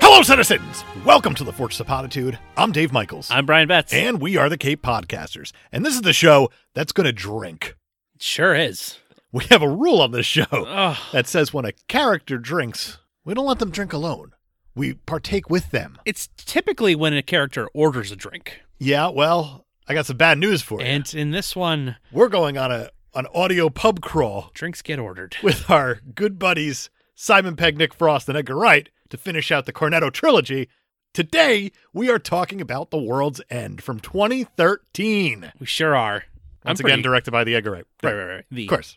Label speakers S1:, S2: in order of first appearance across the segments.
S1: Hello, citizens! Welcome to the Fortress of Potitude. I'm Dave Michaels.
S2: I'm Brian Betts.
S1: and we are the Cape Podcasters. And this is the show that's going to drink.
S2: sure is.
S1: We have a rule on this show
S2: Oh,
S1: that says when a character drinks, we don't let them drink alone. We partake with them.
S2: it's typically when a character orders a drink.
S1: Yeah, well, I got some bad news for you.
S2: And in this one,
S1: We're going on a an audio pub crawl
S2: drinks get ordered.
S1: with our good buddies Simon Pegg, Nick Frost, and Edgar Wright to finish out the Cornetto trilogy. Today, we are talking about The World's End from 2013.
S2: We sure are.
S1: Once
S2: I'm
S1: again,
S2: pretty-
S1: directed by the Edgar Wright.
S2: Right, right, right. The
S1: Of course.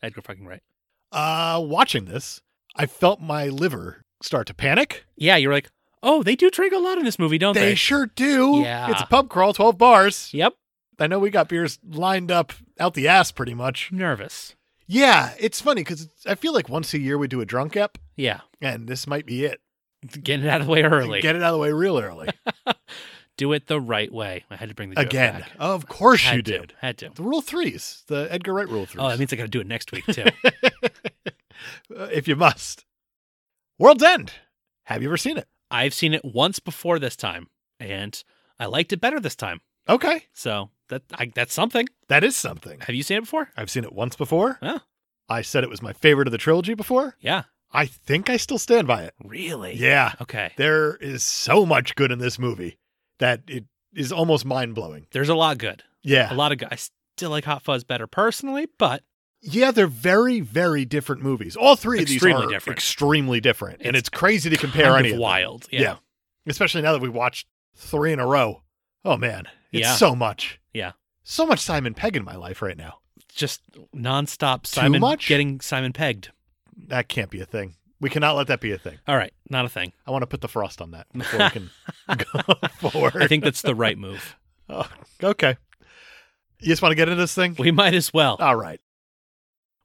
S2: Edgar fucking right.
S1: Uh, watching this, I felt my liver start to panic.
S2: Yeah, you're like, oh, they do drink a lot in this movie, don't
S1: They
S2: they?
S1: sure do.
S2: Yeah.
S1: It's a pub crawl, 12 bars.
S2: yep.
S1: I know we got beers lined up out the ass pretty much.
S2: I'm nervous.
S1: Yeah, it's funny because I feel like once a year we do a drunk ep,
S2: Yeah.
S1: and this might be it.
S2: Getting it out of the way early.
S1: Get it out of the way real early.
S2: do it the right way. I had to bring the joke
S1: Again.
S2: back.
S1: Of course
S2: Had
S1: you
S2: to.
S1: did.
S2: Had to.
S1: The rule threes, the Edgar Wright rule threes.
S2: Oh, that means I got to do it next week too.
S1: Uh, if you must. World's End. Have you ever seen it?
S2: I've seen it once before this time, and I liked it better this time.
S1: Okay.
S2: So that I, that's something.
S1: That is something.
S2: Have you seen it before?
S1: I've seen it once before.
S2: Huh?
S1: I said it was my favorite of the trilogy before.
S2: Yeah.
S1: I think I still stand by it.
S2: Really?
S1: Yeah.
S2: Okay.
S1: There is so much good in this movie that it is almost mind blowing.
S2: There's a lot good. A
S1: Yeah.
S2: lot of good. I still like Hot Fuzz better personally, but
S1: Yeah, they're very, very different movies. All three of these
S2: Extremely
S1: are
S2: different.
S1: extremely different. and
S2: It's
S1: it's crazy to compare
S2: kind
S1: any
S2: of
S1: them.
S2: wild.
S1: Yeah. Especially now that we watched three in a row. Oh man. It's
S2: Yeah.
S1: so much.
S2: Yeah.
S1: So much Simon Pegg in my life right now.
S2: Just nonstop Simon
S1: much?
S2: getting Simon pegged.
S1: That can't be a thing. We cannot let that be a thing.
S2: All right, not a thing.
S1: I want to put the frost on that before we can go forward.
S2: I think that's the right move.
S1: Oh, okay. You just want to get into this thing?
S2: We might as well.
S1: All right.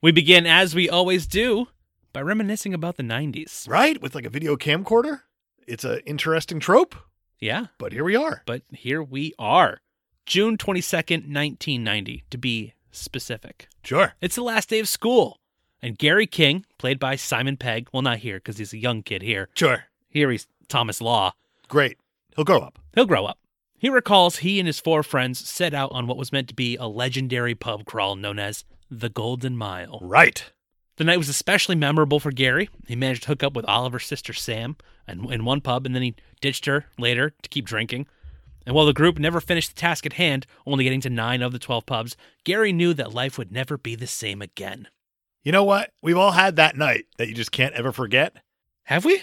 S2: We begin as we always do by reminiscing about the 90s.
S1: Right? With like a video camcorder? It's an interesting trope,
S2: Yeah.
S1: but here we are.
S2: But here we are. June 22nd, 1990, to be specific.
S1: Sure.
S2: It's the last day of school. And Gary King, played by Simon Pegg, well, not here because he's a young kid here.
S1: Sure.
S2: Here he's Thomas Law.
S1: Great. He'll grow up.
S2: He'll grow up. He recalls he and his four friends set out on what was meant to be a legendary pub crawl known as the Golden Mile.
S1: Right.
S2: The night was especially memorable for Gary. He managed to hook up with Oliver's sister Sam and in one pub, and then he ditched her later to keep drinking. And while the group never finished the task at hand, only getting to nine of the 12 pubs, Gary knew that life would never be the same again.
S1: You know what? We've all had that night that you just can't ever forget.
S2: Have we?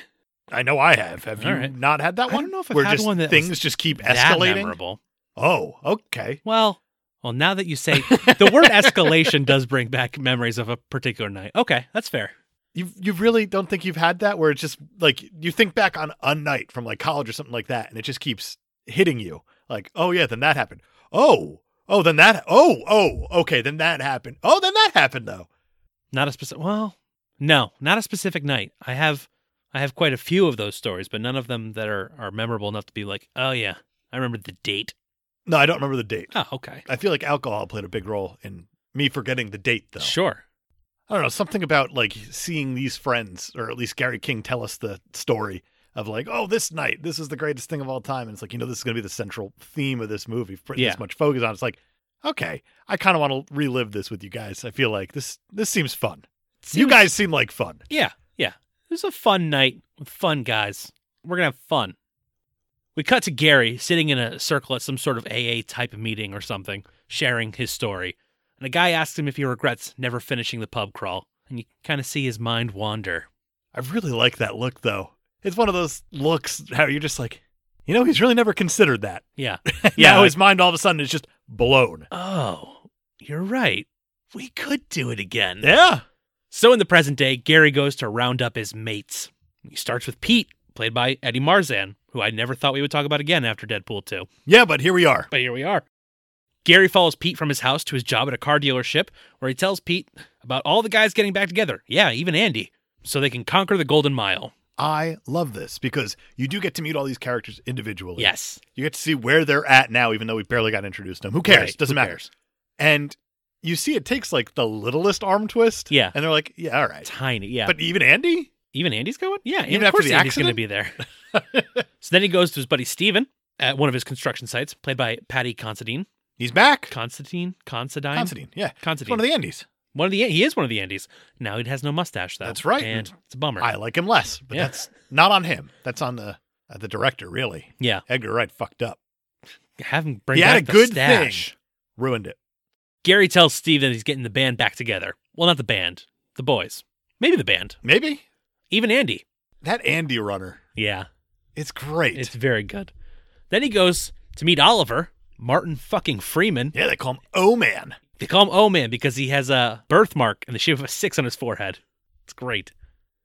S1: I know I have. Have
S2: All
S1: you
S2: right.
S1: not had that
S2: I
S1: one?
S2: don't know if I've
S1: Where
S2: had
S1: just
S2: one that was
S1: things just keep
S2: That
S1: escalating.
S2: memorable.
S1: Oh, okay.
S2: Well, well, now that you say the word escalation does bring back memories of a particular night. Okay, that's fair.
S1: You you really don't think you've had that where it's just like you think back on a night from like college or something like that, and it just keeps hitting you. Like, oh yeah, then that happened. Oh, oh, then that. Oh, oh, okay, then that happened. Oh, then that happened though.
S2: Not a specific. Well, no, not a specific night. I have, I have quite a few of those stories, but none of them that are are memorable enough to be like, oh yeah, I remember the date.
S1: No, I don't remember the date.
S2: Oh, okay,
S1: I feel like alcohol played a big role in me forgetting the date though.
S2: sure.
S1: I don't know, something about like seeing these friends, or at least Gary King tell us the story of like, oh, this night, this is the greatest thing of all time. And it's like, you know, this is going to be the central theme of this movie, put
S2: Yeah.
S1: this much focus on. it. It's like, okay, I kind of want to relive this with you guys. I feel like this, this seems fun. you
S2: Seems-
S1: guys seem like fun.
S2: Yeah, yeah. It was a fun night with fun guys. We're gonna have fun. We cut to Gary sitting in a circle at some sort of AA type of meeting or something, sharing his story. And a guy asks him if he regrets never finishing the pub crawl, and you kind of see his mind wander.
S1: I really like that look though. It's one of those looks how you're just like, You know, he's really never considered that.
S2: Yeah.
S1: Yeah,
S2: Yeah.
S1: now
S2: like,
S1: his mind all of a sudden is just blown.
S2: oh, you're right. We could do it again.
S1: Yeah.
S2: So in the present day, Gary goes to round up his mates. He starts with Pete, played by Eddie Marzan, who I never thought we would talk about again after Deadpool 2.
S1: Yeah, but here we are.
S2: But here we are. Gary follows Pete from his house to his job at a car dealership, where he tells Pete about all the guys getting back together. Yeah, even Andy. So they can conquer the Golden Mile.
S1: I love this because you do get to meet all these characters individually.
S2: Yes.
S1: You get to see where they're at now, even though we barely got introduced to them. Who cares?
S2: Right,
S1: Doesn't
S2: who
S1: matter.
S2: cares?
S1: And you see it takes like the littlest arm twist.
S2: Yeah.
S1: And they're like, yeah, all right.
S2: Tiny. Yeah.
S1: But even Andy?
S2: Even Andy's going? Yeah,
S1: Even
S2: of
S1: after
S2: course
S1: the
S2: Andy's going to
S1: accident?
S2: be there. so then he goes to his buddy Steven at one of his construction sites, played by Patty Considine.
S1: He's back.
S2: Considine? Considine?
S1: Constantine. Yeah. It's
S2: Considine.
S1: one of the Andes.
S2: One of the he is one of the Andes. Now he has no mustache though.
S1: That's right.
S2: and it's a bummer.
S1: I like him less, but
S2: Yeah.
S1: that's not on him. That's on the uh, the director, really.
S2: yeah,
S1: Edgar Wright fucked up.
S2: have him bring
S1: he
S2: back
S1: had a
S2: the
S1: good
S2: stash.
S1: thing. Ruined it.
S2: Gary tells Steve that he's getting the band back together. Well, not the band, the boys, maybe the band,
S1: Maybe.
S2: even Andy.
S1: That Andy runner.
S2: Yeah,
S1: It's great.
S2: it's very good. Then he goes to meet Oliver Martin fucking Freeman.
S1: yeah, they call him O Man.
S2: They call him O Man because he has a birthmark in the shape of a six on his forehead. It's great.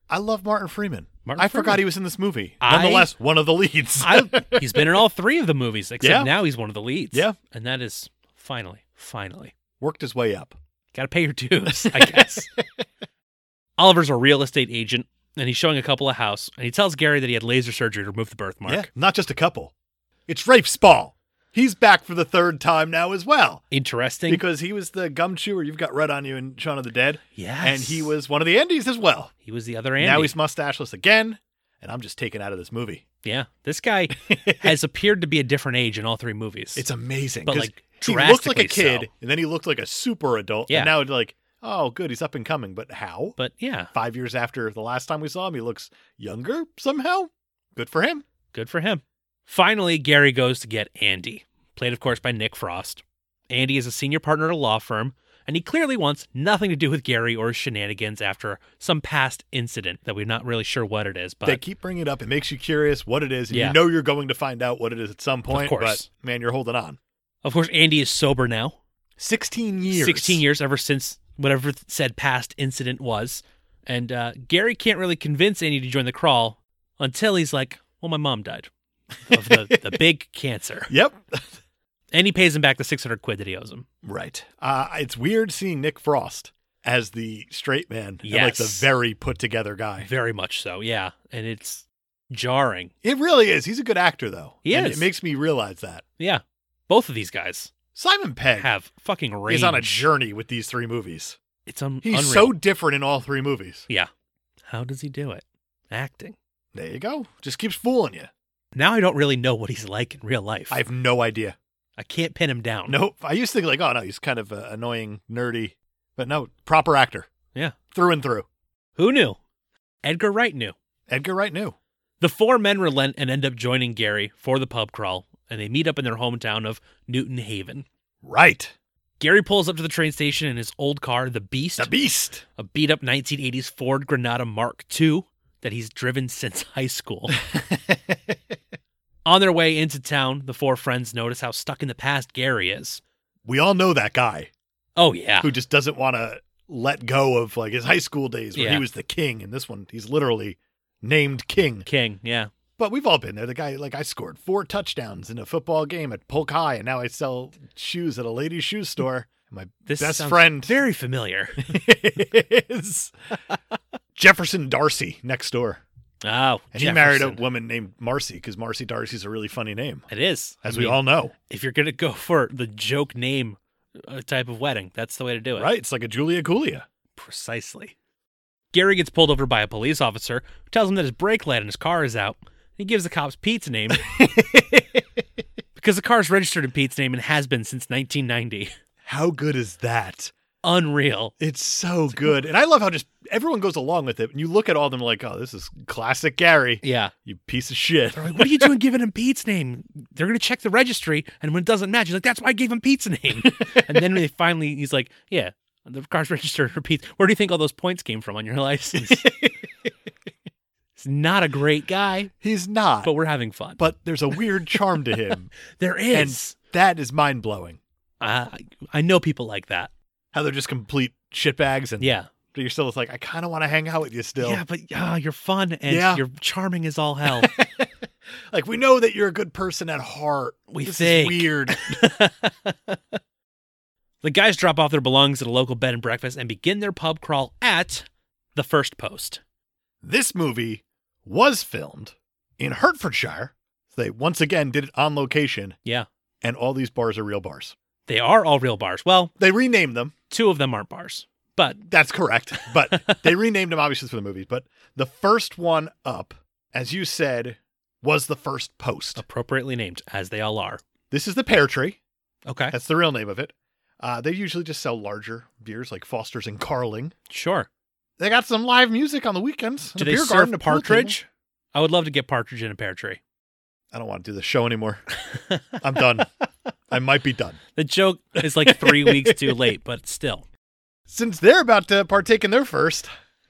S1: I love Martin Freeman.
S2: Martin
S1: I
S2: Freeman.
S1: forgot he was in this movie.
S2: I-
S1: Nonetheless, one of the leads.
S2: I, he's been in all three of the movies except
S1: Yeah.
S2: now he's one of the leads.
S1: Yeah.
S2: and that is finally, finally.
S1: Worked his way up.
S2: Got to pay your dues, I guess. Oliver's a real estate agent, and he's showing a couple a house, and he tells Gary that he had laser surgery to remove the birthmark.
S1: Yeah, not just a couple. It's Rafe Spall. He's back for the third time now as well
S2: Interesting.
S1: because he was the gum chewer you've got red on you in Shaun of the Dead,
S2: yes.
S1: and he was one of the Andes as well.
S2: he was the other Andy.
S1: Now he's mustacheless again, and I'm just taken out of this movie.
S2: yeah. This guy has appeared to be a different age in all three movies.
S1: It's amazing.
S2: But,
S1: 'cause
S2: like,
S1: he looked like a
S2: drastically
S1: kid,
S2: so.
S1: and then he looked like a super adult,
S2: Yeah.
S1: and now it's like, oh, good, he's up and coming. But how?
S2: but yeah,
S1: Five years after the last time we saw him, he looks younger somehow. Good for him.
S2: good for him. Finally, Gary goes to get Andy, played of course by Nick Frost. Andy is a senior partner at a law firm, and he clearly wants nothing to do with Gary or his shenanigans after some past incident that we're not really sure what it is, but
S1: they keep bringing it up. It makes you curious what it is. And
S2: Yeah.
S1: You know you're going to find out what it is at some point.
S2: course.
S1: But man, you're holding on.
S2: Of course, Andy is sober now.
S1: 16 years.
S2: 16 years ever since whatever th- said past incident was. And uh, Gary can't really convince Andy to join the crawl until he's like, well, my mom died of the, the big cancer.
S1: Yep.
S2: And he pays him back the 600 quid that he owes him.
S1: Right. Uh, it's weird seeing Nick Frost as the straight man. and, like the
S2: Yes.
S1: very put together guy.
S2: Very much so, yeah. And it's jarring.
S1: It really is. He's a good actor, though.
S2: He
S1: and
S2: is.
S1: It makes me realize that.
S2: Yeah. Both of these guys
S1: Simon Pegg
S2: have fucking range.
S1: is on a journey with these three movies.
S2: It's un-
S1: He's
S2: unreal.
S1: so different in all three movies.
S2: Yeah. How does he do it? Acting.
S1: There you go. Just keeps fooling you.
S2: Now I don't really know what he's like in real life.
S1: I have no idea.
S2: I can't pin him down.
S1: Nope. I used to think like, oh no, he's kind of uh, annoying, nerdy, but no, proper actor
S2: Yeah.
S1: through and through.
S2: Who knew? Edgar Wright knew.
S1: Edgar Wright knew.
S2: The four men relent and end up joining Gary for the pub crawl, and they meet up in their hometown of Newton Haven.
S1: Right.
S2: Gary pulls up to the train station in his old car, the Beast,
S1: The Beast.
S2: a beat up 1980s Ford Granada Mark II that he's driven since high school. On their way into town, the four friends notice how stuck in the past Gary is.
S1: we all know that guy
S2: Oh, yeah.
S1: who just doesn't want to let go of like his high school days where
S2: Yeah.
S1: he was the king, and this one he's literally named king.
S2: King, yeah.
S1: But we've all been there. The guy like I scored four touchdowns in a football game at Polk High, and now I sell shoes at a ladies' shoe store. And my
S2: This
S1: best
S2: sounds
S1: friend
S2: Very familiar.
S1: is Jefferson Darcy next door.
S2: Oh,
S1: And he married a
S2: Jefferson.
S1: woman named Marcy because Marcy Darcy's a really funny name,
S2: It is. I
S1: as we
S2: mean,
S1: all know,
S2: If you're going to go for the joke name uh, type of wedding, that's the way to do it.
S1: right? It's like a Julia Julia.
S2: Precisely. Gary gets pulled over by a police officer who tells him that his brake light on his car is out. He gives the cops Pete's name because the car is registered in Pete's name and has been since 1990.
S1: How good is that?
S2: Unreal.
S1: It's so good, and I love how just everyone goes along with it. And you look at all of them like, "Oh, this is classic Gary,
S2: Yeah.
S1: you piece of shit."
S2: They're like, what are you doing giving him Pete's name? They're going to check the registry. And when it doesn't match, he's like, that's why I gave him Pete's name. and then when they finally, he's like, yeah, the car's registered for Pete's. Where do you think all those points came from on your license? He's not a great guy,
S1: He's not.
S2: but
S1: But,
S2: we're having fun.
S1: there's a weird charm to him.
S2: there
S1: and
S2: is.
S1: that is mind blowing.
S2: I I know people like that.
S1: How they're just complete shitbags and
S2: Yeah.
S1: but you're still like, I kinda wanna hang out with you still.
S2: Yeah, but uh, you're fun and
S1: Yeah.
S2: you're charming as all hell.
S1: Like we know that you're a good person at heart.
S2: We
S1: this
S2: think.
S1: is weird.
S2: the guys drop off their belongings at a local bed and breakfast and begin their pub crawl at the first post.
S1: this movie was filmed in Hertfordshire. They once again did it on location,
S2: Yeah.
S1: and all these bars are real bars.
S2: They are all real bars. Well,
S1: They renamed them.
S2: two of them aren't bars, but
S1: That's correct. But they renamed them obviously for the movies. But the first one up, as you said, was the first
S2: Oh.
S1: post.
S2: appropriately named, as they all are.
S1: This is the Pear Tree.
S2: Okay.
S1: That's the real name of it. Uh, they usually just sell larger beers like Foster's and Carling.
S2: Sure.
S1: They got some live music on the weekends.
S2: Do
S1: The
S2: they
S1: beer
S2: serve
S1: garden, a pool
S2: partridge?
S1: table.
S2: I would love to get partridge in a pear tree.
S1: I don't want to do this show anymore. I'm done. I might be done.
S2: The joke is like three weeks too late, but still.
S1: Since they're about to partake in their first,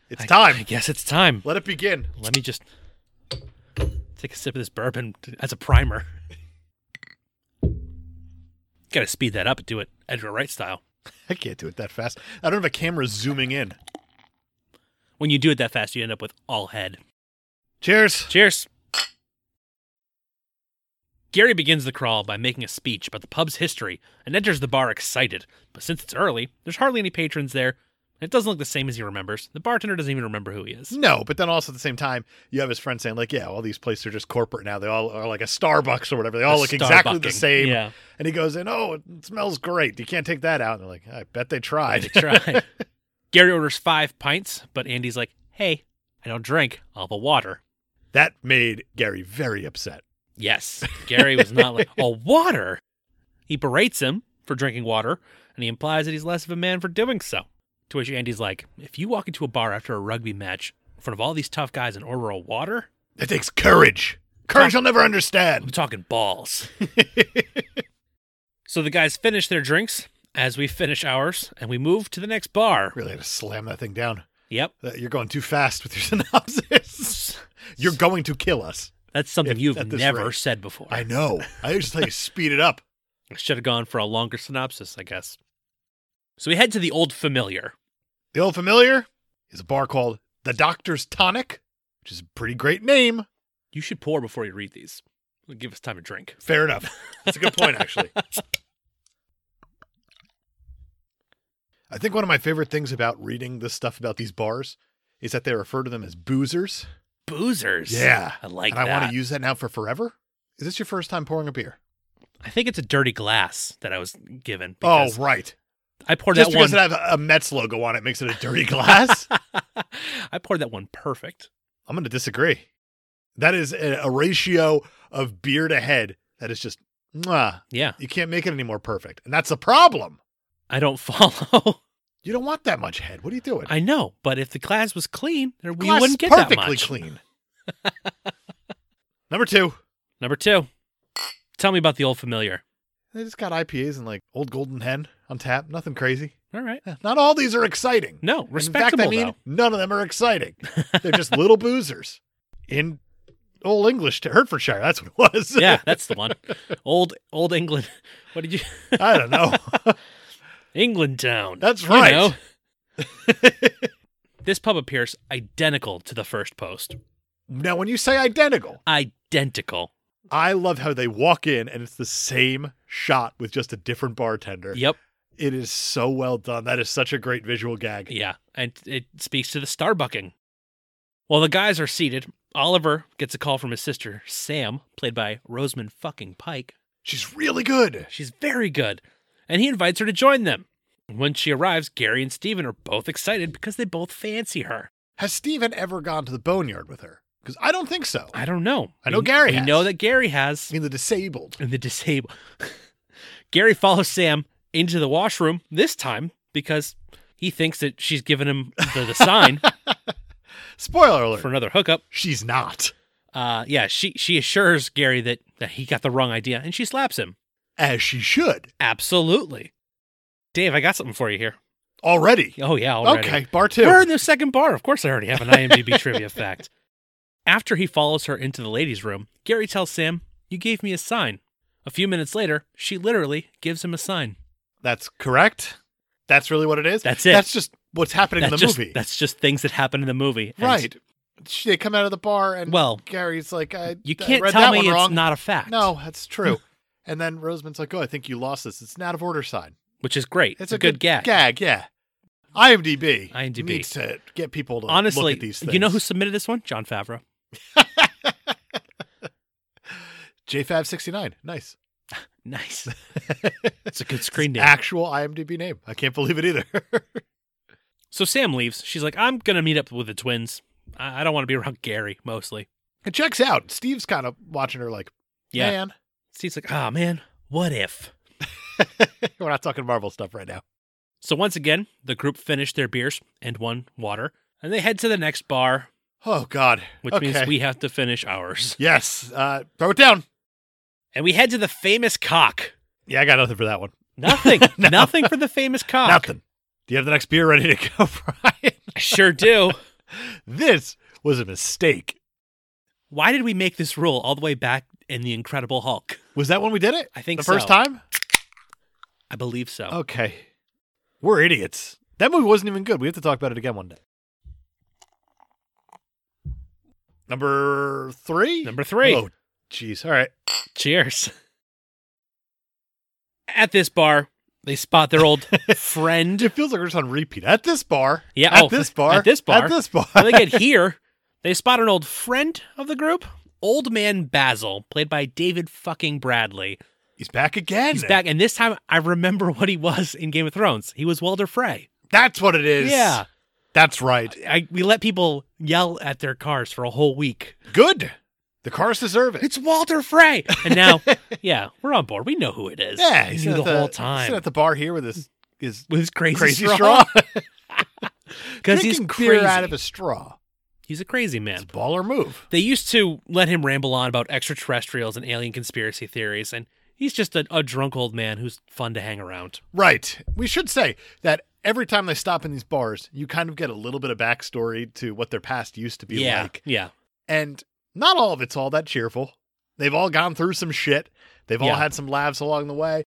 S1: it's
S2: I-
S1: time.
S2: I guess it's time.
S1: Let it begin.
S2: Let me just take a sip of this bourbon t- as a primer. Gotta speed that up and do it Edgar Wright style.
S1: I can't do it that fast. I don't have a camera zooming in.
S2: When you do it that fast, you end up with all head.
S1: Cheers.
S2: Cheers. Gary begins the crawl by making a speech about the pub's history and enters the bar excited. But since it's early, there's hardly any patrons there, and it doesn't look the same as he remembers. The bartender doesn't even remember who he is.
S1: No, but then also at the same time, you have his friend saying, like, yeah, all these places are just corporate now. They all are like a Starbucks or whatever. They all
S2: The
S1: look exactly the
S2: Starbucking.
S1: same.
S2: Yeah,
S1: And he goes in, oh, it smells great. You can't take that out. And they're like, I bet they
S2: I
S1: tried.
S2: tried. Gary orders five pints, but Andy's like, hey, I don't drink, I'll have a water.
S1: that made Gary very upset.
S2: Yes. Gary was not like, oh, water. He berates him for drinking water, and he implies that he's less of a man for doing so. To which Andy's like, if you walk into a bar after a rugby match in front of all these tough guys and order a water,
S1: It takes courage. Courage I'll never
S2: I'm
S1: understand.
S2: talking balls. so the guys finish their drinks as we finish ours, and we move to the next bar.
S1: really had to slam that thing down.
S2: Yep.
S1: Uh, You're going too fast with your synopsis. You're going to kill us.
S2: That's something
S1: If-
S2: you've
S1: at this
S2: never
S1: rate.
S2: said before.
S1: I know. I just tell you, speed it up.
S2: should have gone for a longer synopsis, I guess. So we head to the old familiar.
S1: The old familiar is a bar called The Doctor's Tonic, which is a pretty great name.
S2: You should pour before you read these. It'll give us time to drink.
S1: Fair enough. That's a good point, actually. I think one of my favorite things about reading this stuff about these bars is that they refer to them as boozers.
S2: Boozers.
S1: Yeah.
S2: I like
S1: and I
S2: that.
S1: want to use that now for forever. Is this your first time pouring a beer?
S2: I think it's a dirty glass that I was given.
S1: Oh,
S2: because
S1: right.
S2: I poured
S1: Just
S2: that
S1: because
S2: one.
S1: it has a Mets logo on it makes it a dirty glass.
S2: I poured that one perfect.
S1: I'm going to disagree. That is a, a ratio of beer to head that is just, mwah,
S2: Yeah.
S1: you can't make it any more perfect. And that's the problem.
S2: I don't follow.
S1: You don't want that much head. What are you doing?
S2: I know, but if the glass was clean, there we
S1: Glass is
S2: wouldn't get that
S1: perfectly
S2: much.
S1: clean. Number two,
S2: Number two. Tell me about the old familiar.
S1: they just got IPAs and like Old Golden Hen on tap. Nothing crazy.
S2: All right.
S1: Eh, Not all these are exciting.
S2: No,
S1: In fact,
S2: respectable
S1: I mean, none of them are exciting. They're just little boozers in Old English to Hertfordshire. That's what it was.
S2: though. yeah, that's the one. Old Old England. What did you
S1: I don't know.
S2: England town.
S1: That's
S2: You
S1: right.
S2: know. this pub appears identical to the first post.
S1: Now, when you say identical,
S2: Identical.
S1: I love how they walk in and it's the same shot with just a different bartender.
S2: Yep.
S1: It is so well done. That is such a great visual gag.
S2: Yeah, and it speaks to the starbucking. While the guys are seated, Oliver gets a call from his sister, Sam, played by Roseman fucking Pike.
S1: She's really good.
S2: She's very good, and he invites her to join them. When she arrives, Gary and Steven are both excited because they both fancy her.
S1: Has Steven ever gone to the boneyard with her? Because I don't think so. I
S2: I don't know.
S1: I know Gary
S2: We
S1: has.
S2: know that Gary has.
S1: mean, the disabled.
S2: and the disabled. Gary follows Sam into the washroom this time because he thinks that she's given him the, the sign
S1: Spoiler alert.
S2: for another hookup.
S1: She's not.
S2: Uh, yeah, she she assures Gary that that he got the wrong idea, and she slaps him.
S1: As she should.
S2: Absolutely, Dave. I got something for you here.
S1: Already.
S2: Oh yeah, already.
S1: Okay, bar two.
S2: We're in the second bar. Of course, I already have an IMDb trivia fact. After he follows her into the ladies' room, Gary tells Sam, You gave me a sign. A few minutes later, she literally gives him a sign.
S1: That's correct. That's really what it is.
S2: That's it.
S1: That's just what's happening in
S2: That's
S1: the
S2: just,
S1: movie.
S2: That's just things that happen in the movie. And-
S1: right. She- They come out of the bar and
S2: Well,
S1: Gary's like, I,
S2: you
S1: I
S2: can't
S1: read
S2: tell
S1: that
S2: me
S1: one
S2: it's
S1: wrong.
S2: not a fact.
S1: No, that's true. and then Roseman's like, oh, I think you lost this. It's an out of order sign.
S2: Which is great.
S1: It's
S2: a, good, gag.
S1: Gag, yeah. IMDb,
S2: IMDb.
S1: needs to get people to
S2: Honestly,
S1: look at these things.
S2: you know who submitted this one? John Favreau.
S1: JFab69. Nice.
S2: Nice. It's a good screen name.
S1: Actual IMDb name. I can't believe it either.
S2: So Sam leaves. She's like, I'm going to meet up with the twins. I, I don't want to be around Gary mostly.
S1: it checks out. Steve's kind of watching her like,
S2: Yeah.
S1: man,
S2: Steve's like, oh, man, what if?
S1: we're not talking Marvel stuff right now.
S2: So once again, the group finish their beers and one water, and they head to the next bar,
S1: Oh, God.
S2: which
S1: okay.
S2: means we have to finish ours.
S1: Yes. Uh, throw it down.
S2: And we head to the famous cock.
S1: Yeah, I got nothing for that one.
S2: Nothing.
S1: No.
S2: Nothing for the famous cock.
S1: Nothing. Do you have the next beer ready to go, Brian?
S2: I sure do.
S1: this was a mistake.
S2: Why did we make this rule all the way back in The Incredible Hulk?
S1: Was that when we did it?
S2: I think
S1: the first
S2: so.
S1: time.
S2: I believe so.
S1: Okay, we're idiots. That movie wasn't even good. We have to talk about it again one day. Number three.
S2: Number three.
S1: Oh, jeez. All right.
S2: Cheers. At this bar, they spot their old friend.
S1: It feels like we're just on repeat. At this bar.
S2: Yeah,
S1: At
S2: oh,
S1: this bar.
S2: at this bar.
S1: At this bar.
S2: When they get here, they spot an old friend of the group, Old Man Basil, played by David fucking Bradley.
S1: He's back again.
S2: He's back, and this time I remember what he was in Game of Thrones. He was Walder Frey.
S1: That's what it is.
S2: Yeah,
S1: That's right.
S2: I, we let people yell at their cars for a whole week.
S1: Good. The cars deserve it.
S2: It's Walter Frey, and now, yeah, we're on board. We know who it is.
S1: yeah,
S2: he's
S1: he's
S2: knew
S1: at
S2: the, whole
S1: He's
S2: time
S1: sitting at the bar here with his his
S2: with his crazy,
S1: crazy
S2: straw
S1: straw.
S2: because he's
S1: Drinking
S2: crazy.
S1: beer out of a straw.
S2: he's a crazy man.
S1: It's a baller move.
S2: They used to let him ramble on about extraterrestrials and alien conspiracy theories, and he's just a, a drunk old man who's fun to hang around.
S1: Right. We should say that every time they stop in these bars, you kind of get a little bit of backstory to what their past used to be
S2: yeah,
S1: like.
S2: yeah.
S1: And not all of it's all that cheerful. They've all gone through some shit. They've all
S2: Yeah.
S1: had some laughs along the way.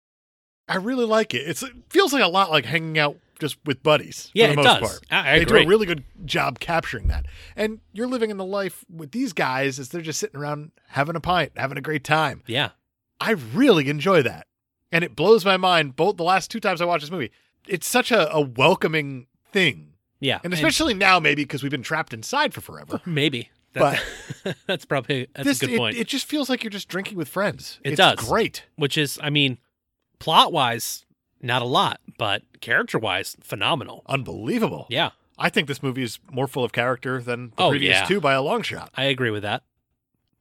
S1: I really like it. It's, it feels like a lot like hanging out just with buddies
S2: Yeah,
S1: for
S2: it
S1: the most
S2: does.
S1: part.
S2: I- I
S1: they
S2: agree.
S1: do a really good job capturing that. And you're living in the life with these guys as they're just sitting around having a pint, having a great time.
S2: Yeah.
S1: I really enjoy that. And it blows my mind both the last two times I watched this movie. It's such a, a welcoming thing.
S2: Yeah.
S1: And especially now, maybe because we've been trapped inside for forever.
S2: maybe. That, that's probably that's
S1: this,
S2: a good
S1: it,
S2: point.
S1: it just feels like you're just drinking with friends.
S2: It
S1: it's
S2: does.
S1: great.
S2: Which is, I mean, plot wise, not a lot, but character wise, phenomenal.
S1: Unbelievable.
S2: Yeah,
S1: I think this movie is more full of character than the
S2: Oh,
S1: previous
S2: yeah.
S1: two by a long shot.
S2: I agree with that.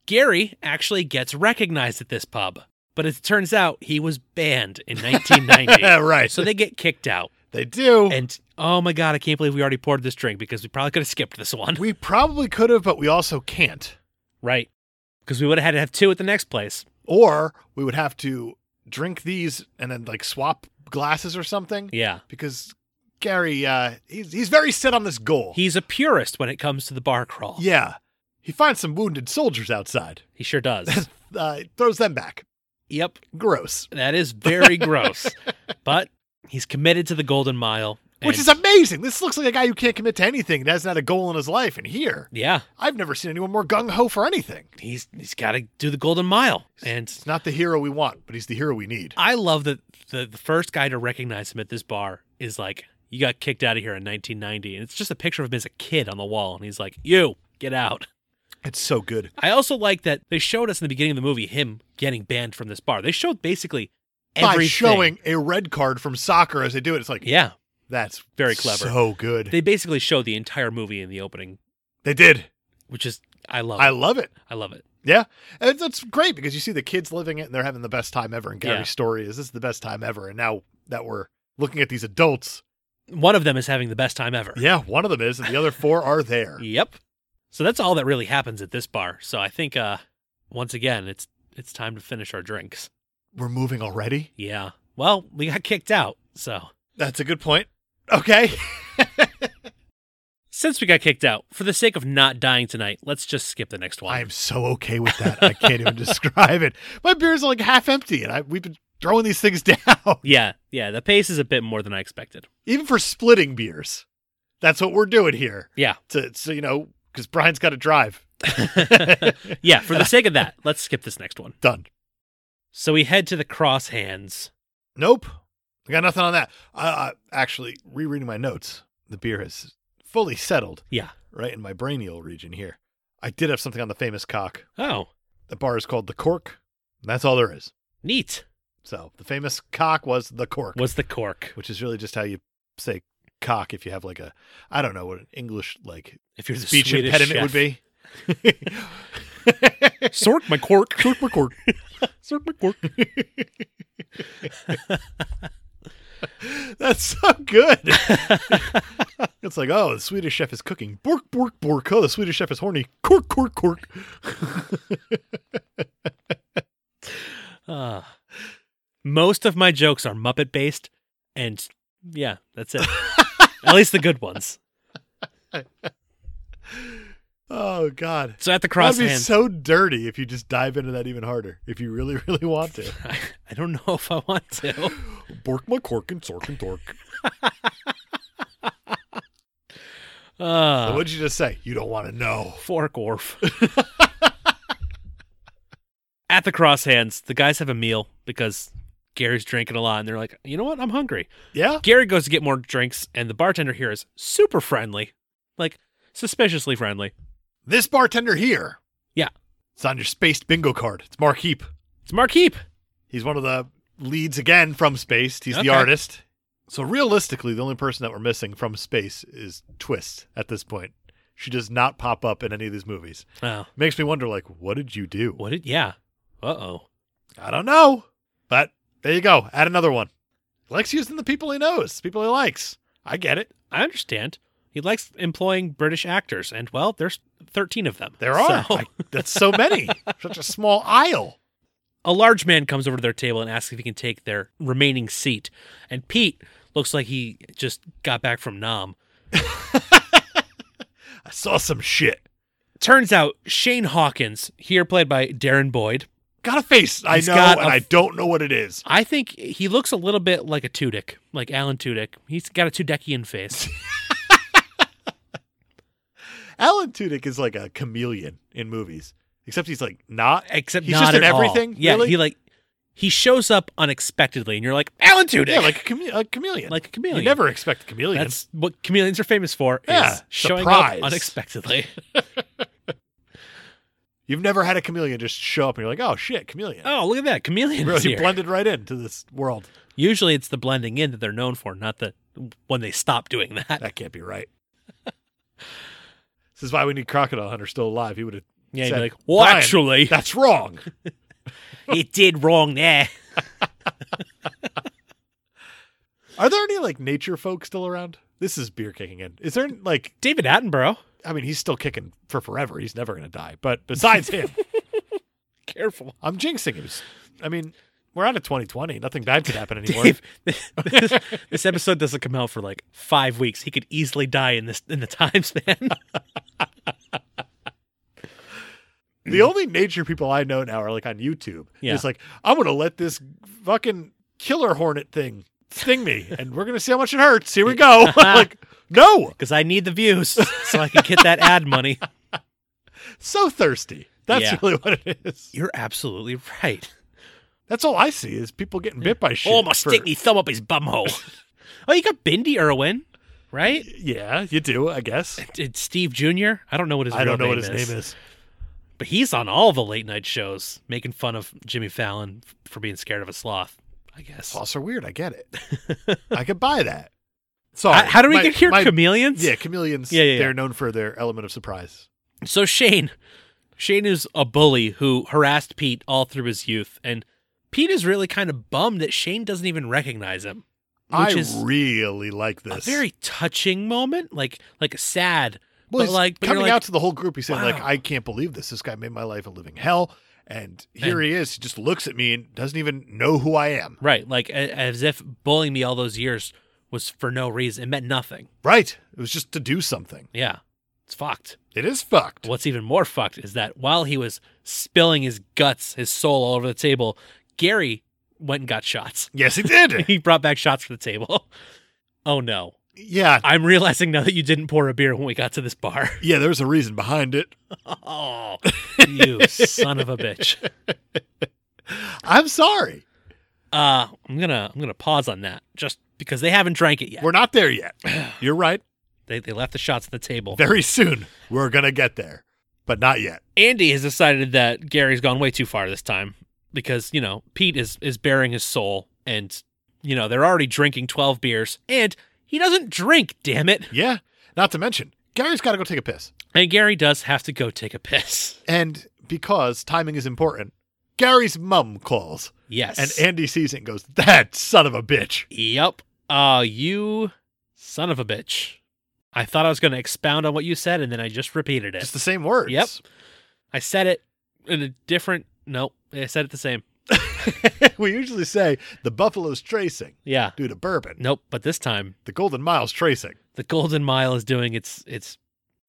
S2: Gary actually gets recognized at this pub, but it turns out he was banned in 1990.
S1: right.
S2: so they get kicked out.
S1: they do.
S2: And oh my God, I can't believe we already poured this drink because we probably could have skipped this one.
S1: we probably could have, but we also can't.
S2: Right. Because we would have had to have two at the next place.
S1: Or we would have to drink these and then like swap glasses or something.
S2: Yeah.
S1: because Gary, uh, he's he's very set on this goal.
S2: He's a purist when it comes to the bar crawl.
S1: yeah, he finds some wounded soldiers outside,
S2: He sure does.
S1: uh, throws them back.
S2: yep.
S1: Gross,
S2: That is very gross. But he's committed to the Golden Mile.
S1: which
S2: and-
S1: is amazing. This looks like a guy who can't commit to anything and hasn't had a goal in his life. And here,
S2: Yeah.
S1: I've never seen anyone more gung ho for anything.
S2: He's he's got to do the Golden Mile. And
S1: It's not the hero we want, but he's the hero we need.
S2: I love that the, the first guy to recognize him at this bar is like, you got kicked out of here in 1990. And it's just a picture of him as a kid on the wall. And he's like, you, get out.
S1: It's so good.
S2: I also like that they showed us in the beginning of the movie him getting banned from this bar. They showed basically everything.
S1: By showing a red card from soccer as they do it, it's like
S2: Yeah.
S1: that's
S2: Very clever.
S1: So good. They,
S2: They basically showed the entire movie in the opening,
S1: did.
S2: which is I love
S1: I
S2: it.
S1: love it.
S2: I love it.
S1: Yeah, and it's, it's great because you see the kids living it and they're having the best time ever. And Gary's
S2: Yeah.
S1: story is this is the best time ever. And now that we're looking at these adults,
S2: One of them is having the best time ever.
S1: yeah, one of them is, and the other four are there.
S2: Yep. So that's all that really happens at this bar. So I think uh once again it's it's time to finish our drinks.
S1: We're moving already.
S2: Yeah. Well, we got kicked out. So
S1: That's a good point. Okay,
S2: Since we got kicked out, for the sake of not dying tonight, let's just skip the next one.
S1: I am so okay with that. I can't even describe it. My beers are like half empty, and I, we've been throwing these things down,
S2: Yeah, yeah, the pace is a bit more than I expected.
S1: even for splitting beers. That's what we're doing here.
S2: Yeah.
S1: To, so you know, because Brian's got to drive.
S2: yeah, for the sake of that, let's skip this next one.
S1: Done.
S2: So we head to the cross hands.
S1: Nope. I got nothing on that. I, I actually rereading my notes. The beer has fully settled
S2: Yeah.
S1: right in my brainial region here. I did have something on the famous cock.
S2: Oh,
S1: The bar is called the Cork. And that's all there is.
S2: neat.
S1: So the famous cock was the Cork.
S2: Was the cork.
S1: which is really just how you say cock if you have like a I don't know what an English like
S2: If you're the
S1: speech
S2: Swedish
S1: impediment
S2: chef.
S1: would be.
S2: Sork my cork.
S1: Cork, cork, cork.
S2: Sork my cork.
S1: That's so good. it's like, oh, the Swedish chef is cooking. Bork, bork, bork. Oh, the Swedish chef is horny. Cork, cork, cork.
S2: Uh, most of my jokes are Muppet based, and yeah, that's it. At least the good ones.
S1: Oh God.
S2: So at the
S1: That'd
S2: cross
S1: be
S2: hands,
S1: so dirty if you just dive into that even harder. If you really, really want to.
S2: I, I don't know if I want to.
S1: Bork my cork and sork and dork.
S2: Uh,
S1: What'd you just say? You don't want to know.
S2: fork orf. At the cross hands, the guys have a meal because Gary's drinking a lot, and they're like, you know what? I'm hungry.
S1: Yeah?
S2: Gary goes to get more drinks, and the bartender here is super friendly, like suspiciously friendly.
S1: This bartender here.
S2: Yeah.
S1: It's on your spaced bingo card. It's Mark Heap.
S2: It's Mark Heap.
S1: He's one of the leads again from Spaced. He's
S2: Okay.
S1: the artist. So realistically, the only person that we're missing from Space is Twist at this point. She does not pop up in any of these movies.
S2: Oh,
S1: Makes me wonder, like, what did you do?
S2: what did? Yeah. Uh oh.
S1: I don't know. But there you go. Add another one. Likes using the people he knows, people he likes. I get it.
S2: I understand. He likes employing British actors, and well, there's 13 of them.
S1: There are.
S2: So,
S1: I- that's so many. Such a small aisle.
S2: a large man comes over to their table and asks if he can take their remaining seat. And Pete looks like he just got back from Nam.
S1: I saw some shit.
S2: Turns out Shane Hawkins, here played by Darren Boyd,
S1: Got a face. I
S2: He's
S1: know,
S2: got
S1: and
S2: a
S1: I
S2: f-
S1: don't know what it is.
S2: I think he looks a little bit like a Tudyk, like Alan Tudyk. He's got a Tudykian face.
S1: Alan Tudyk is like a chameleon in movies, except he's like not.
S2: Except
S1: He's
S2: not
S1: just in
S2: at all.
S1: everything?
S2: Yeah,
S1: Really?
S2: he like he shows up unexpectedly, and you're like Alan Tudyk,
S1: Yeah, like a, chame- a chameleon.
S2: like a chameleon.
S1: You never expect a chameleon.
S2: That's what chameleons are famous for.
S1: Yeah,
S2: is showing
S1: surprise.
S2: up unexpectedly.
S1: You've never had a chameleon just show up and you're like, oh shit, chameleon.
S2: oh, look at that chameleon
S1: Really
S2: is here.
S1: blended right into this world.
S2: Usually, it's the blending in that they're known for, not the when they stop doing that.
S1: That can't be right. this is why we need Crocodile Hunter still alive. He would have.
S2: Yeah, you'd be
S1: said,
S2: like, well,
S1: "Brian,
S2: actually,
S1: that's wrong.
S2: it did wrong there.
S1: Are there any like nature folk still around? This is beer kicking in. Is there like?
S2: David Attenborough,
S1: I mean, he's still kicking for forever. He's never gonna die. But besides him,
S2: careful,
S1: I'm jinxing him. I mean, we're out of 2020. Nothing bad could happen anymore.
S2: Dave. This, this episode doesn't come out for like five weeks. He could easily die in this in the time span.
S1: The only nature people I know now are like on YouTube.
S2: Yeah.
S1: It's like, I'm going to let this fucking killer hornet thing sting me and we're going to see how much it hurts. Here we go. like, no,
S2: Because I need the views so I can get that ad money.
S1: so thirsty. That's
S2: Yeah.
S1: really what it is.
S2: You're absolutely right.
S1: That's all I see is people getting bit by shit.
S2: Oh, my
S1: for-
S2: stick me thumb up his bumhole. oh, you got Bindi Irwin, right?
S1: Yeah, you do, I guess.
S2: Did Steve Jr. I don't know what his
S1: I
S2: real
S1: don't know
S2: name
S1: what his name is.
S2: but he's on all the late night shows making fun of Jimmy Fallon f- for being scared of a sloth. I guess.
S1: Sloths are weird. I get it. I could buy that. Sorry.
S2: I- how do we
S1: Oh, my-
S2: get here?
S1: my-
S2: chameleons.
S1: Yeah, chameleons.
S2: Yeah, yeah, yeah.
S1: They're known for their element of surprise.
S2: So Shane, Shane is a bully who harassed Pete all through his youth, and Pete is really kind of bummed that Shane doesn't even recognize him, which
S1: I
S2: is Uh,
S1: really like this.
S2: a very touching moment. Like like sad.
S1: Well,
S2: But,
S1: he's
S2: like, but you're
S1: coming
S2: like,
S1: out to the whole group, he's saying like,
S2: "Wow."
S1: "I can't believe this. This guy made my life a living hell." And here he is. He just looks at me and doesn't even know who I am.
S2: Right, like a- as if bullying me all those years was for no reason. It meant nothing.
S1: Right. It was just to do something.
S2: Yeah. It's fucked.
S1: It is fucked.
S2: What's even more fucked is that while he was spilling his guts, his soul all over the table, Gary went and got shots.
S1: Yes, it did.
S2: he brought back shots for the table. Oh no.
S1: yeah.
S2: I'm realizing now that you didn't pour a beer when we got to this bar.
S1: Yeah, there's a reason behind it.
S2: Oh, you son of a bitch.
S1: I'm sorry.
S2: Uh, I'm going to I'm going to pause on that just because they haven't drank it yet.
S1: We're not there yet. You're right.
S2: They they left the shots at the table.
S1: Very soon, we're going to get there, but not yet.
S2: Andy has decided that Gary's gone way too far this time because, you know, Pete is is bearing his soul and you know, they're already drinking 12 beers and he doesn't drink, damn it.
S1: Yeah. Not to mention, Gary's got to go take a piss.
S2: And Gary does have to go take a piss.
S1: And because timing is important, Gary's mum calls
S2: Yes.
S1: and Andy sees it and goes, That son of a bitch.
S2: Yep. Uh you son of a bitch. I thought I was going to expound on what you said and then I just repeated it.
S1: Just the same words.
S2: Yep. I said it in a different no, I said it the same.
S1: we usually say the buffalo's tracing
S2: Yeah.
S1: due to bourbon,
S2: Nope, but this time
S1: the golden mile's tracing.
S2: the Golden Mile is doing its its.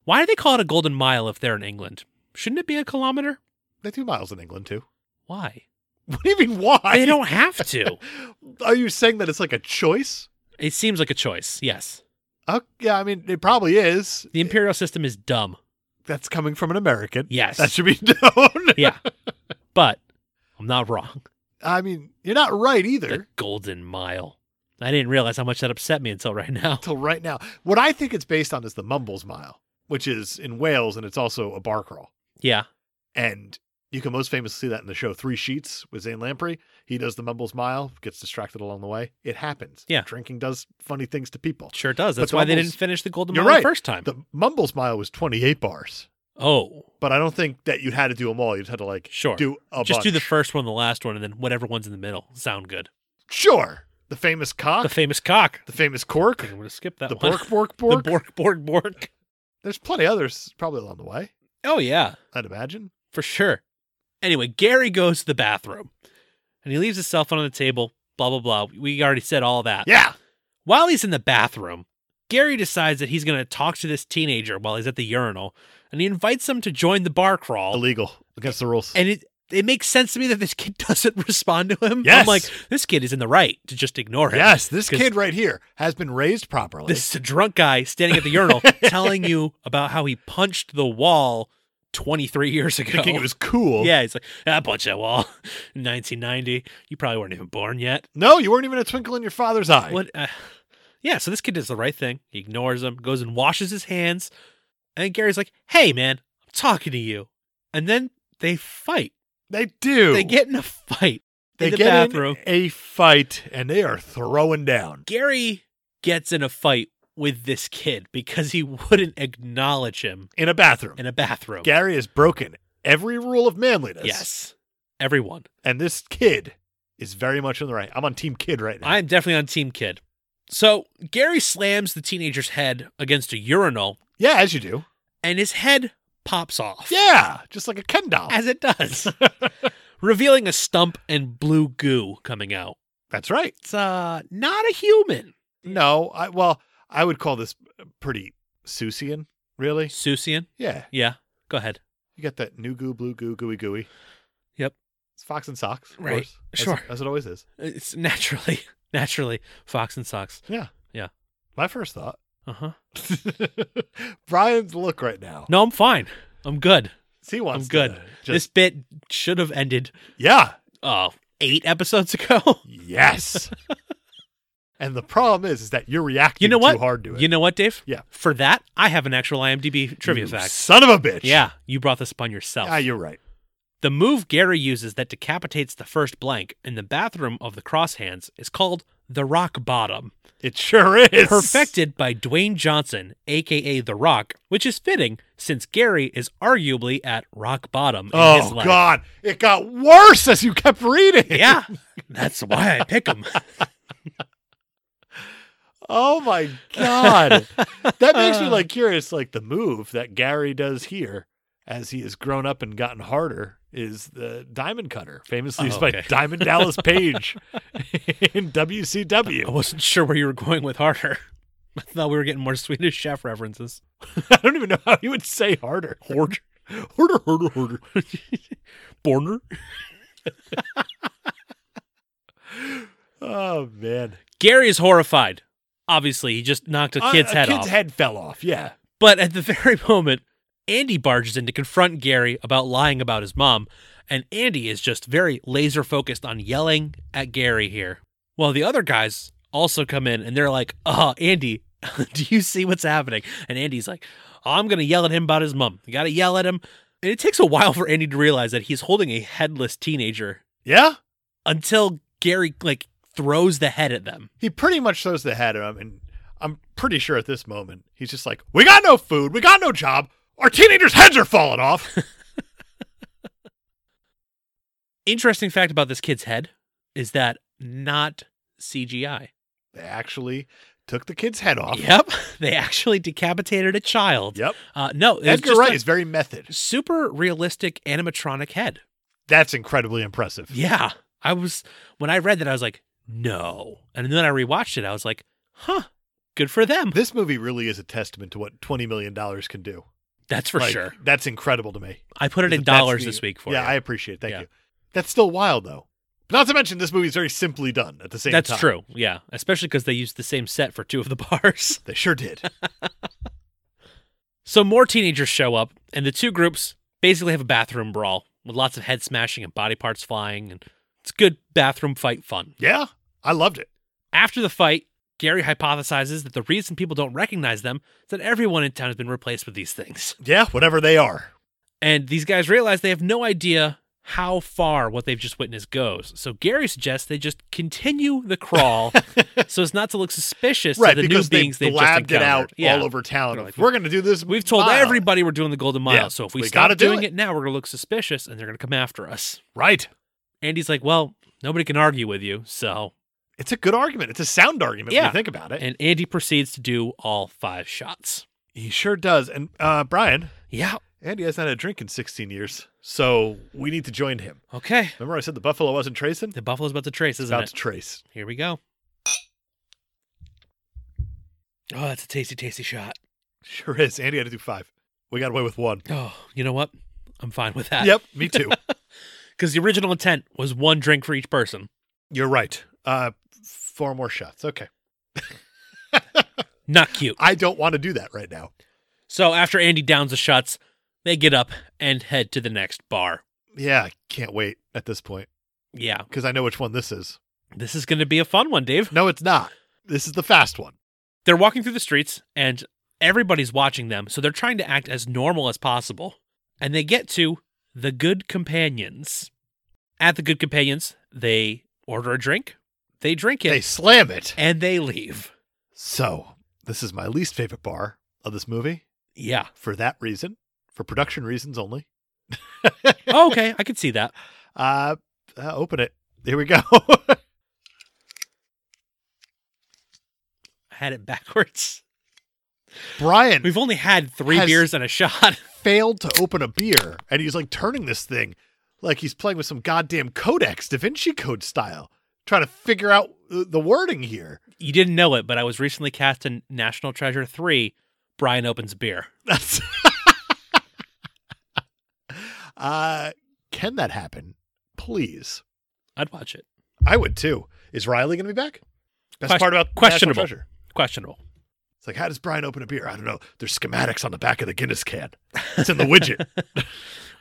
S2: Why do they call it a Golden Mile if they're in England? Shouldn't it be a kilometer?
S1: They do miles in England too.
S2: Why?
S1: What do you mean? Why?
S2: They don't have to.
S1: Are you saying that it's like a choice?
S2: it seems like a choice. Yes,
S1: Oh, yeah, I mean it probably is.
S2: the imperial system is dumb.
S1: That's coming from an American.
S2: Yes,
S1: That should be known.
S2: yeah, but I'm not wrong.
S1: I mean, you're not right
S2: The
S1: either.
S2: Golden Mile. I didn't realize how much that upset me until right now.
S1: Till right now, what I think it's based on is the Mumbles Mile, which is in Wales, and it's also a bar crawl.
S2: Yeah,
S1: And you can most famously see that in the show Three Sheets with Zane Lamprey. He does the Mumbles Mile, gets distracted along the way. It happens.
S2: Yeah.
S1: Drinking does funny things to people.
S2: sure does. That's
S1: But
S2: why they
S1: almost-
S2: didn't finish the Golden
S1: You're
S2: Mile
S1: right.
S2: the first time.
S1: The Mumbles Mile was 28 bars,
S2: oh,
S1: but I don't think that you had to do them all. You just had to like
S2: sure.
S1: do a
S2: Just do the
S1: bunch.
S2: first one, the last one, and then whatever one's in the middle. Sound good.
S1: Sure. The famous cock,
S2: The
S1: the,
S2: famous cock.
S1: famous
S2: I
S1: cork,
S2: think I'm gonna skip that
S1: the
S2: one.
S1: bork, bork, bork.
S2: The bork, bork, bork.
S1: There's plenty others probably along the way,
S2: Oh yeah.
S1: I'd imagine.
S2: For sure. Anyway, Gary goes to the bathroom and he leaves his cell phone on the table, blah, blah, blah. We already said all that.
S1: Yeah.
S2: While he's in the bathroom, Gary decides that he's going to talk to this teenager while he's at the urinal and he invites him to join the bar crawl.
S1: Illegal against the rules.
S2: And it, it makes sense to me that this kid doesn't respond to him.
S1: Yes.
S2: I'm like, this kid is in the right to just ignore him.
S1: yes, this
S2: 'Cause-
S1: kid right here has been raised properly.
S2: This is a drunk guy standing at the urinal telling you about how he punched the wall 23 years ago.
S1: thinking it was cool.
S2: Yeah, he's like, "Ah, I punched that wall in 1990. You probably weren't even born yet.
S1: No, you weren't even a twinkle in your father's eye.
S2: What? Uh, yeah, so this kid does the right thing. He ignores him, goes and washes his hands. And Gary's like, hey, man, I'm talking to you. And then they fight.
S1: They do.
S2: They get in a fight
S1: they
S2: in the
S1: get in
S2: bathroom.
S1: a fight and they are throwing down.
S2: Gary gets in a fight with this kid because he wouldn't acknowledge him
S1: In a bathroom.
S2: in a bathroom.
S1: Gary has broken every rule of manliness.
S2: yes, everyone.
S1: And this kid is very much on the right. I'm on team kid right now.
S2: I am definitely on Team Kid. So Gary slams the teenager's head against a urinal
S1: yeah, as you do.
S2: and his head pops off.
S1: Yeah, just like a Ken doll.
S2: As it does. revealing a stump and blue goo coming out.
S1: That's right.
S2: It's uh not a human.
S1: No, I well, I would call this pretty Susian, really.
S2: Susian?
S1: Yeah.
S2: Yeah. Go ahead.
S1: You got that new goo, blue goo, gooey gooey.
S2: Yep.
S1: It's fox and socks, of
S2: Right.
S1: course. As-
S2: Sure.
S1: As it always is.
S2: It's naturally naturally Fox and Socks.
S1: My first thought.
S2: Uh-huh.
S1: Brian's look right now.
S2: No, I'm fine. I'm good.
S1: He wants
S2: I'm good.
S1: to
S2: this
S1: just
S2: bit should have ended
S1: Yeah.
S2: uh eight episodes ago.
S1: Yes. and the problem is, is that you're reacting
S2: You know what?
S1: too hard to it.
S2: You know what, Dave?
S1: Yeah.
S2: For that, I have an actual IMDb trivia
S1: You
S2: fact.
S1: Son of a bitch.
S2: Yeah, you brought this upon yourself.
S1: Ah, you're right.
S2: The move Gary uses that decapitates the first blank in the bathroom of the crosshands is called the rock bottom,
S1: It sure is.
S2: perfected by Dwayne Johnson, aka The Rock, which is fitting since Gary is arguably at rock bottom in his
S1: Oh
S2: life.
S1: God! It got worse as you kept reading.
S2: Yeah, that's why I pick him.
S1: Oh my God! that makes me like curious. Like the move that Gary does here, as he has grown up and gotten harder, is the diamond cutter, famously
S2: Oh,
S1: used by
S2: okay.
S1: Diamond Dallas Page in
S2: I
S1: WCW.
S2: wasn't sure where you were going with harder. I thought we were getting more Swedish chef references.
S1: I don't even know how you would say harder.
S2: Hord.
S1: Harder, harder, harder.
S2: Borner.
S1: Oh man,
S2: Gary is horrified. Obviously, he just knocked a
S1: Uh,
S2: kid's
S1: a
S2: head
S1: kid's
S2: off.
S1: head fell off. Yeah,
S2: But at the very moment, Andy barges in to confront Gary about lying about his mom, and Andy is just very laser focused on yelling at Gary here. While the other guys also come in and they're like, "Uh, Andy, do you see what's happening?" And Andy's like, "I'm going to yell at him about his mom. You got to yell at him." And it takes a while for Andy to realize that he's holding a headless teenager
S1: yeah.
S2: until Gary like throws the head at them.
S1: He pretty much throws the head at him, and I'm pretty sure at this moment he's just like, "We got no food. We got no job. Our teenagers' heads are falling off."
S2: Interesting fact about this kid's head is that not CGI.
S1: they actually took the kid's head off.
S2: Yep, they actually decapitated a child.
S1: Yep.
S2: Uh, no, it's
S1: Edgar
S2: just
S1: Wright
S2: a
S1: is very method.
S2: super realistic animatronic head.
S1: That's incredibly impressive.
S2: Yeah, I was when I read that I was like, no, and then I rewatched it. I was like, huh, good for them.
S1: This movie really is a testament to what twenty million dollars can do.
S2: That's for
S1: Like,
S2: sure.
S1: That's incredible to me.
S2: I put it in
S1: Because that's
S2: dollars
S1: the-
S2: this week for
S1: yeah, I
S2: you.
S1: appreciate it. Thank
S2: Yeah.
S1: you. That's still wild though. But not to mention this movie's very simply done at the same
S2: That's
S1: time.
S2: true. Yeah, especially because they used the same set for two of the bars.
S1: They sure did.
S2: So more teenagers show up, and the two groups basically have a bathroom brawl with lots of head smashing and body parts flying, and it's good bathroom fight fun.
S1: yeah. I loved it.
S2: After the fight, Gary hypothesizes that the reason people don't recognize them is that everyone in town has been replaced with these things.
S1: Yeah, whatever they are.
S2: And these guys realize they have no idea how far what they've just witnessed goes. So Gary suggests they just continue the crawl so as not to look suspicious
S1: right,
S2: to the new
S1: because
S2: beings
S1: they
S2: have just
S1: blabbed
S2: encountered.
S1: it out
S2: yeah.
S1: all over town.
S2: They're
S1: of,
S2: like,
S1: We're gonna do this.
S2: We've told
S1: mile."
S2: everybody we're doing the Golden Mile,
S1: Yeah,
S2: so if we,
S1: we
S2: stop
S1: gotta do
S2: doing
S1: it.
S2: it now, we're gonna look suspicious and they're gonna come after us.
S1: Right.
S2: Andy's like, well, nobody can argue with you, so
S1: It's a good argument. It's a sound argument when
S2: Yeah.
S1: you think about it.
S2: and Andy proceeds to do all five shots.
S1: he sure does. And uh Brian,
S2: Yeah.
S1: Andy hasn't had a drink in sixteen years, so we need to join him.
S2: Okay.
S1: Remember I said the buffalo wasn't tracing?
S2: The Buffalo's about to trace, isn't
S1: About
S2: it?
S1: to trace.
S2: Here we go. Oh, that's a tasty, tasty shot.
S1: Sure is. Andy had to do five. We got away with one.
S2: Oh, you know what? I'm fine with that.
S1: Yep, me too.
S2: Because the original intent was one drink for each person.
S1: You're right. Uh, four more shots. Okay.
S2: Not cute.
S1: I don't want to do that right now.
S2: So after Andy downs the shots, they get up and head to the next bar.
S1: Yeah, I can't wait at this point
S2: Yeah.
S1: because I know which one this is.
S2: This is going to be a fun one, Dave.
S1: No, it's not. This is the fast one.
S2: They're walking through the streets and everybody's watching them. So they're trying to act as normal as possible. And they get to the Good Companions. At the Good Companions, they order a drink, they drink it,
S1: They slam it.
S2: and they leave.
S1: So, this is my least favorite bar of this movie
S2: Yeah.
S1: for that reason, for production reasons only.
S2: Oh, okay. I could see that.
S1: Uh, uh open it. Here we go.
S2: I had it backwards.
S1: Brian
S2: We've only had three
S1: Has-
S2: beers and a shot.
S1: failed to open a beer and he's like turning this thing like he's playing with some goddamn codex, Da Vinci Code style, trying to figure out uh, the wording here.
S2: You didn't know it, but I was recently cast in National Treasure 3. Brian opens beer.
S1: That's uh, can that happen? Please.
S2: I'd watch it.
S1: I would too. Is Riley gonna be back? Best
S2: Ques-
S1: part about National
S2: questionable.
S1: Treasure.
S2: Questionable.
S1: It's like, how does Brian open a beer? I don't know. There's schematics on the back of the Guinness can. It's in the widget.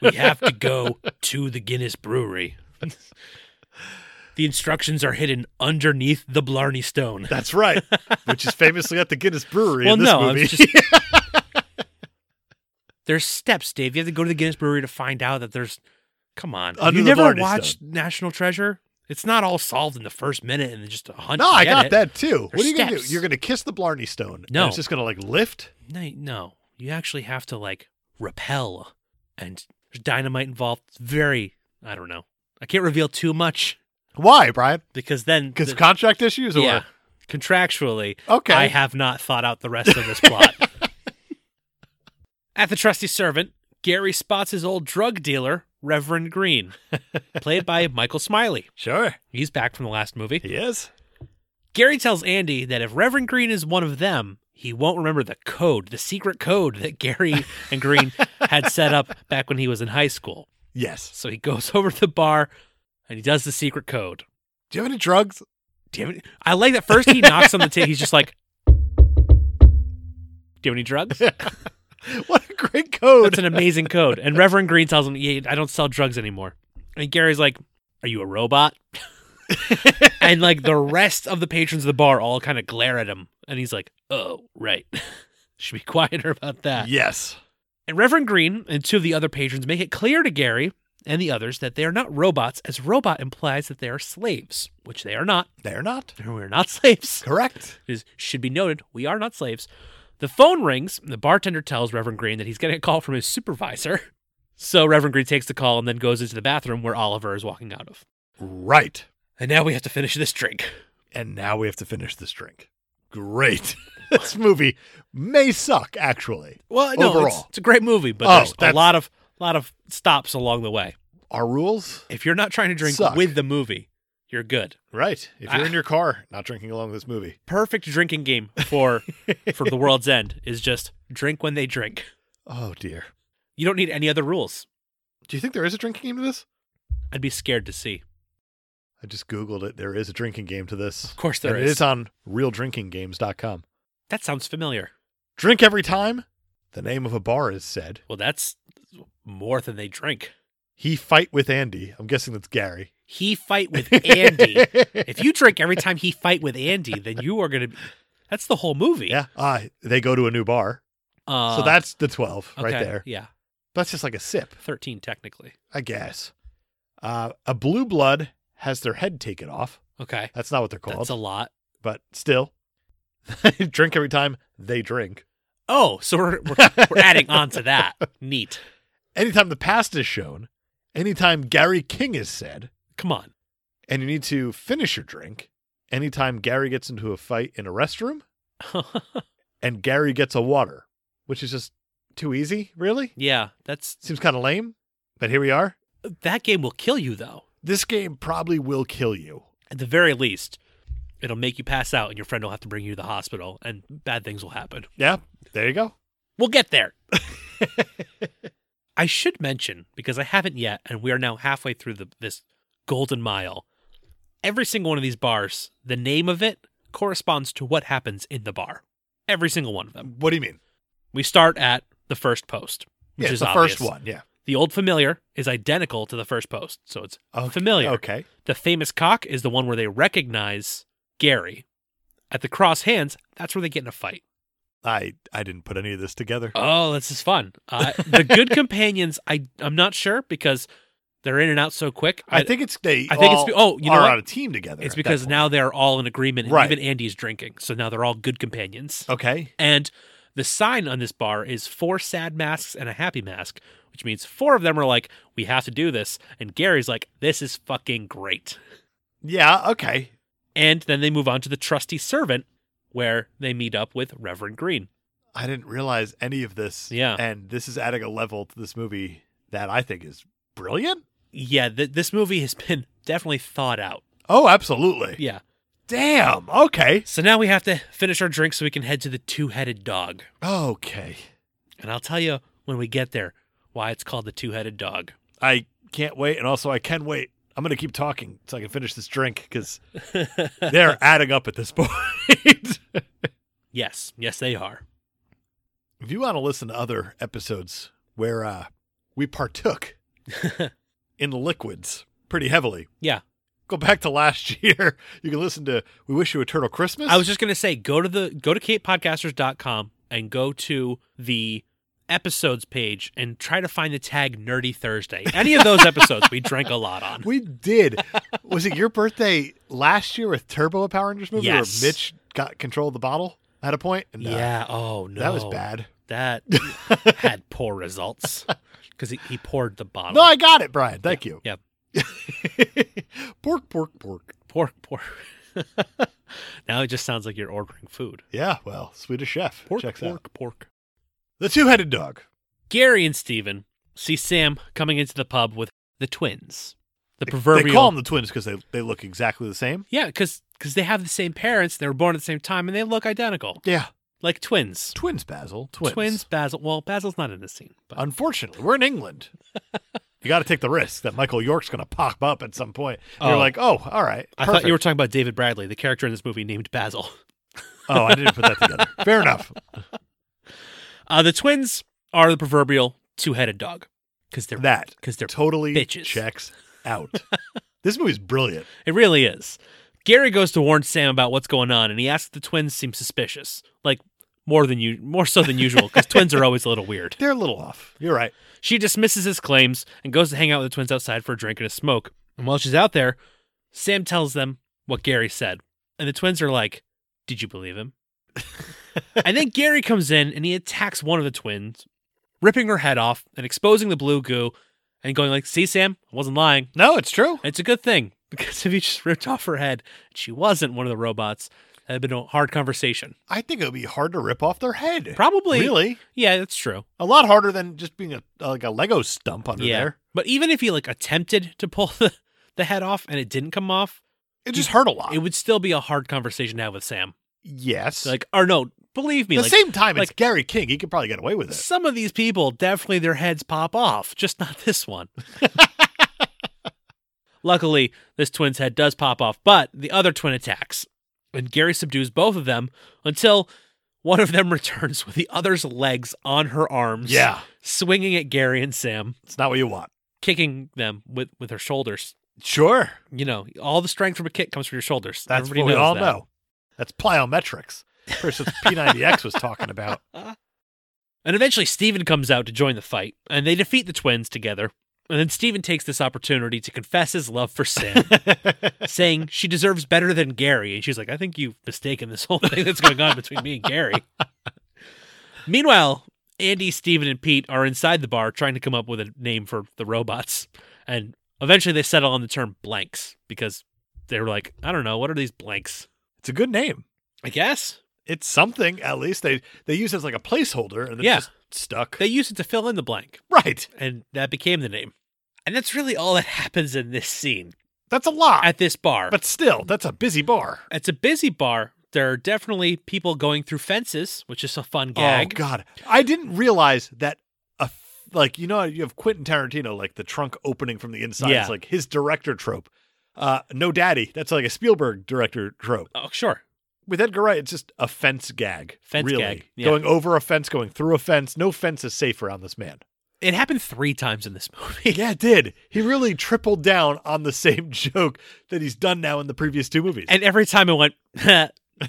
S2: We have to go to the Guinness Brewery. the instructions are hidden underneath the Blarney Stone.
S1: That's right. Which is famously at the Guinness Brewery
S2: Well,
S1: in this
S2: no, I was
S1: movie.
S2: just- There's steps, Dave. You have to go to the Guinness Brewery to find out that there's. Come on.
S1: Under
S2: you
S1: the
S2: never
S1: Blarney
S2: watched National Treasure? It's not all solved in the first minute and just a hundred.
S1: No, I
S2: get
S1: got
S2: it.
S1: that too.
S2: There's
S1: what are you gonna do?
S2: steps.
S1: You're gonna kiss the Blarney Stone.
S2: No.
S1: and it's just gonna like lift.
S2: No, no, you actually have to like repel, and there's dynamite involved. It's very, I don't know. I can't reveal too much
S1: Why, Brian?
S2: because then,
S1: Because
S2: the-
S1: contract issues. Or...
S2: yeah, contractually,
S1: Okay.
S2: I have not thought out the rest of this plot. At the trusty servant, Gary spots his old drug dealer Reverend Green, played by Michael Smiley.
S1: Sure.
S2: He's back from the last movie.
S1: He is.
S2: Gary tells Andy that if Reverend Green is one of them, he won't remember the code, the secret code that Gary and Green had set up back when he was in high school.
S1: Yes.
S2: So he goes over to the bar and he does the secret code.
S1: Do you have any drugs?
S2: Do you have any- I like that first he knocks on the table. He's just like, Do you have any drugs?
S1: What a great code.
S2: That's an amazing code. And Reverend Green tells him, yeah, I don't sell drugs anymore. And Gary's like, Are you a robot? and like the rest of the patrons of the bar all kind of glare at him. And he's like, Oh, right. Should be quieter about that.
S1: yes.
S2: And Reverend Green and two of the other patrons make it clear to Gary and the others that they are not robots, as robot implies that they are slaves, which they are not.
S1: They're not.
S2: We're not slaves
S1: Correct.
S2: is should be noted we are not slaves. The phone rings, and the bartender tells Reverend Green that he's getting a call from his supervisor. So Reverend Green takes the call and then goes into the bathroom where Oliver is walking out of.
S1: Right.
S2: And now we have to finish this drink.
S1: And now we have to finish this drink. Great. this movie may suck, actually.
S2: Well, no, It's,
S1: Overall.
S2: it's a great movie, but
S1: Oh,
S2: there's a
S1: that's-
S2: lot of lot of stops along the way.
S1: Our rules?
S2: If you're not trying to drink
S1: Suck.
S2: with the movie, you're good.
S1: Right. If you're
S2: Ah.
S1: in your car, not drinking along with this movie.
S2: Perfect drinking game for for the world's end is just drink when they drink.
S1: Oh, dear.
S2: You don't need any other rules.
S1: Do you think there is a drinking game to this?
S2: I'd be scared to see.
S1: I just Googled it. There is a drinking game to this.
S2: Of course there
S1: and
S2: is.
S1: It is on realdrinkinggames.com.
S2: That sounds familiar.
S1: Drink every time the name of a bar is said.
S2: Well, that's more than they drink.
S1: He fight with Andy. I'm guessing that's Gary.
S2: He fight with Andy. if you drink every time he fight with Andy, then you are gonna. Be, that's the whole movie.
S1: yeah. Ah, they go to a new bar.
S2: Uh,
S1: so that's the 12
S2: okay,
S1: right there.
S2: Yeah,
S1: That's just like a sip,
S2: thirteen technically.
S1: I guess. Uh, a blue blood has their head taken off.
S2: Okay,
S1: That's not what they're called,
S2: that's a lot.
S1: but still. drink every time they drink.
S2: Oh, so we're we're, we're adding on to that. Neat.
S1: Anytime the past is shown, anytime Gary King is said,
S2: Come on.
S1: and you need to finish your drink anytime Gary gets into a fight in a restroom and Gary gets a water, which is just too easy, really.
S2: yeah, that's
S1: Seems kind of lame, but here we are.
S2: that game will kill you though.
S1: This game probably will kill you.
S2: At the very least, it'll make you pass out, and your friend will have to bring you to the hospital, and bad things will happen.
S1: Yeah, there you go.
S2: We'll get there. I should mention because I haven't yet, and we are now halfway through the, this golden mile. Every single one of these bars, the name of it corresponds to what happens in the bar. Every single one of them.
S1: What do you mean?
S2: We start at the first post, which
S1: yeah,
S2: is
S1: the
S2: obvious.
S1: first one. Yeah.
S2: The old familiar is identical to the first post, so it's
S1: Okay.
S2: familiar.
S1: Okay.
S2: The famous cock is the one where they recognize Gary. At the cross hands, that's where they get in a fight.
S1: I I didn't put any of this together.
S2: Oh, this is fun. Uh, the good companions, I I'm not sure because they're in and out so quick.
S1: I think it's they.
S2: I think it's
S1: all
S2: be- oh, you know
S1: are
S2: what?
S1: on a team together.
S2: it's
S1: at that
S2: because
S1: point.
S2: now they're all in agreement, and
S1: Right. Oh.
S2: even Andy's drinking, so now they're all good companions.
S1: Okay.
S2: And the sign on this bar is four sad masks and a happy mask, which means four of them are like, "We have to do this," and Gary's like, "This is fucking great."
S1: Yeah. Okay.
S2: And then they move on to the trusty servant, where they meet up with Reverend Green.
S1: I didn't realize any of this.
S2: Yeah.
S1: And this is adding a level to this movie that I think is brilliant.
S2: Yeah, th- this movie has been definitely thought out.
S1: Oh, absolutely.
S2: Yeah.
S1: Damn. Okay.
S2: So now we have to finish our drink so we can head to the two headed dog.
S1: Okay.
S2: And I'll tell you when we get there why it's called the two headed dog.
S1: I can't wait, and also I can wait. I'm gonna keep talking so I can finish this drink because they're adding up at this point. if
S2: yes, yes, they are.
S1: you want to listen to other episodes where uh, we partook in liquids pretty heavily,
S2: Yeah.
S1: go back to last year. You can listen to "We Wish You a Turtle Christmas."
S2: I was just going to say go to the go to katepodcasters.com and go to the episodes page and try to find the tag Nerdy Thursday. Any of those episodes we drank a lot on.
S1: we did. was it your birthday last year with Turbo a Power Rangers movie
S2: Yes.
S1: where Mitch got control of the bottle at a point? And, uh,
S2: Yeah. Oh, no.
S1: that was bad.
S2: That had poor results because he, he poured the bottle.
S1: No, I got it, Brian. Thank you.
S2: Yep.
S1: pork, pork, pork.
S2: Pork, pork. now it just sounds like you're ordering food.
S1: Yeah, well, Swedish chef.
S2: Pork,
S1: Checks out.
S2: pork, pork.
S1: The two headed dog.
S2: Gary and Steven see Sam coming into the pub with the twins. The
S1: They
S2: proverbial
S1: call them the twins because they, they look exactly the same.
S2: Yeah, because they have the same parents. They were born at the same time, and they look identical,
S1: Yeah.
S2: like twins.
S1: Twins, Basil. Twins.
S2: Basil. Well, Basil's not in this scene, but
S1: Unfortunately, we're in England. you got to take the risk that Michael York's going to pop up at some point. And
S2: Oh.
S1: You're like, oh, all right.
S2: I thought you were talking about David Bradley, the character in this movie named Basil.
S1: perfect." oh, I didn't put that together. Fair enough.
S2: Uh, the twins are the proverbial two-headed dog because they're
S1: That
S2: because they're
S1: totally
S2: bitches.
S1: checks out. this movie's brilliant.
S2: It really is. Gary goes to warn Sam about what's going on, and he asks if the twins seem suspicious, like more than you, more so than usual, because twins are always a little weird.
S1: They're a little off. You're right.
S2: She dismisses his claims and goes to hang out with the twins outside for a drink and a smoke. And while she's out there, Sam tells them what Gary said, and the twins are like, "Did you believe him?" and then Gary comes in and he attacks one of the twins, ripping her head off and exposing the blue goo, and going like, "See, Sam, I wasn't lying."
S1: No, it's true.
S2: It's a good thing because if he just ripped off her head, and she wasn't one of the robots. That had been a hard conversation.
S1: I think it would be hard to rip off their head.
S2: Probably.
S1: Really?
S2: Yeah, that's true.
S1: A lot harder than just being a uh, like a Lego stump under
S2: yeah.
S1: there.
S2: But even if he like attempted to pull the, the head off and it didn't come off,
S1: It just hurt a lot.
S2: it would still be a hard conversation to have with Sam.
S1: yes.
S2: Like, or no, believe me,
S1: At the
S2: like
S1: same time, it's
S2: like-
S1: Gary King. He could probably get away with it.
S2: some of these people definitely their heads pop off, just not this one. Luckily, this twin's head does pop off, but the other twin attacks, and Gary subdues both of them until one of them returns with the other's legs on her arms.
S1: Yeah,
S2: Swinging at Gary and Sam,
S1: it's not what you want.
S2: kicking them with, with her shoulders.
S1: Sure,
S2: You know, all the strength from a kick comes from your shoulders.
S1: that's
S2: Everybody
S1: what we
S2: knows
S1: all
S2: that.
S1: know. That's plyometrics. Of course, that's P90X was talking about.
S2: And eventually, Steven comes out to join the fight, and they defeat the twins together. And then Steven takes this opportunity to confess his love for Sam, saying she deserves better than Gary. And she's like, I think you've mistaken this whole thing that's going on between me and Gary. Meanwhile, Andy, Steven, and Pete are inside the bar trying to come up with a name for the robots. And eventually, they settle on the term blanks because they were like, I don't know, what are these blanks?
S1: it's a good name.
S2: I guess.
S1: It's something. At least they they use it as like a placeholder, and it's
S2: Yeah.
S1: just stuck.
S2: They use it to fill in the blank.
S1: right.
S2: and that became the name. And that's really all that happens in this scene
S1: That's a lot.
S2: at this bar.
S1: but still, that's a busy bar.
S2: it's a busy bar. There are definitely people going through fences, which is a fun
S1: Oh
S2: gag.
S1: God, I didn't realize that. A f- like you know, how you have Quentin Tarantino, like the trunk opening from the inside.
S2: Yeah.
S1: It's like his director trope. Uh, no daddy. That's like a Spielberg director trope.
S2: Oh, sure.
S1: With Edgar Wright, it's just a fence gag.
S2: Fence
S1: really.
S2: gag, yeah.
S1: Going over a fence, going through a fence. No fence is safe around this man.
S2: It happened three times in this movie.
S1: Yeah, it did. He really tripled down on the same joke that he's done now in the previous two movies.
S2: And every time I went,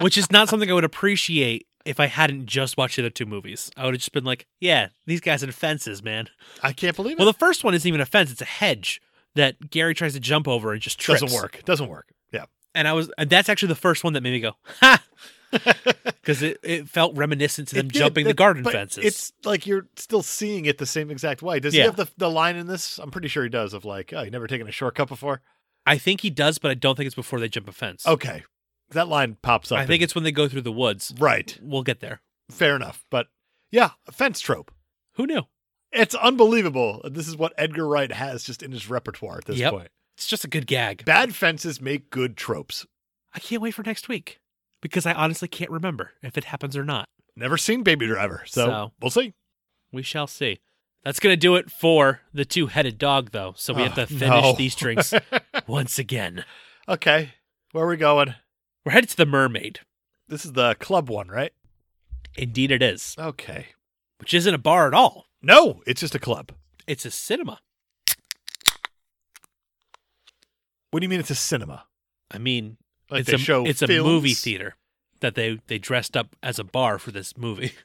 S2: which is not something I would appreciate if I hadn't just watched the other two movies. I would have just been like, yeah, these guys in fences, man.
S1: I can't believe it.
S2: Well, the first one isn't even a fence, it's a hedge that Gary tries to jump over and just trips.
S1: doesn't work. Doesn't work. Yeah.
S2: and I was and that's actually the first one that made me go ha because it, it felt reminiscent to them
S1: It did,
S2: jumping the
S1: that-
S2: garden
S1: but
S2: fences.
S1: It's like you're still seeing it the same exact way. Does
S2: Yeah.
S1: he have the, the line in this? I'm pretty sure he does of like, oh, you never taken a shortcut before?
S2: I think he does, but I don't think it's before they jump a fence.
S1: Okay. That line pops up.
S2: I think
S1: in-
S2: it's when they go through the woods.
S1: right.
S2: We'll get there.
S1: Fair enough. But yeah, fence trope.
S2: Who knew?
S1: It's unbelievable. This is what Edgar Wright has just in his repertoire at this
S2: Yep.
S1: point.
S2: It's just a good gag.
S1: Bad fences make good tropes.
S2: I can't wait for next week because I honestly can't remember if it happens or not.
S1: Never seen Baby Driver, so,
S2: So.
S1: we'll see.
S2: We shall see. That's gonna do it for the two-headed dog, though. So we have
S1: Oh,
S2: to finish
S1: no.
S2: these drinks once again.
S1: Okay, where are we going?
S2: We're headed to the Mermaid.
S1: This is the club one, right?
S2: Indeed, it is,
S1: Okay.
S2: which isn't a bar at all.
S1: No, it's just a club.
S2: It's a cinema.
S1: What do you mean it's a cinema?
S2: I mean,
S1: Like
S2: it's
S1: they
S2: a
S1: show
S2: it's a movie
S1: films?
S2: theater that they they dressed up as a bar for this movie.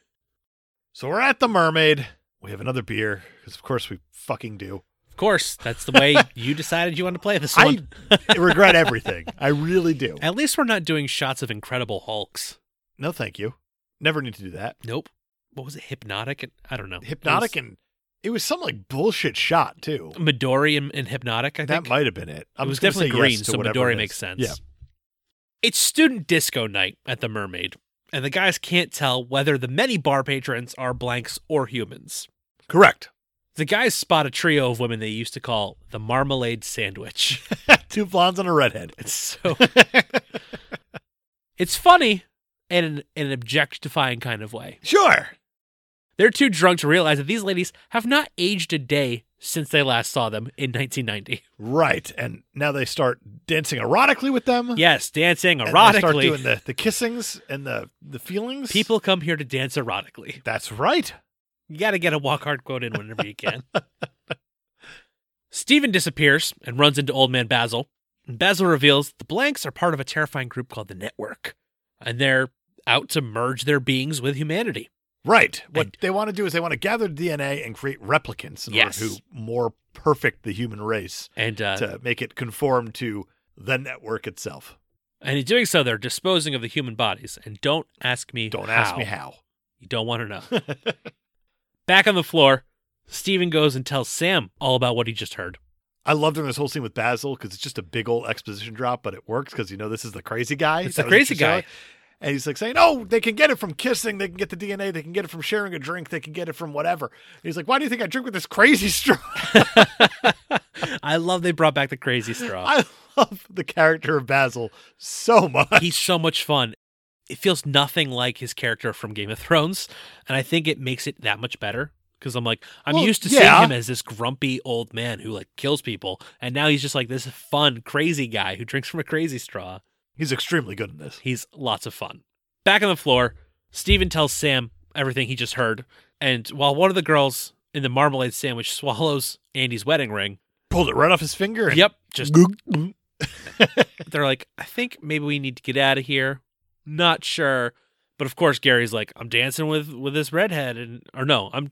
S1: So we're at the Mermaid. We have another beer because, of course, we fucking do.
S2: Of course, that's the way you decided you want to play this
S1: I
S2: one.
S1: regret everything. I really do.
S2: At least we're not doing shots of Incredible Hulks.
S1: No, thank you. Never need to do that.
S2: Nope. What was it? Hypnotic? and I don't know.
S1: Hypnotic
S2: It
S1: and it was some like bullshit shot too.
S2: was Midori and, and Hypnotic. I
S1: That
S2: think
S1: might have been it. I'm
S2: it was
S1: just gonna say
S2: definitely green,
S1: yes to
S2: so
S1: whatever it
S2: Midori
S1: is.
S2: makes sense.
S1: Yeah.
S2: It's student disco night at the Mermaid, and the guys can't tell whether the many bar patrons are blanks or humans.
S1: Correct.
S2: The guys spot a trio of women they used to call the marmalade sandwich.
S1: Two blondes and a redhead.
S2: It's so it's funny in an, in an objectifying kind of way.
S1: Sure.
S2: They're too drunk to realize that these ladies have not aged a day since they last saw them in 1990.
S1: Right. And now they start dancing erotically with them.
S2: Yes, dancing
S1: And they start
S2: erotically.
S1: doing the, the kissings and the, the feelings.
S2: People come here to dance erotically.
S1: That's right.
S2: You got to get a walk hard quote in whenever you can. Stephen disappears and runs into Old Man Basil. And Basil reveals the Blanks are part of a terrifying group called the Network, and they're out to merge their beings with humanity.
S1: Right. What
S2: And-
S1: they want to do is they want to gather DNA and create replicants in
S2: Yes.
S1: order to more perfect the human race
S2: And uh,
S1: to make it conform to the network itself.
S2: and in doing so, they're disposing of the human bodies. And don't ask me.
S1: Don't ask me
S2: how.
S1: how.
S2: You don't want to know. Back on the floor, Steven goes and tells Sam all about what he just heard.
S1: I love doing this whole scene with Basil because it's just a big old exposition drop, but it works because you know this is the crazy guy.
S2: It's the
S1: That was what
S2: crazy
S1: you saw.
S2: guy.
S1: And he's like saying, Oh, they can get it from kissing, they can get the DNA, they can get it from sharing a drink, they can get it from whatever. And he's like, Why do you think I drink with this crazy straw?
S2: I love they brought back the crazy straw.
S1: I love the character of Basil so much.
S2: He's so much fun. It feels nothing like his character from Game of Thrones, and I think it makes it that much better because I'm like I'm
S1: Well,
S2: used to
S1: yeah.
S2: seeing him as this grumpy old man who like kills people, and now he's just like this fun crazy guy who drinks from a crazy straw.
S1: He's extremely good in this.
S2: He's lots of fun. Back on the floor, Steven tells Sam everything he just heard. And while one of the girls in the marmalade sandwich swallows Andy's wedding ring,
S1: Pulled it right off his finger. And
S2: yep, just
S1: Goog.
S2: they're like, I think maybe we need to get out of here. Not sure. But of course Gary's like, I'm dancing with with this redhead and or no, I'm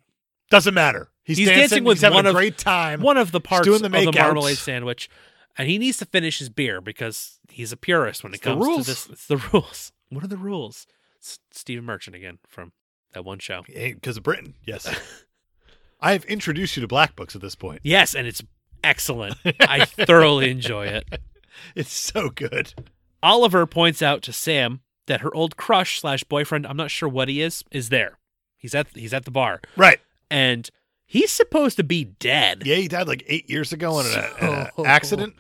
S1: Doesn't matter. He's,
S2: He's dancing with
S1: he's having
S2: one
S1: a
S2: of-
S1: great time.
S2: one of the parts
S1: doing the
S2: of the
S1: makeouts.
S2: marmalade sandwich. And he needs to finish his beer because he's a purist when
S1: It's
S2: it
S1: the
S2: comes to
S1: rules.
S2: this. It's the rules. What are the rules? It's Stephen Merchant again from that one show.
S1: Because of Britain. Yes. I have introduced you to black books at this point.
S2: Yes, and it's excellent. I thoroughly enjoy it.
S1: It's so good.
S2: Oliver points out to Sam that her old crush slash boyfriend, I'm not sure what he is, is there. He's at he's at the bar,
S1: Right.
S2: and he's supposed to be dead.
S1: Yeah, he died like eight years ago in an
S2: So- Oh.
S1: accident.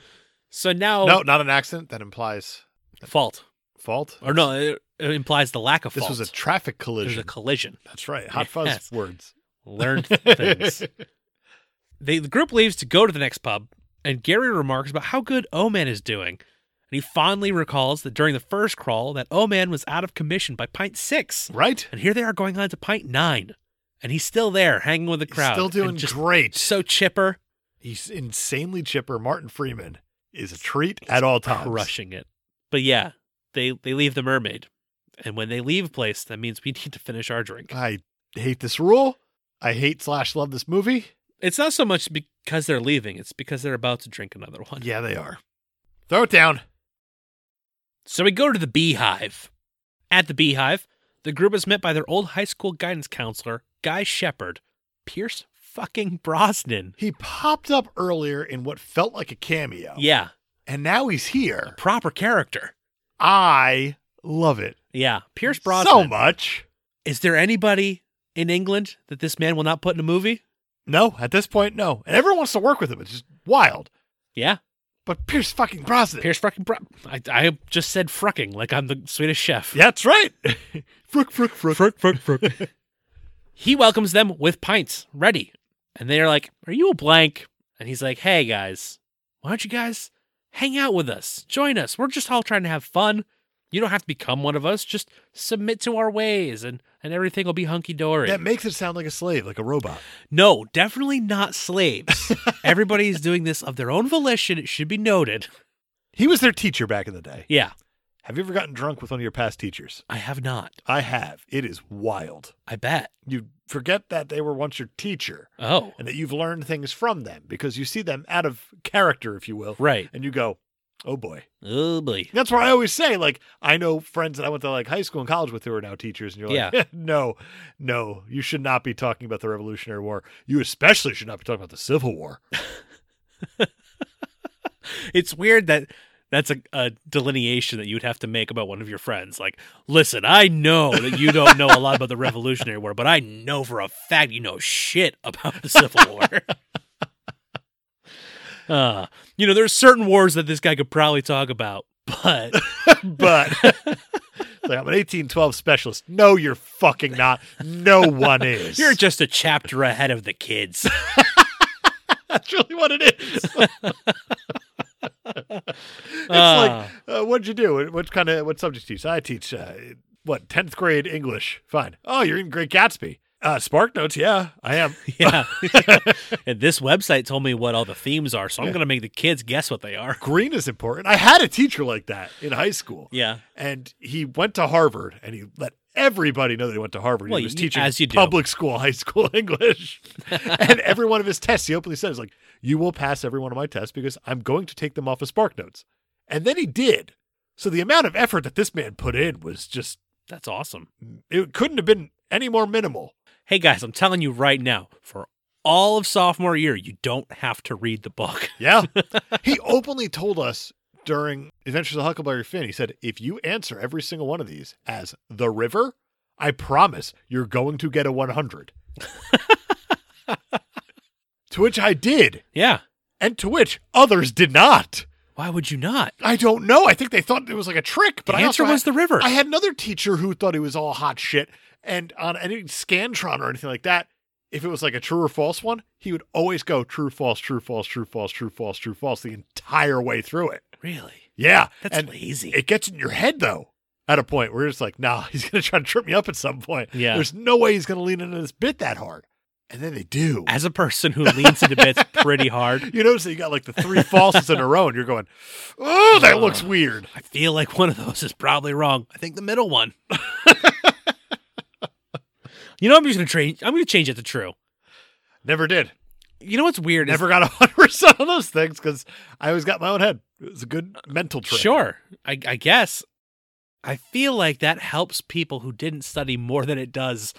S2: So now,
S1: No, not an accident. That implies
S2: fault
S1: fault.
S2: or no, it, it implies the lack of
S1: This
S2: fault.
S1: was a traffic
S2: There's
S1: collision.
S2: a collision.
S1: That's right. Hot
S2: Yes.
S1: fuzz words.
S2: Learned things. They, the group leaves to go to the next pub, and Gary remarks about how good O Man is doing. And he fondly recalls that during the first crawl, that O Man was out of commission by pint six.
S1: right?
S2: And here they are going on to pint nine. And he's still there, hanging with the
S1: He's
S2: crowd.
S1: still
S2: and
S1: doing
S2: just
S1: great.
S2: so chipper,
S1: He's insanely chipper. Martin Freeman is a treat at all times.
S2: crushing it. But yeah, they they leave the mermaid. And when they leave a place, that means we need to finish our drink.
S1: I hate this rule. I hate slash love this movie.
S2: It's not so much because they're leaving, it's because they're about to drink another one.
S1: Yeah, they are. Throw it down.
S2: So we go to the beehive. At the beehive, the group is met by their old high school guidance counselor, Guy Shepard, Pierce fucking Brosnan.
S1: He popped up earlier in what felt like a cameo,
S2: Yeah,
S1: and now he's here.
S2: proper character.
S1: I love it
S2: Yeah, Pierce
S1: so
S2: Brosnan.
S1: much.
S2: Is there anybody in England that this man will not put in a movie?
S1: No, at this point, no. And everyone wants to work with him. It's just wild.
S2: Yeah,
S1: But Pierce fucking Brosnan.
S2: Pierce fucking Bro- I, I just said frucking like I'm the Swedish chef.
S1: Yeah, that's right. frick, frick, frick.
S2: Fruck, fruck, fruck. he welcomes them with pints ready. And they're like, Are you a blank? And he's like, Hey guys, why don't you guys hang out with us? Join us. We're just all trying to have fun. You don't have to become one of us. Just submit to our ways and, and everything will be hunky dory.
S1: That makes it sound like a slave, like a robot.
S2: No, definitely not slaves. Everybody is doing this of their own volition. It should be noted.
S1: He was their teacher back in the day.
S2: Yeah,
S1: Have you ever gotten drunk with one of your past teachers?
S2: I have not.
S1: I have. It is wild.
S2: I bet.
S1: You forget that they were once your teacher
S2: Oh,
S1: and that you've learned things from them because you see them out of character, if you will.
S2: right.
S1: And you go, oh boy.
S2: Oh, boy.
S1: That's where I always say, like, I know friends that I went to like high school and college with who are now teachers, and you're like, no, no, you should not be talking about the Revolutionary War. You especially should not be talking about the Civil War.
S2: It's weird that that's a, a delineation that you would have to make about one of your friends. Like, listen, I know that you don't know a lot about the Revolutionary War, but I know for a fact you know shit about the Civil War. uh, you know, there's certain wars that this guy could probably talk about, but
S1: but it's like, I'm an 1812 specialist. No, you're fucking not. No one is.
S2: you're just a chapter ahead of the kids.
S1: That's really what it is. it's
S2: Uh,
S1: like, uh, what'd you do? What- What kind of what subject do you teach? I teach uh, what tenth grade English. Fine. Oh, you're in Great Gatsby. Uh, Spark Notes. Yeah, I am.
S2: Ah, yeah. and this website told me what all the themes are, so I'm going to make the kids guess what they are.
S1: Green is important. I had a teacher like that in high school,
S2: Yeah.
S1: and he went to Harvard, and he let everybody know that he went to Harvard.
S2: Well,
S1: he was
S2: you-
S1: teaching
S2: as you do.
S1: public school, high school English, and every one of his tests, he openly says, "Like you will pass every one of my tests because I'm going to take them off of Spark Notes," and then he did. So the amount of effort that this man put in was just
S2: That's awesome.
S1: it couldn't have been any more minimal.
S2: Hey guys, I'm telling you right now, for all of sophomore year, you don't have to read the book.
S1: Yeah. he openly told us during Adventures of Huckleberry Finn, he said, if you answer every single one of these as the river, I promise you're going to get a 100. to which I did,
S2: Yeah.
S1: and to which others did not.
S2: Why would you not?
S1: I don't know. I think they thought it was like a trick, but
S2: the
S1: I
S2: answer
S1: also
S2: was the river.
S1: I had another teacher who thought it was all hot shit, and on any Scantron or anything like that, if it was like a true or false one, he would always go true, false, true, false, true, false, true, false, true, false the entire way through it.
S2: really?
S1: Yeah,
S2: That's
S1: and
S2: lazy.
S1: it gets in your head though. At a point where it's like, nah, he's gonna try to trip me up at some point.
S2: Yeah.
S1: there's no way he's gonna lean into this bit that hard, and then they do.
S2: As a person who leans into bits pretty hard,
S1: you notice that you got like the three falses in a row, and you're going, "Oh, that
S2: Ugh.
S1: looks weird."
S2: I feel like one of those is probably wrong. I think the middle one. you know, I'm just gonna change. I'm gonna change it to true.
S1: Never did.
S2: You know what's weird? is-
S1: Never got a hundred percent on those things because I always got my own head. It was a good mental trick.
S2: Sure. I, I guess. I feel like that helps people who didn't study more than it does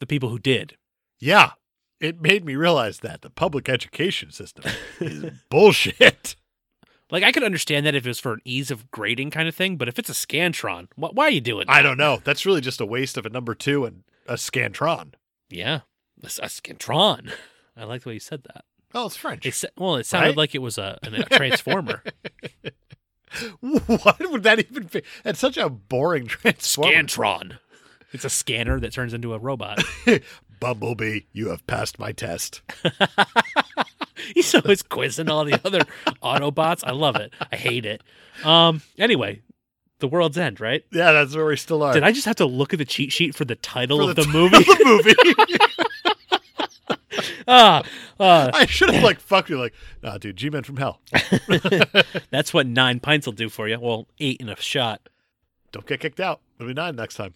S2: the people who did.
S1: Yeah. It made me realize that the public education system is bullshit.
S2: Like, I could understand that if it was for an ease of grading kind of thing, but if it's a Scantron, wh- why are you doing that?
S1: I don't know. That's really just a waste of a number two and a scantron.
S2: Yeah. A, s- a Scantron. I like the way you said that.
S1: Oh, it's French.
S2: It, sa- well, it sounded
S1: Right?
S2: like it was a, an- a transformer.
S1: what would that even be? That's such a boring transformer.
S2: Scantron. It's a scanner that turns into a robot.
S1: Bumblebee, you have passed my test.
S2: He's always quizzing all the other Autobots. I love it. I hate it. Um. Anyway, the world's end, right?
S1: Yeah, that's where we still are.
S2: Did I just have to look at the cheat sheet for the title
S1: For
S2: of
S1: the
S2: the movie?
S1: the movie.
S2: ah, ah,
S1: I should have like fucked you like, nah, dude, G Men from Hell.
S2: that's what nine pints will do for you. Well, eight in a shot.
S1: Don't get kicked out. It'll be nine next time.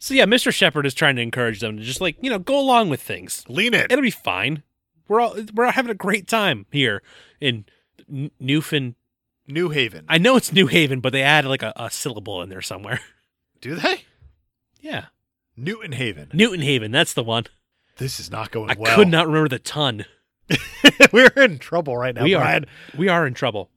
S2: So yeah, Mr. Shepard is trying to encourage them to just like you know go along with things.
S1: Lean in.
S2: It'll be fine. We're all we're all having a great time here in N- Newfin.
S1: New Haven.
S2: I know it's New Haven, but they added like a, a syllable in there somewhere.
S1: Do they?
S2: Yeah,
S1: Newton Haven.
S2: Newton Haven. That's the one.
S1: This is not going
S2: I
S1: well.
S2: could not remember the ton.
S1: We're in trouble right now.
S2: we
S1: Brian.
S2: are we are in trouble.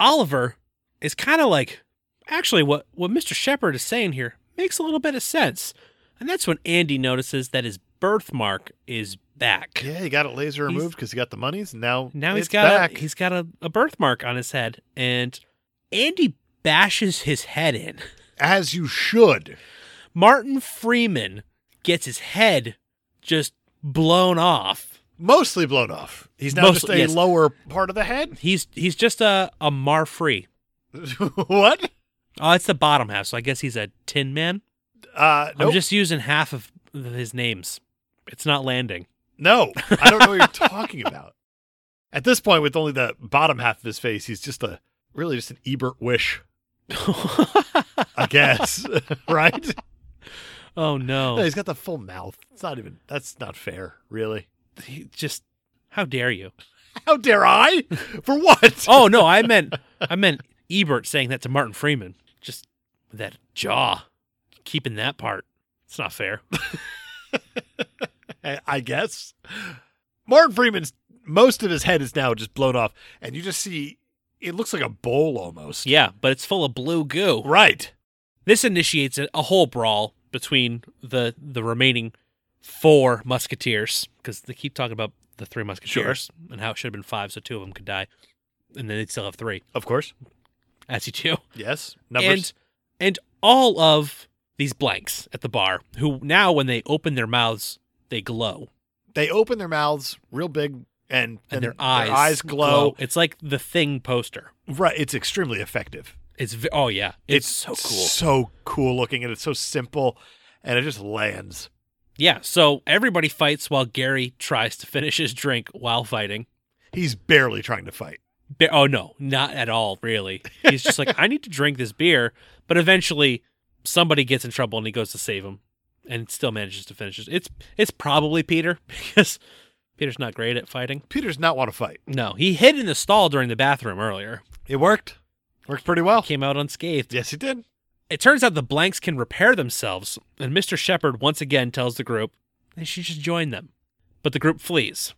S2: Oliver is kind of like actually what what Mr. Shepard is saying here makes a little bit of sense, and that's when Andy notices that his birthmark is back.
S1: Yeah, he got it laser
S2: He's-
S1: removed because he got the monies. Now,
S2: Now
S1: it's
S2: he's got
S1: back.
S2: a, he's got a, a birthmark on his head, and Andy bashes his head in.
S1: as you should.
S2: Martin Freeman gets his head just blown off.
S1: Mostly blown off. He's now
S2: Mostly,
S1: just a
S2: yes.
S1: lower part of the head.
S2: He's he's just a a Mar free.
S1: what?
S2: Oh, it's the bottom half, so I guess he's a Tin Man.
S1: Uh, nope.
S2: I'm just using half of his names. It's not landing.
S1: no, I don't know what you're talking about. At this point, with only the bottom half of his face, he's just a really just an Ebert wish, I guess. right?
S2: oh
S1: No,
S2: no!
S1: he's got the full mouth. It's not even. That's not fair, really.
S2: He just how dare you?
S1: How dare I? For what?
S2: Oh no, I meant I meant Ebert saying that to Martin Freeman. Just with that jaw, keeping that part. It's not fair.
S1: I I guess. Martin Freeman's most of his head is now just blown off, and you just see it looks like a bowl almost.
S2: Yeah, but it's full of blue goo.
S1: Right.
S2: This initiates a, a whole brawl between the the remaining four musketeers because they keep talking about the three musketeers and how it should have been five, so two of them could die, and then they'd still have three.
S1: Of course.
S2: As you do,
S1: Yes. Numbers.
S2: and and all of these blanks at the bar who now when they open their mouths they glow
S1: they open their mouths real big, and
S2: and, their eyes
S1: glow.
S2: It's like the thing poster.
S1: Right. It's extremely effective.
S2: It's v- oh yeah, it's, so cool.
S1: So cool looking, and it's so simple, and it just lands.
S2: Yeah, so everybody fights while Gary tries to finish his drink while fighting.
S1: He's barely trying to fight.
S2: Ba- oh no, not at all, really. He's just like, I need to drink this beer, but eventually somebody gets in trouble and he goes to save him, and still manages to finish it. It's it's probably Peter because Peter's not great at fighting.
S1: Peter's not want to fight.
S2: No, he hid in the stall during the bathroom earlier.
S1: It worked. Worked pretty well.
S2: Came out unscathed.
S1: Yes, he did.
S2: It turns out the blanks can repair themselves, and Mr. Shepard once again tells the group they should just join them. But the group flees.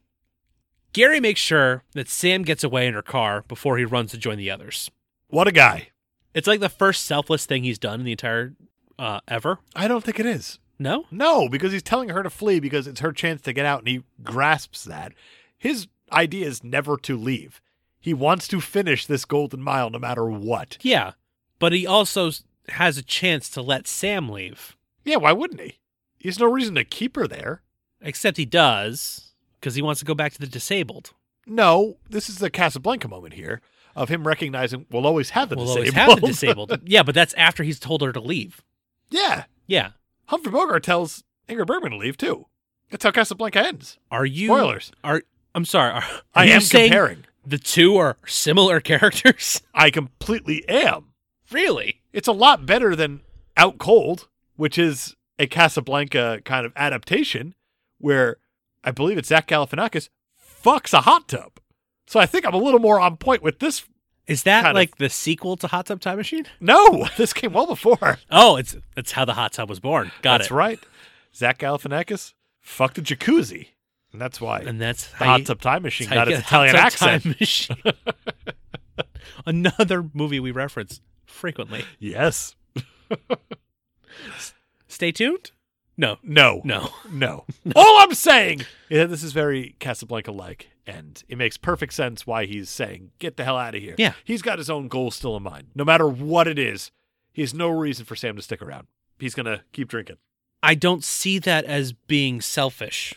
S2: Gary makes sure that Sam gets away in her car before he runs to join the others.
S1: What a guy.
S2: It's like the first selfless thing he's done in the entire uh, ever.
S1: I don't think it is.
S2: No?
S1: No, because he's telling her to flee because it's her chance to get out, and he grasps that. His idea is never to leave. He wants to finish this golden mile no matter what.
S2: Yeah. But he also s- has a chance to let Sam leave.
S1: Yeah, why wouldn't he? He has no reason to keep her there.
S2: Except he does, because he wants to go back to the disabled.
S1: No, this is the Casablanca moment here of him recognizing we'll always have the
S2: we'll always
S1: disabled.
S2: have the disabled. yeah, but that's after he's told her to leave.
S1: yeah,
S2: Yeah.
S1: Humphrey Bogart tells Ingrid Bergman to leave too. That's how Casablanca ends.
S2: Are you.
S1: Spoilers.
S2: Are I'm sorry. Are, are
S1: I
S2: you
S1: am
S2: saying
S1: comparing.
S2: the two are similar characters?
S1: I completely am.
S2: really?
S1: It's a lot better than Out Cold, which is a Casablanca kind of adaptation where I believe it's Zach Galifianakis fucks a hot tub. So I think I'm a little more on point with this.
S2: Is that
S1: Kind of. Oh.
S2: like the sequel to Hot Tub Time Machine?
S1: No, this came well before.
S2: Oh, it's that's how the hot tub was born. Got
S1: that's
S2: it.
S1: right. Zach Galifianakis fucked a jacuzzi, and that's why
S2: And that's
S1: the
S2: how
S1: Hot
S2: you-
S1: Tub Time Machine
S2: that's how
S1: got
S2: you
S1: its
S2: get a Hot
S1: Italian
S2: Tub
S1: accent.
S2: Time Machine. Another movie we reference frequently.
S1: Yes.
S2: Stay tuned. No,
S1: No.
S2: no.
S1: No. All I'm saying is that this is very Casablanca like, and it makes perfect sense why he's saying, get the hell out of here.
S2: Yeah.
S1: He's got his own goal still in mind. No matter what it is, he has no reason for Sam to stick around. He's going to keep drinking.
S2: I don't see that as being selfish.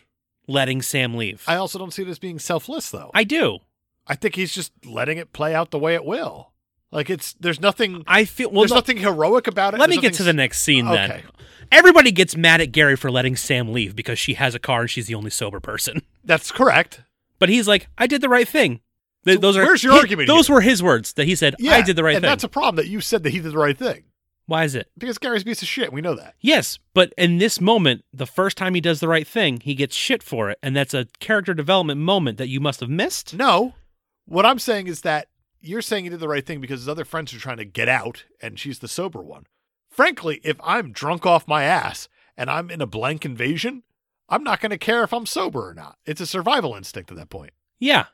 S2: Letting Sam leave.
S1: I also don't see it as being selfless, though.
S2: I do.
S1: I think he's just letting it play out the way it will. Like, it's, there's nothing,
S2: I feel well.
S1: there's
S2: no-
S1: nothing heroic about it.
S2: Let me
S1: There's
S2: get to the
S1: nothing
S2: next scene
S1: Okay.
S2: then. Everybody gets mad at Gary for letting Sam leave because she has a car and she's the only sober person.
S1: s- That's correct.
S2: But he's like, I did the right thing. Th-
S1: So
S2: those are
S1: where's your
S2: hi-
S1: argument
S2: Those were his words that he said,
S1: Yeah.
S2: I did the right
S1: and
S2: thing.
S1: that's a problem that you said that he did the right thing.
S2: Why is it?
S1: Because Gary's a piece of shit. We know that.
S2: Yes, but in this moment, the first time he does the right thing, he gets shit for it. And that's a character development moment that you must have missed.
S1: No. What I'm saying is that you're saying he did the right thing because his other friends are trying to get out and she's the sober one. Frankly, if I'm drunk off my ass and I'm in a blank invasion, I'm not going to care if I'm sober or not. It's a survival instinct at that point.
S2: Yeah.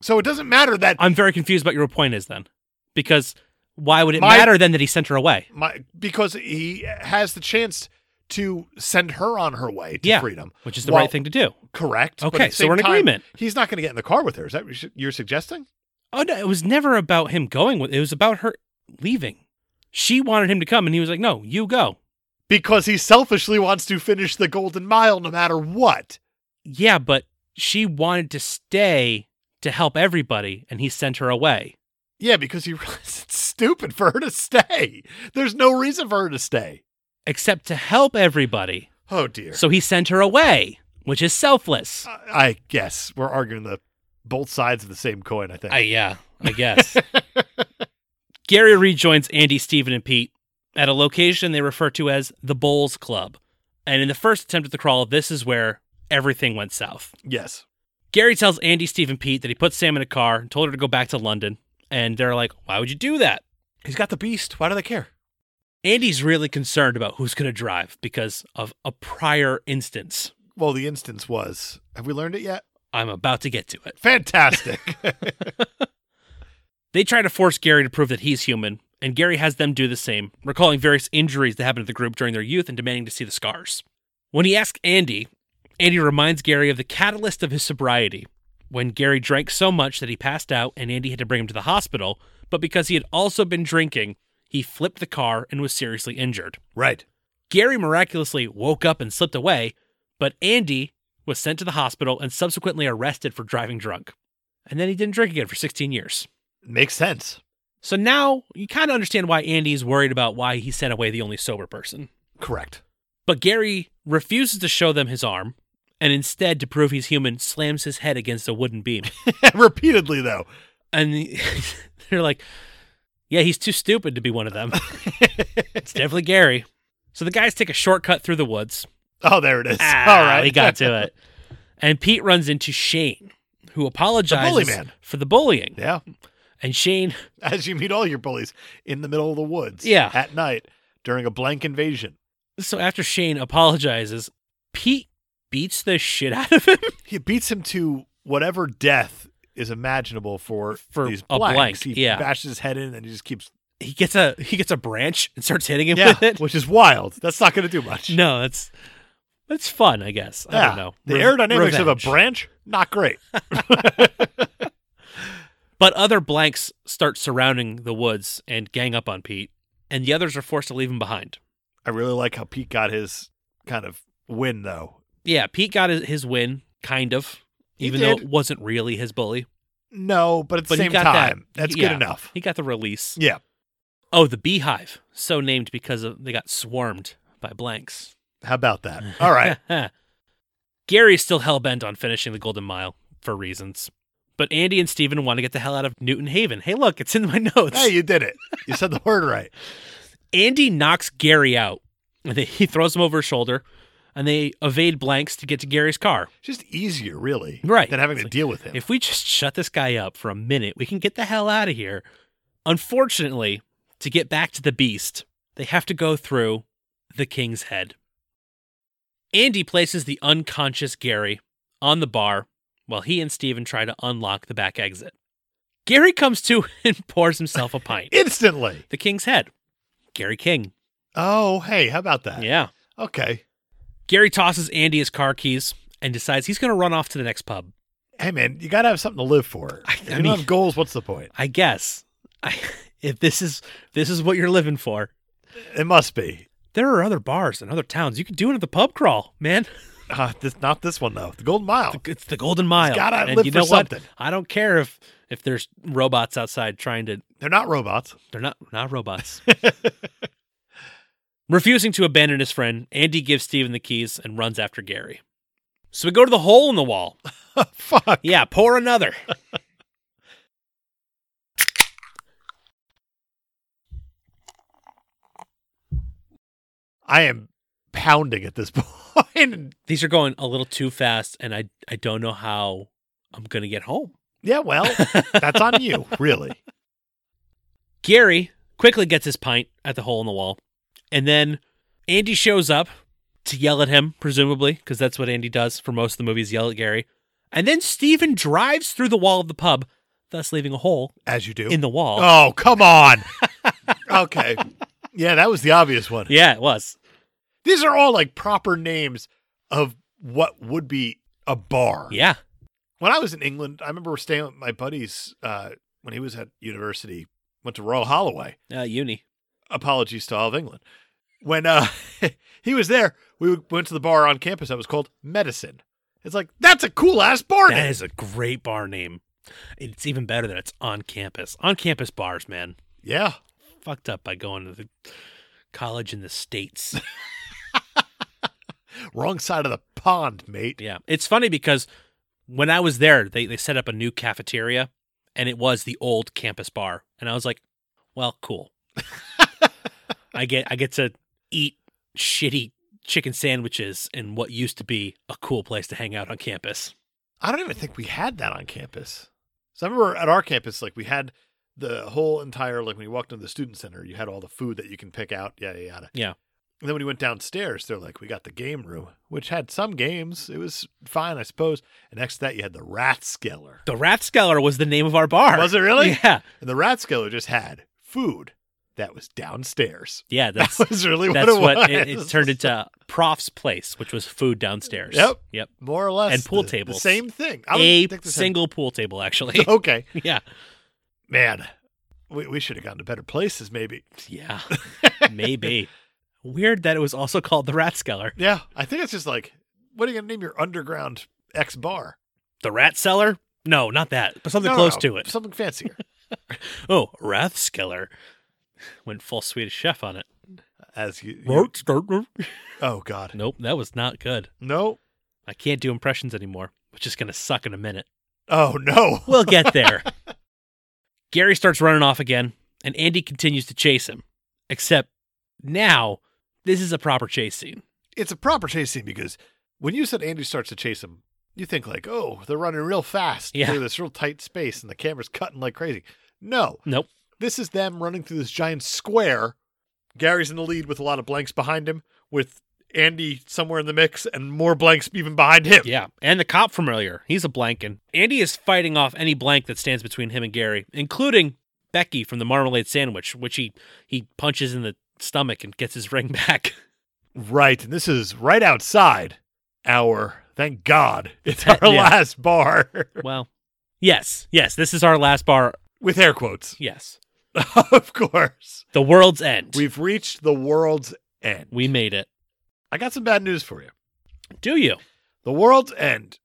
S1: So it doesn't matter that
S2: I'm very confused about your point is then. Because why would it
S1: My-
S2: matter then that he sent her away?
S1: my because he has the chance to send her on her way to
S2: Yeah.
S1: freedom.
S2: Which is the
S1: Well-
S2: right thing to do.
S1: Correct. but
S2: Okay,
S1: at the
S2: so we're
S1: same
S2: in
S1: time,
S2: agreement.
S1: He's not going to get in the car with her. Is that what you're suggesting?
S2: Oh no, it was never about him going with it was about her leaving. She wanted him to come and he was like, No, you go.
S1: Because he selfishly wants to finish the golden mile no matter what.
S2: Yeah, but she wanted to stay to help everybody and he sent her away.
S1: Yeah, because he realized it's stupid for her to stay. There's no reason for her to stay.
S2: Except to help everybody.
S1: Oh dear.
S2: So he sent her away, which is selfless.
S1: I, I guess we're arguing the both sides of the same coin. I think.
S2: I Uh, yeah, I guess. Gary rejoins Andy, Steven, and Pete at a location they refer to as the Bowls Club. And in the first attempt at the crawl, this is where everything went south.
S1: yes.
S2: Gary tells Andy, Steve, and Pete that he put Sam in a car and told her to go back to London. And they're like, why would you do that?
S1: He's got the beast. Why do they care?
S2: Andy's really concerned about who's going to drive because of a prior instance.
S1: Well, the instance was. Have we learned it yet?
S2: I'm about to get to it.
S1: Fantastic.
S2: They try to force Gary to prove that he's human, and Gary has them do the same, recalling various injuries that happened to the group during their youth and demanding to see the scars. When he asks Andy, Andy reminds Gary of the catalyst of his sobriety, when Gary drank so much that he passed out and Andy had to bring him to the hospital, but because he had also been drinking, he flipped the car and was seriously injured.
S1: right.
S2: Gary miraculously woke up and slipped away, but Andy was sent to the hospital and subsequently arrested for driving drunk. And then he didn't drink again for 16 years.
S1: Makes sense.
S2: So now you kind of understand why Andy's worried about why he sent away the only sober person.
S1: Correct.
S2: But Gary refuses to show them his arm, and instead, to prove he's human, slams his head against a wooden beam.
S1: Repeatedly, though.
S2: And they're like, yeah, he's too stupid to be one of them. It's definitely Gary. So the guys take a shortcut through the woods.
S1: oh, there it is.
S2: Ah,
S1: All right.
S2: we got to it. And Pete runs into Shane, who apologizes
S1: man.
S2: for the bullying.
S1: yeah.
S2: And Shane,
S1: As you meet all your bullies in the middle of the woods.
S2: Yeah.
S1: At night during a blank invasion.
S2: so after Shane apologizes, Pete beats the shit out of him.
S1: He beats him to whatever death is imaginable for,
S2: For
S1: these
S2: a
S1: blanks.
S2: blank,
S1: He
S2: yeah.
S1: bashes his head in and he just keeps
S2: he gets a he gets a branch and starts hitting him with it.
S1: which is wild. That's not going to do much.
S2: No, that's that's fun, I guess. I
S1: Yeah.
S2: don't know.
S1: The
S2: Re-
S1: aerodynamics of a
S2: revenge.
S1: branch, not great.
S2: But other blanks start surrounding the woods and gang up on Pete, and the others are forced to leave him behind.
S1: I really like how Pete got his kind of win though.
S2: Yeah, Pete got his- his win, kind of,
S1: He
S2: even though
S1: did.
S2: it wasn't really his bully.
S1: No, but at the
S2: But he
S1: same
S2: got that.
S1: time, that's
S2: Yeah.
S1: good enough.
S2: He got the release.
S1: Yeah.
S2: Oh, the beehive, so named because of, they got swarmed by blanks.
S1: How about that? All right.
S2: Gary is still hell bent on finishing the Golden Mile for reasons. But Andy and Steven want to get the hell out of Newton Haven. Hey, look, it's in my notes.
S1: hey, you did it. You said the word right.
S2: Andy knocks Gary out. And they, he throws him over his shoulder, and they evade blanks to get to Gary's car.
S1: Just easier, really,
S2: Right.
S1: than having to
S2: It's like,
S1: deal with him.
S2: If we just shut this guy up for a minute, we can get the hell out of here. Unfortunately, to get back to the beast, they have to go through the king's head. Andy places the unconscious Gary on the bar while he and Steven try to unlock the back exit. Gary comes to and pours himself a pint.
S1: Instantly.
S2: The king's head. Gary King.
S1: Oh, hey, how about that?
S2: Yeah.
S1: Okay.
S2: Gary tosses Andy his car keys and decides he's going to run off to the next pub.
S1: Hey, man, you got to have something to live for.
S2: I-
S1: If
S2: I
S1: you don't
S2: mean-
S1: have goals, what's the point?
S2: I guess I, if this is this is what you're living for,
S1: It must be.
S2: there are other bars in other towns. You can do it at the pub crawl, man.
S1: Uh, this, not this one, though. The Golden Mile.
S2: It's the Golden Mile.
S1: gotta
S2: and
S1: live
S2: you
S1: for
S2: know what?
S1: something.
S2: I don't care if if there's robots outside trying to.
S1: They're not robots.
S2: They're not not robots. Refusing to abandon his friend, Andy gives Steven the keys and runs after Gary. So we go to the hole in the wall.
S1: Fuck.
S2: Yeah, pour another.
S1: I am pounding at this point.
S2: These are going a little too fast, and I I don't know how I'm gonna get home.
S1: yeah, well, that's on you, really.
S2: Gary quickly gets his pint at the hole in the wall, and then Andy shows up to yell at him, presumably, because that's what Andy does for most of the movies yell at Gary. And then Steven drives through the wall of the pub, thus leaving a hole
S1: As you do.
S2: in the wall.
S1: Oh, come on. okay. Yeah, that was the obvious one.
S2: Yeah, it was.
S1: These are all like proper names of what would be a bar.
S2: Yeah.
S1: When I was in England, I remember staying with my buddies uh, when he was at university, went to Royal Holloway.
S2: Uh, uni.
S1: Apologies to all of England. When uh, he was there, we went to the bar on campus that was called Medicine. It's like, that's a cool ass bar
S2: That
S1: name.
S2: is a great bar name. It's even better that it's on campus. On campus bars, man.
S1: yeah.
S2: Fucked up by going to the college in the States.
S1: Wrong side of the pond, mate.
S2: Yeah. It's funny because when I was there, they, they set up a new cafeteria and it was the old campus bar. And I was like, well, cool. I get I get to eat shitty chicken sandwiches in what used to be a cool place to hang out on campus.
S1: I don't even think we had that on campus. So I remember at our campus, like we had the whole entire like when you walked into the student center, you had all the food that you can pick out, yada yada.
S2: Yeah.
S1: And then when he went downstairs, they're like, "We got the game room, which had some games. It was fine, I suppose." And next to that, you had the Ratskeller.
S2: The Ratskeller was the name of our bar.
S1: Was it really?
S2: Yeah.
S1: And the Ratskeller just had food that was downstairs.
S2: Yeah, that's
S1: that was really
S2: that's
S1: what it
S2: what
S1: was.
S2: it, it turned into Prof's place, which was food downstairs.
S1: Yep.
S2: Yep.
S1: more or less
S2: and pool
S1: the- the
S2: tables.
S1: same thing. I would
S2: A
S1: think this had-
S2: single pool table actually.
S1: okay,
S2: yeah.
S1: man, we, we should have gone to better places. Maybe.
S2: Yeah. Maybe. Weird that it was also called the Ratskeller.
S1: Yeah, I think it's just like, what are you gonna name your underground X bar?
S2: The Rat Cellar? No, not that. But something
S1: No, no,
S2: close
S1: no,
S2: to it.
S1: Something fancier.
S2: Oh, Rathskeller. Went full Swedish chef on it.
S1: As you, you-
S2: nope,
S1: oh god,
S2: that was not good.
S1: no,
S2: I can't do impressions anymore, which is going to suck in a minute.
S1: oh no,
S2: We'll get there. Gary starts running off again, and Andy continues to chase him. Except now, this is a proper chase scene.
S1: it's a proper chase scene because when you said Andy starts to chase him, you think like, oh, they're running real fast
S2: Yeah.
S1: through this real tight space, and the camera's cutting like crazy. No,
S2: Nope.
S1: this is them running through this giant square. Gary's in the lead with a lot of blanks behind him, with Andy somewhere in the mix, and more blanks even behind him.
S2: Yeah, and the cop from earlier. He's a blanking. Andy is fighting off any blank that stands between him and Gary, including Becky from the marmalade sandwich, which he he punches in the stomach and gets his ring back.
S1: Right, and this is right outside our. Thank God it's our
S2: Yeah.
S1: last bar
S2: well, yes, yes, this is our last bar.
S1: with air quotes,
S2: Yes,
S1: of course.
S2: the world's end.
S1: We've reached the world's end.
S2: we made it.
S1: I got some bad news for you.
S2: Do you?
S1: The World's End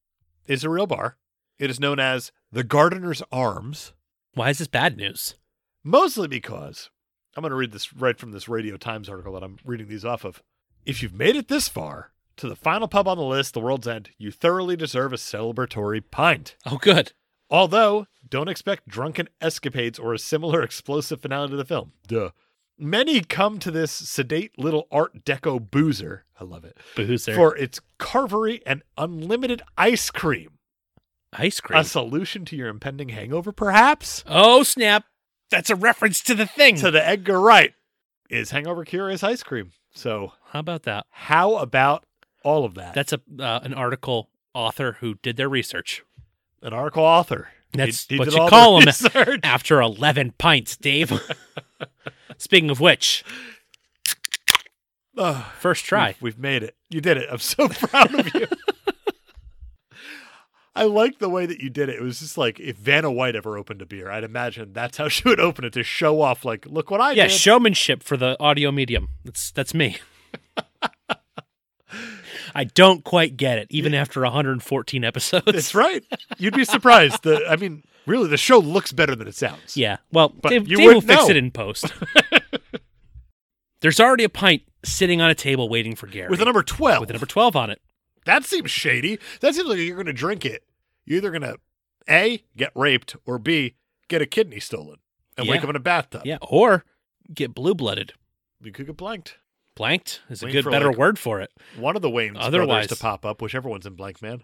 S1: is a real bar. It is known as the Gardener's Arms,
S2: Why is this bad news?
S1: mostly because I'm going to read this right from this Radio Times article that I'm reading these off of. If you've made it this far to the final pub on the list, the World's End, you thoroughly deserve a celebratory pint.
S2: Oh, good.
S1: Although, don't expect drunken escapades or a similar explosive finale to the film. Duh. Many come to this sedate little Art Deco boozer. I love it.
S2: Boozer.
S1: For its carvery and unlimited ice cream.
S2: ice cream.
S1: A solution to your impending hangover, perhaps?
S2: oh snap! That's a reference to the thing.
S1: to the Edgar Wright is hangover cure is ice cream. So
S2: How about that?
S1: how about all of that?
S2: That's a uh, an article author who did their research
S1: an article author.
S2: That's
S1: He- he
S2: what
S1: did
S2: you
S1: all the
S2: call 'em.
S1: research.
S2: after eleven pints, Dave. Speaking of which,
S1: Ugh,
S2: first try.
S1: We've, we've made it. You did it. I'm so proud of you. I like the way that you did it. It was just like if Vanna White ever opened a beer, I'd imagine that's how she would open it to show off. Like, look what I
S2: yeah,
S1: did.
S2: showmanship for the audio medium. That's that's me. I don't quite get it, even after 114 episodes.
S1: that's right. You'd be surprised. The I mean, really, the show looks better than it sounds.
S2: Yeah. Well,
S1: But
S2: Dave,
S1: you
S2: Dave will
S1: wouldn't
S2: fix
S1: know.
S2: it in post. There's already a pint sitting on a table waiting for Gary
S1: With a number twelve.
S2: with a number 12 on it.
S1: That seems shady. That seems like you're going to drink it. You're either going to A, get raped, or B, get a kidney stolen and wake
S2: Yeah.
S1: up in a bathtub.
S2: Yeah. Or get blue blooded.
S1: You could get blanked.
S2: Blanked is a
S1: Wait
S2: good,
S1: for,
S2: better
S1: like-
S2: word for it.
S1: One of the Wayne's
S2: Otherwise-
S1: brothers to pop up, whichever one's in Blank Man.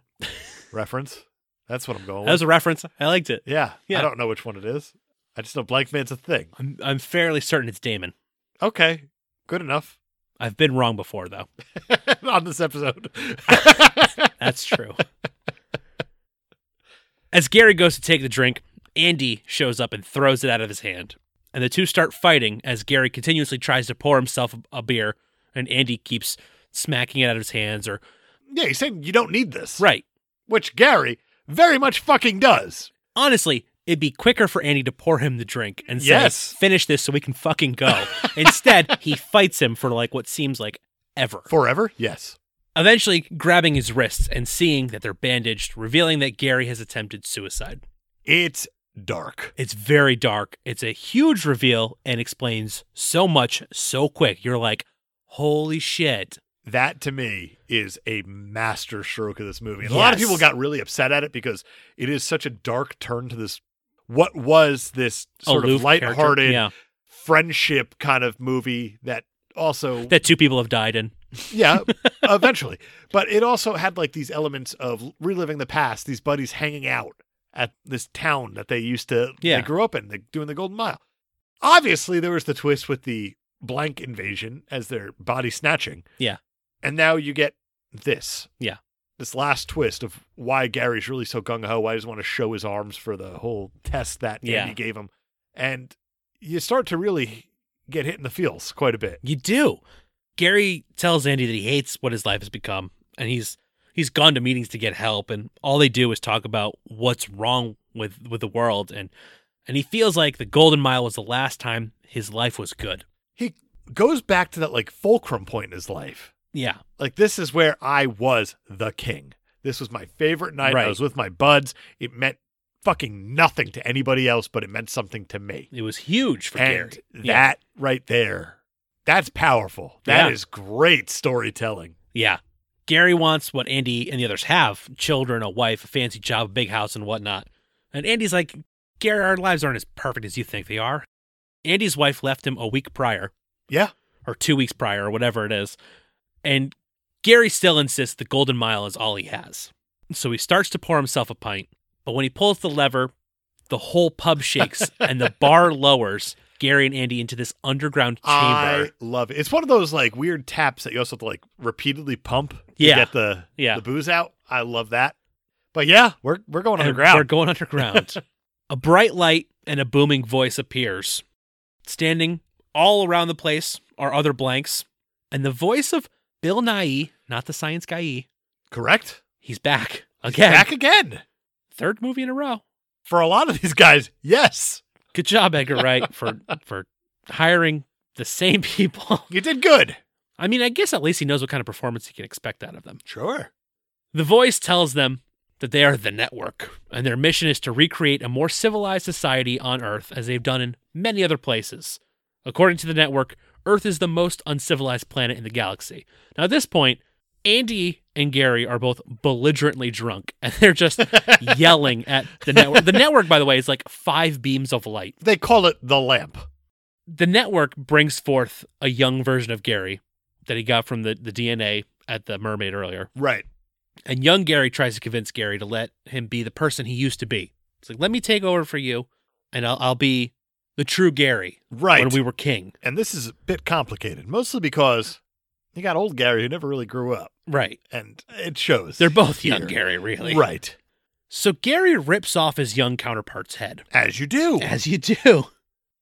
S1: Reference. That's what I'm going
S2: That was
S1: with.
S2: a reference. I liked it.
S1: Yeah,
S2: Yeah.
S1: I don't know which one it is. I just know Blank Man's a thing.
S2: I'm, I'm fairly certain it's Damon.
S1: Okay. Good enough
S2: I've been wrong before, though.
S1: on this episode.
S2: That's true. As Gary goes to take the drink, Andy shows up and throws it out of his hand. And the two start fighting as Gary continuously tries to pour himself a beer, and Andy keeps smacking it out of his hands or
S1: yeah, he's saying you don't need this,
S2: right.
S1: which Gary very much fucking does.
S2: Honestly, it'd be quicker for Andy to pour him the drink and say,
S1: Yes.
S2: finish this so we can fucking go. Instead, he fights him for like what seems like ever.
S1: Forever? Yes.
S2: eventually grabbing his wrists and seeing that they're bandaged, revealing that Gary has attempted suicide.
S1: It's dark.
S2: It's very dark. It's a huge reveal and explains so much so quick. You're like, holy shit.
S1: that to me is a master stroke of this movie. And a lot of
S2: Yes.
S1: people got really upset at it because it is such a dark turn to this what was this sort
S2: Aloof
S1: of
S2: character.
S1: lighthearted
S2: Yeah.
S1: friendship kind of movie that also
S2: That two people have died in.
S1: yeah eventually but it also had like these elements of reliving the past these buddies hanging out at this town that they used to
S2: Yeah.
S1: they grew up in they doing the golden mile obviously there was the twist with the blank invasion as their body snatching.
S2: Yeah.
S1: And now you get this.
S2: Yeah.
S1: This last twist of why Gary's really so gung ho, why he doesn't want to show his arms for the whole test that
S2: Yeah.
S1: Andy gave him. And you start to really get hit in the feels quite a bit.
S2: You do. Gary tells Andy that he hates what his life has become, and he's he's gone to meetings to get help, and all they do is talk about what's wrong with with the world, and and he feels like the Golden Mile was the last time his life was good.
S1: He goes back to that like fulcrum point in his life.
S2: Yeah,
S1: Like this is where I was the king. This was my favorite night.
S2: Right.
S1: I was with my buds. It meant fucking nothing to anybody else, but it meant something to me.
S2: it was huge for
S1: and
S2: Gary.
S1: that
S2: yeah.
S1: right there, that's powerful. That is
S2: Yeah.
S1: great storytelling.
S2: yeah, Gary wants what Andy and the others have: children, a wife, a fancy job, a big house, and whatnot. And Andy's like, Gary, our lives aren't as perfect as you think they are. Andy's wife left him a week prior.
S1: Yeah.
S2: or two weeks prior or whatever it is. And Gary still insists the Golden Mile is all he has. So he starts to pour himself a pint, but when he pulls the lever, the whole pub shakes and the bar lowers Gary and Andy into this underground chamber.
S1: I love it. It's one of those like weird taps that you also have to like repeatedly pump
S2: Yeah.
S1: to get the,
S2: yeah.
S1: the booze out. I love that. But yeah, we're we're going
S2: And
S1: underground.
S2: They're going underground. a bright light and a booming voice appears. Standing all around the place are other blanks, and the voice of Bill Nye, not the science guy.
S1: Correct?
S2: He's back again.
S1: Back again.
S2: Third movie in a row.
S1: For a lot of these guys, yes.
S2: good job edgar wright for for hiring the same people
S1: You did good.
S2: i mean i guess at least he knows what kind of performance he can expect out of them
S1: Sure.
S2: the voice tells them that they are the network and their mission is to recreate a more civilized society on earth as they've done in many other places according to the network earth is the most uncivilized planet in the galaxy now at this point andy and gary are both belligerently drunk and they're just yelling at the network the network by the way is like five beams of light
S1: They call it the lamp.
S2: the network brings forth a young version of Gary that he got from the, the DNA at the mermaid earlier.
S1: Right.
S2: And young Gary tries to convince Gary to let him be the person he used to be. It's like, let me take over for you and I'll, I'll be the true Gary
S1: Right.
S2: when we were king.
S1: and this is a bit complicated, mostly because you got old Gary who never really grew up,
S2: Right.
S1: and it shows.
S2: They're both young
S1: here.
S2: Gary, really.
S1: Right.
S2: So Gary rips off his young counterpart's head.
S1: As you do.
S2: As you do.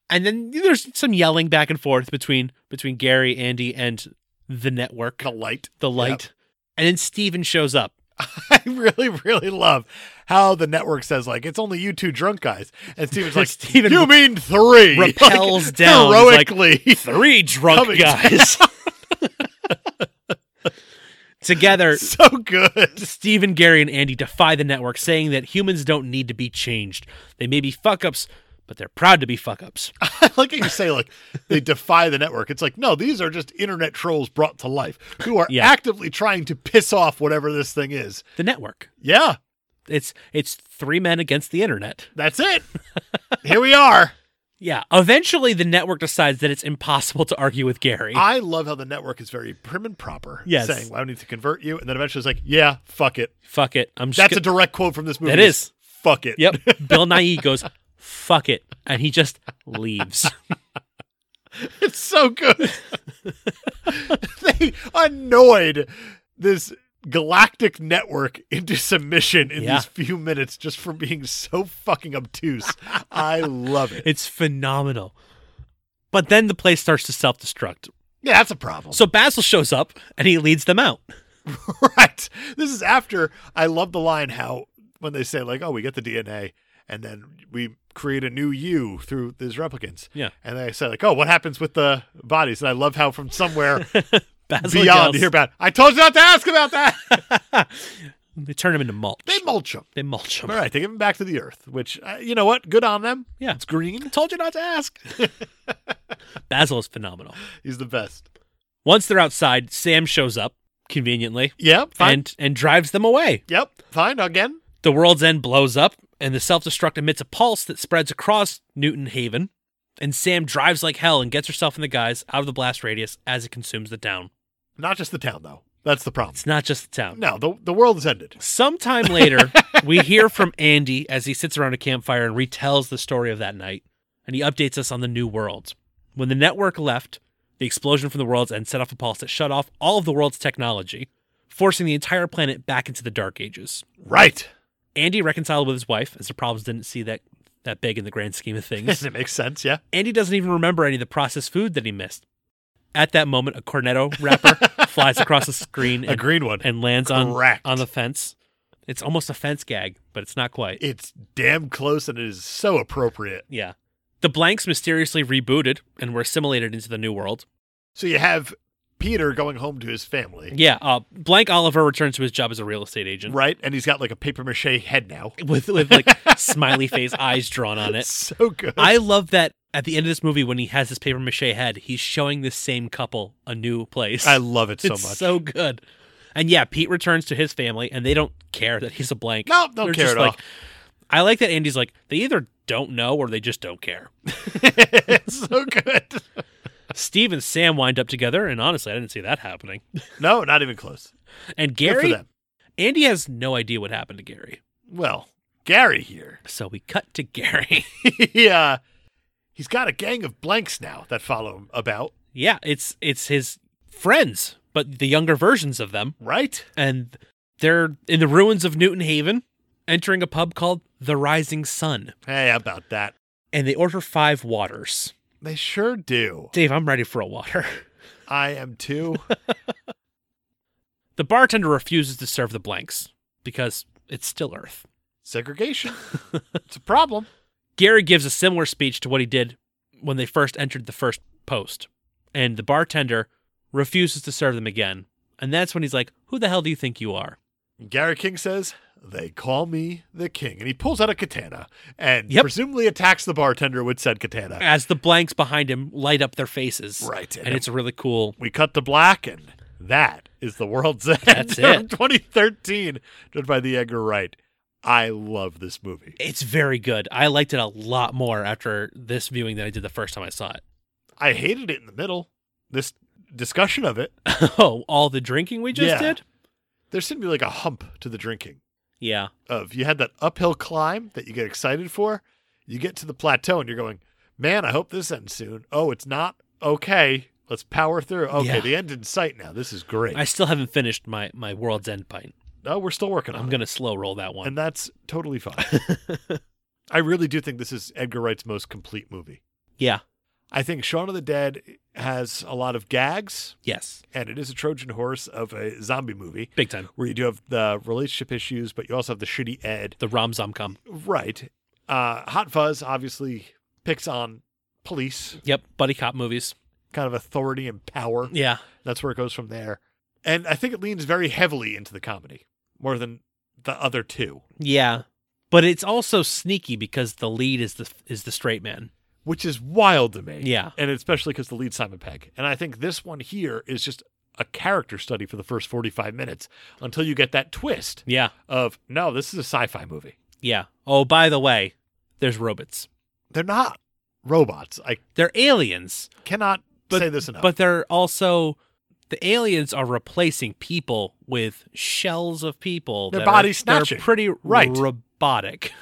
S2: And then there's some yelling back and forth between between Gary, Andy, and the network,
S1: the light.
S2: the light. And then Steven shows up.
S1: I really, really love how the network says, like, it's only you two drunk guys. And Steven's like,
S2: Steven
S1: you mean three.
S2: repels
S1: Like,
S2: down. He's like,
S1: Heroically.
S2: three drunk
S1: Coming
S2: guys together
S1: so good.
S2: Stephen, Gary, and Andy defy the network, saying that humans don't need to be changed. They may be fuck ups, but they're proud to be fuck ups.
S1: I like how you say, like, they defy the network. It's like, no, these are just internet trolls brought to life who are
S2: Yeah.
S1: actively trying to piss off whatever this thing is.
S2: The network.
S1: Yeah,
S2: It's it's three men against the internet.
S1: that's it. Here we are.
S2: Yeah. Eventually, the network decides that it's impossible to argue with Gary.
S1: I love how the network is very prim and proper.
S2: Yes.
S1: Saying, well, I need to convert you. And then eventually it's like, yeah, fuck it.
S2: Fuck it. I'm just.
S1: That's
S2: go-
S1: a direct quote from this movie.
S2: That is.
S1: Fuck it.
S2: Yep. Bill Nye goes, "Fuck it," and he just leaves.
S1: It's so good. they annoyed this galactic network into submission in
S2: Yeah.
S1: these few minutes just for being so fucking obtuse. I love it.
S2: It's phenomenal. But then the place starts to self destruct.
S1: Yeah, that's a problem.
S2: So Basil shows up and he leads them out.
S1: right. This is after I love the line how when they say like, "Oh, we get the DNA and then we create a new you through these replicants."
S2: Yeah.
S1: And they say like, "Oh, what happens with the bodies?" And I love how from somewhere
S2: Basil
S1: beyond
S2: yells,
S1: you hear about, "I told you not to ask about that."
S2: They turn him into mulch.
S1: they mulch them.
S2: They mulch him.
S1: All right, they give them back to the earth, which uh, you know what? Good on them.
S2: Yeah.
S1: It's green.
S2: Told you not to ask. Basil is phenomenal.
S1: He's the best.
S2: Once they're outside, Sam shows up conveniently
S1: Yep. Fine.
S2: and and drives them away.
S1: yep. Fine. Again.
S2: The world's end blows up and the self-destruct emits a pulse that spreads across Newton Haven. And Sam drives like hell and gets herself and the guys out of the blast radius as it consumes the town.
S1: Not just the town though. That's the problem.
S2: It's not just the town.
S1: No, the the world has ended.
S2: Sometime later, we hear from Andy as he sits around a campfire and retells the story of that night, and he updates us on the new world. When the network left, The explosion from the worlds end set off a pulse that shut off all of the world's technology, forcing the entire planet back into the Dark Ages.
S1: Right.
S2: Andy reconciled with his wife, as the problems didn't see that that big in the grand scheme of things.
S1: it makes sense. Yeah.
S2: Andy doesn't even remember any of the processed food that he missed. At that moment, a cornetto wrapper flies across the screen
S1: A
S2: and,
S1: green one.
S2: and lands on,
S1: Correct.
S2: on the fence. It's almost a fence gag, but it's not quite.
S1: It's damn close and it is so appropriate.
S2: Yeah. The blanks mysteriously rebooted and were assimilated into the new world.
S1: So you have Peter going home to his family,
S2: Yeah, uh, blank Oliver returns to his job as a real estate agent
S1: right? And he's got like a paper mache head now.
S2: with with like smiley face eyes drawn on it.
S1: so good.
S2: I love that at the end of this movie when he has his paper mache head, he's showing this same couple a new place.
S1: I love it so
S2: it's
S1: much.
S2: so good. And yeah, Pete returns to his family and they don't care that he's a blank.
S1: no, don't
S2: They're
S1: care
S2: just
S1: at
S2: like, I like that Andy's like, they either don't know or they just don't care.
S1: all. it's so good.
S2: Steve and Sam wind up together, and honestly, I didn't see that happening.
S1: No, not even close.
S2: And
S1: Good for
S2: Gary,
S1: them.
S2: Andy has no idea what happened to Gary.
S1: Well, Gary here.
S2: So we cut to Gary.
S1: he uh, he's got a gang of blanks now that follow him about,
S2: yeah, it's it's his friends, but the younger versions of them,
S1: right?
S2: and they're in the ruins of Newton Haven, entering a pub called The Rising Sun,
S1: Hey, how about that.
S2: and they order five waters.
S1: They sure do.
S2: Dave, I'm ready for a water.
S1: I am too.
S2: The bartender refuses to serve the blanks because it's still Earth.
S1: Segregation. it's a problem.
S2: Gary gives a similar speech to what he did when they first entered the first post, and the bartender refuses to serve them again. And that's when he's like, "Who the hell do you think you are?"
S1: Gary King says, They call me the king. And he pulls out a katana and
S2: Yep.
S1: presumably attacks the bartender with said katana.
S2: As the blanks behind him light up their faces,
S1: Right.
S2: and it's really cool.
S1: we cut to black, and that is the world's end.
S2: That's
S1: from
S2: it.
S1: 2013, judged by the Edgar Wright. I love this movie.
S2: It's very good. I liked it a lot more after this viewing than I did the first time I saw it.
S1: I hated it in the middle. This discussion of it,
S2: oh, all the drinking we just
S1: Yeah.
S2: did?
S1: there seemed to be like a hump to the drinking.
S2: Yeah.
S1: Of you had that uphill climb that you get excited for. You get to the plateau and you're going, man, I hope this ends soon. Oh, it's not okay. Let's power through. Okay,
S2: Yeah.
S1: the end in sight now. This is great.
S2: I still haven't finished my my World's End pint.
S1: No, we're still working on
S2: I'm going to slow roll that
S1: it,
S2: one.
S1: and that's totally fine. I really do think this is Edgar Wright's most complete movie.
S2: yeah.
S1: I think Shaun of the Dead has a lot of gags,
S2: Yes.
S1: and it is a Trojan horse of a zombie movie
S2: Big time.
S1: where you do have the relationship issues, but you also have the shitty Ed.
S2: The Rom Zom come.
S1: Right. Uh, Hot Fuzz obviously picks on police,
S2: Yep. Buddy cop movies.
S1: kind of authority and power.
S2: Yeah.
S1: That's where it goes from there. And I think it leans very heavily into the comedy more than the other two,
S2: Yeah. But it's also sneaky because the lead is the is the straight man.
S1: which is wild to me.
S2: Yeah.
S1: And especially because the lead Simon Pegg. And I think this one here is just a character study for the first 45 minutes until you get that twist
S2: Yeah.
S1: of, no, this is a sci fi movie.
S2: Yeah. Oh, by the way, there's robots.
S1: They're not robots. I
S2: They're aliens.
S1: cannot
S2: But-
S1: say this enough.
S2: But they're also the aliens are replacing people with shells of people.
S1: They're
S2: that
S1: body
S2: are,
S1: snatching.
S2: They're pretty
S1: Right.
S2: robotic.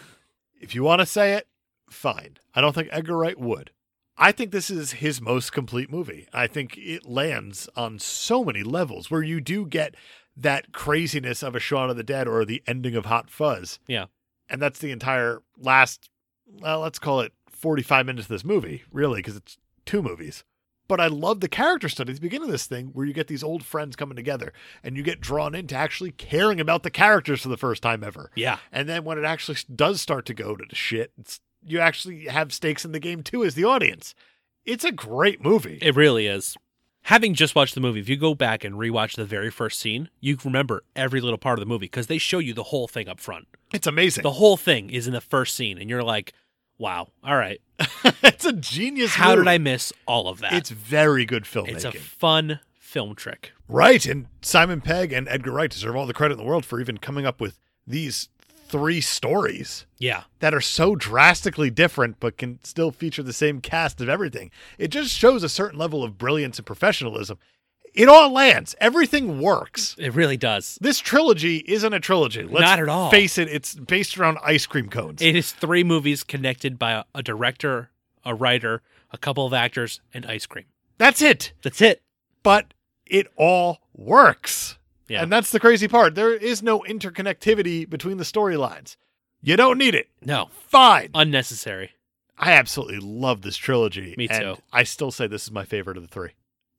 S1: If you want to say it, fine. I don't think Edgar Wright would. I think this is his most complete movie. I think it lands on so many levels where you do get that craziness of a Shaun of the Dead or the ending of Hot Fuzz.
S2: Yeah.
S1: And that's the entire last, well, let's call it 45 minutes of this movie, really, because it's two movies. But I love the character study at the beginning of this thing where you get these old friends coming together and you get drawn into actually caring about the characters for the first time ever.
S2: Yeah.
S1: And then when it actually does start to go to the shit, it's, you actually have stakes in the game too as the audience. It's a great movie.
S2: It really is. Having just watched the movie, if you go back and rewatch the very first scene, you can remember every little part of the movie because they show you the whole thing up front.
S1: It's amazing.
S2: The whole thing is in the first scene, and you're like, wow, all right.
S1: it's a genius.
S2: How
S1: move.
S2: did I miss all of that?
S1: It's very good filmmaking.
S2: It's a fun film trick.
S1: right, and Simon Pegg and Edgar Wright deserve all the credit in the world for even coming up with these three stories
S2: Yeah.
S1: that are so drastically different but can still feature the same cast of everything. It just shows a certain level of brilliance and professionalism. It all lands. Everything works.
S2: It really does.
S1: this trilogy isn't a trilogy. Let's
S2: Not at all.
S1: Face it, it's based around ice cream cones.
S2: It is three movies connected by a, a director, a writer, a couple of actors, and ice cream.
S1: That's it.
S2: That's it.
S1: But it all works.
S2: Yeah.
S1: And that's the crazy part. There is no interconnectivity between the storylines. You don't need it.
S2: No,
S1: Fine.
S2: unnecessary.
S1: I absolutely love this trilogy.
S2: Me
S1: and
S2: too.
S1: I still say this is my favorite of the three.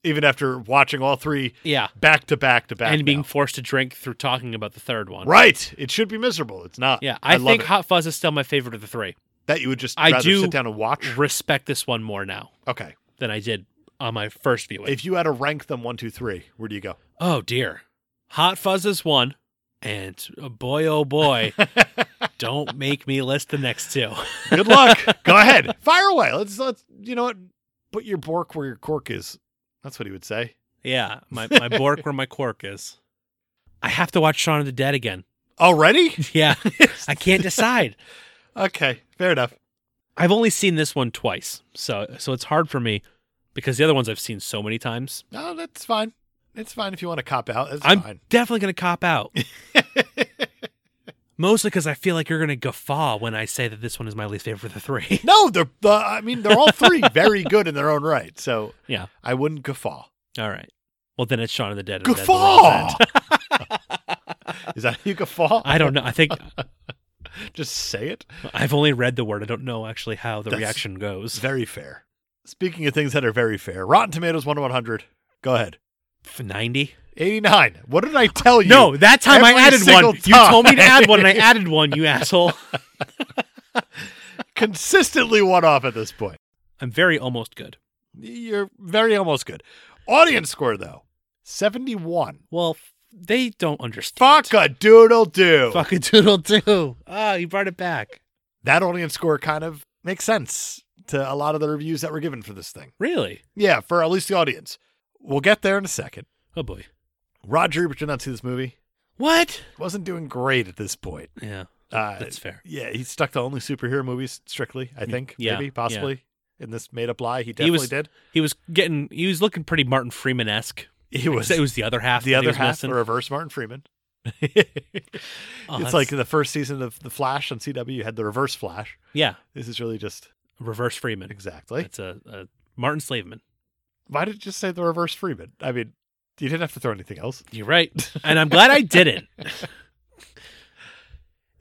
S1: Even after watching all three
S2: Yeah,
S1: back to back to back.
S2: and being
S1: now.
S2: forced to drink through talking about the third one.
S1: right. It should be miserable. It's not.
S2: Yeah, I,
S1: love
S2: think
S1: it.
S2: Hot Fuzz is still my favorite of the three.
S1: that you would just
S2: I
S1: rather
S2: do-
S1: sit down and watch.
S2: Respect this one more now
S1: Okay.
S2: than I did on my first viewing.
S1: If you had to rank them one, two, three, where do you go?
S2: oh dear, Hot Fuzz is one, and uh, boy oh boy, don't make me list the next two.
S1: Good luck. Go ahead. Fire away. Let's let's you know what? Put your bork where your cork is. That's what he would say.
S2: yeah, my my bork where my cork is. I have to watch Shaun of the Dead again.
S1: Already?
S2: Yeah, I can't decide.
S1: Okay. Fair enough.
S2: I've only seen this one twice, so so it's hard for me because the other ones I've seen so many times.
S1: No, that's fine. It's fine if you want to cop out. That's
S2: I'm
S1: fine.
S2: definitely gonna cop out, mostly because I feel like you're gonna guffaw when I say that this one is my least favorite of the three.
S1: no, they're the I mean, they're all three very good in their own right. So
S2: Yeah.
S1: I wouldn't guffaw.
S2: All right, well then it's Shaun of the Dead. and Dead
S1: Guffaw.
S2: World's End.
S1: Is that how you guffaw?
S2: I don't know. I think
S1: Just say it.
S2: I've only read the word. I don't know actually how the
S1: That's-
S2: reaction
S1: It's
S2: goes.
S1: very fair. Speaking of things that are very fair, Rotten Tomatoes one to one hundred. Go ahead.
S2: Ninety.
S1: Eighty nine. What did I tell you?
S2: No, that time I
S1: Every
S2: added one.
S1: single
S2: You told me to add one, and I
S1: time.
S2: added one. You asshole.
S1: consistently one off at this point.
S2: I'm very almost good.
S1: You're very almost good. Audience score though, seventy one.
S2: Well, f- they don't understand.
S1: Fuck a doodle do.
S2: Fuck a doodle do. Ah, you brought it back.
S1: That audience score kind of makes sense to a lot of the reviews that were given for this thing.
S2: Really?
S1: Yeah, for at least the audience. We'll get there in a second.
S2: Oh boy.
S1: Roger Ebert did not see this movie.
S2: What?
S1: Wasn't doing great at this point.
S2: Yeah,
S1: Uh,
S2: that's fair.
S1: Yeah, he stuck to only superhero movies strictly. I think
S2: yeah,
S1: maybe
S2: yeah.
S1: possibly in this made up lie he definitely
S2: He was-
S1: did.
S2: He was getting. He was looking pretty Martin Freeman esque.
S1: He was
S2: It was the other half.
S1: the
S2: that he
S1: other
S2: was
S1: half,
S2: missing.
S1: the reverse Martin Freeman.
S2: Oh,
S1: it's
S2: that's-
S1: like in the first season of The Flash on CW you had the reverse Flash.
S2: yeah,
S1: This is really just
S2: reverse Freeman.
S1: exactly.
S2: It's a, a Martin Slaveman.
S1: Why did it just say the reverse Freeman? I mean, you didn't have to throw anything else.
S2: You're right, and I'm glad I didn't.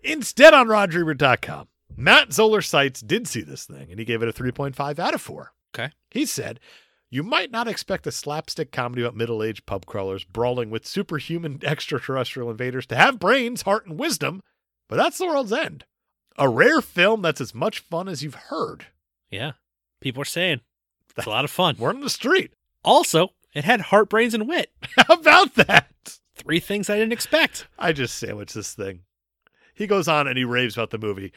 S1: Instead, on RodRebert.com, Matt Zoller Sites did see this thing and he gave it a 3.5 out of 4.
S2: Okay.
S1: He said, You might not expect a slapstick comedy about middle aged pub crawlers brawling with superhuman extraterrestrial invaders to have brains, heart, and wisdom, but that's the world's end. A rare film that's as much fun as you've heard.
S2: Yeah, people are saying it's a lot of fun.
S1: We're on the street.
S2: Also, it had heart, brains, and wit.
S1: How about that?
S2: Three things I didn't expect.
S1: I just sandwich this thing. He goes on and he raves about the movie.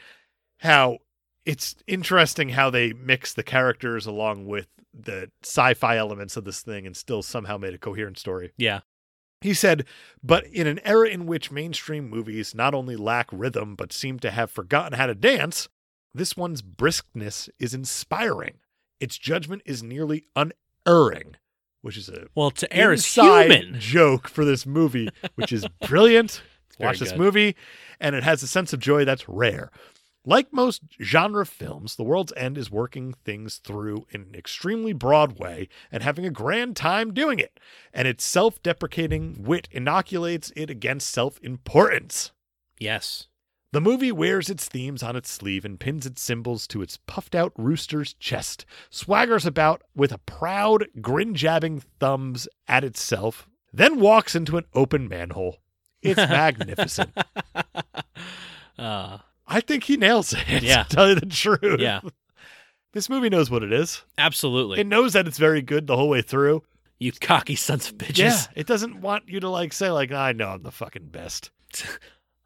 S1: How it's interesting how they mix the characters along with the sci fi elements of this thing and still somehow made a coherent story.
S2: Yeah,
S1: He said, but in an era in which mainstream movies not only lack rhythm but seem to have forgotten how to dance, this one's briskness is inspiring. Its judgment is nearly unerring, which is a
S2: well, to air is
S1: inside
S2: human.
S1: joke for this movie, which is brilliant.
S2: Very
S1: Watch this
S2: good.
S1: movie, and it has a sense of joy that's rare. Like most genre films, The World's End is working things through in an extremely broad way and having a grand time doing it. And its self deprecating wit inoculates it against self importance.
S2: Yes.
S1: The movie wears its themes on its sleeve and pins its symbols to its puffed out rooster's chest, swaggers about with a proud, grin jabbing thumbs at itself, then walks into an open manhole. It's magnificent.
S2: uh,
S1: I think he nails it,
S2: Yeah.
S1: to tell you the truth.
S2: yeah,
S1: This movie knows what it is.
S2: absolutely.
S1: It knows that it's very good the whole way through.
S2: you cocky sons of bitches.
S1: yeah. It doesn't want you to like say, like, I know I'm the fucking best.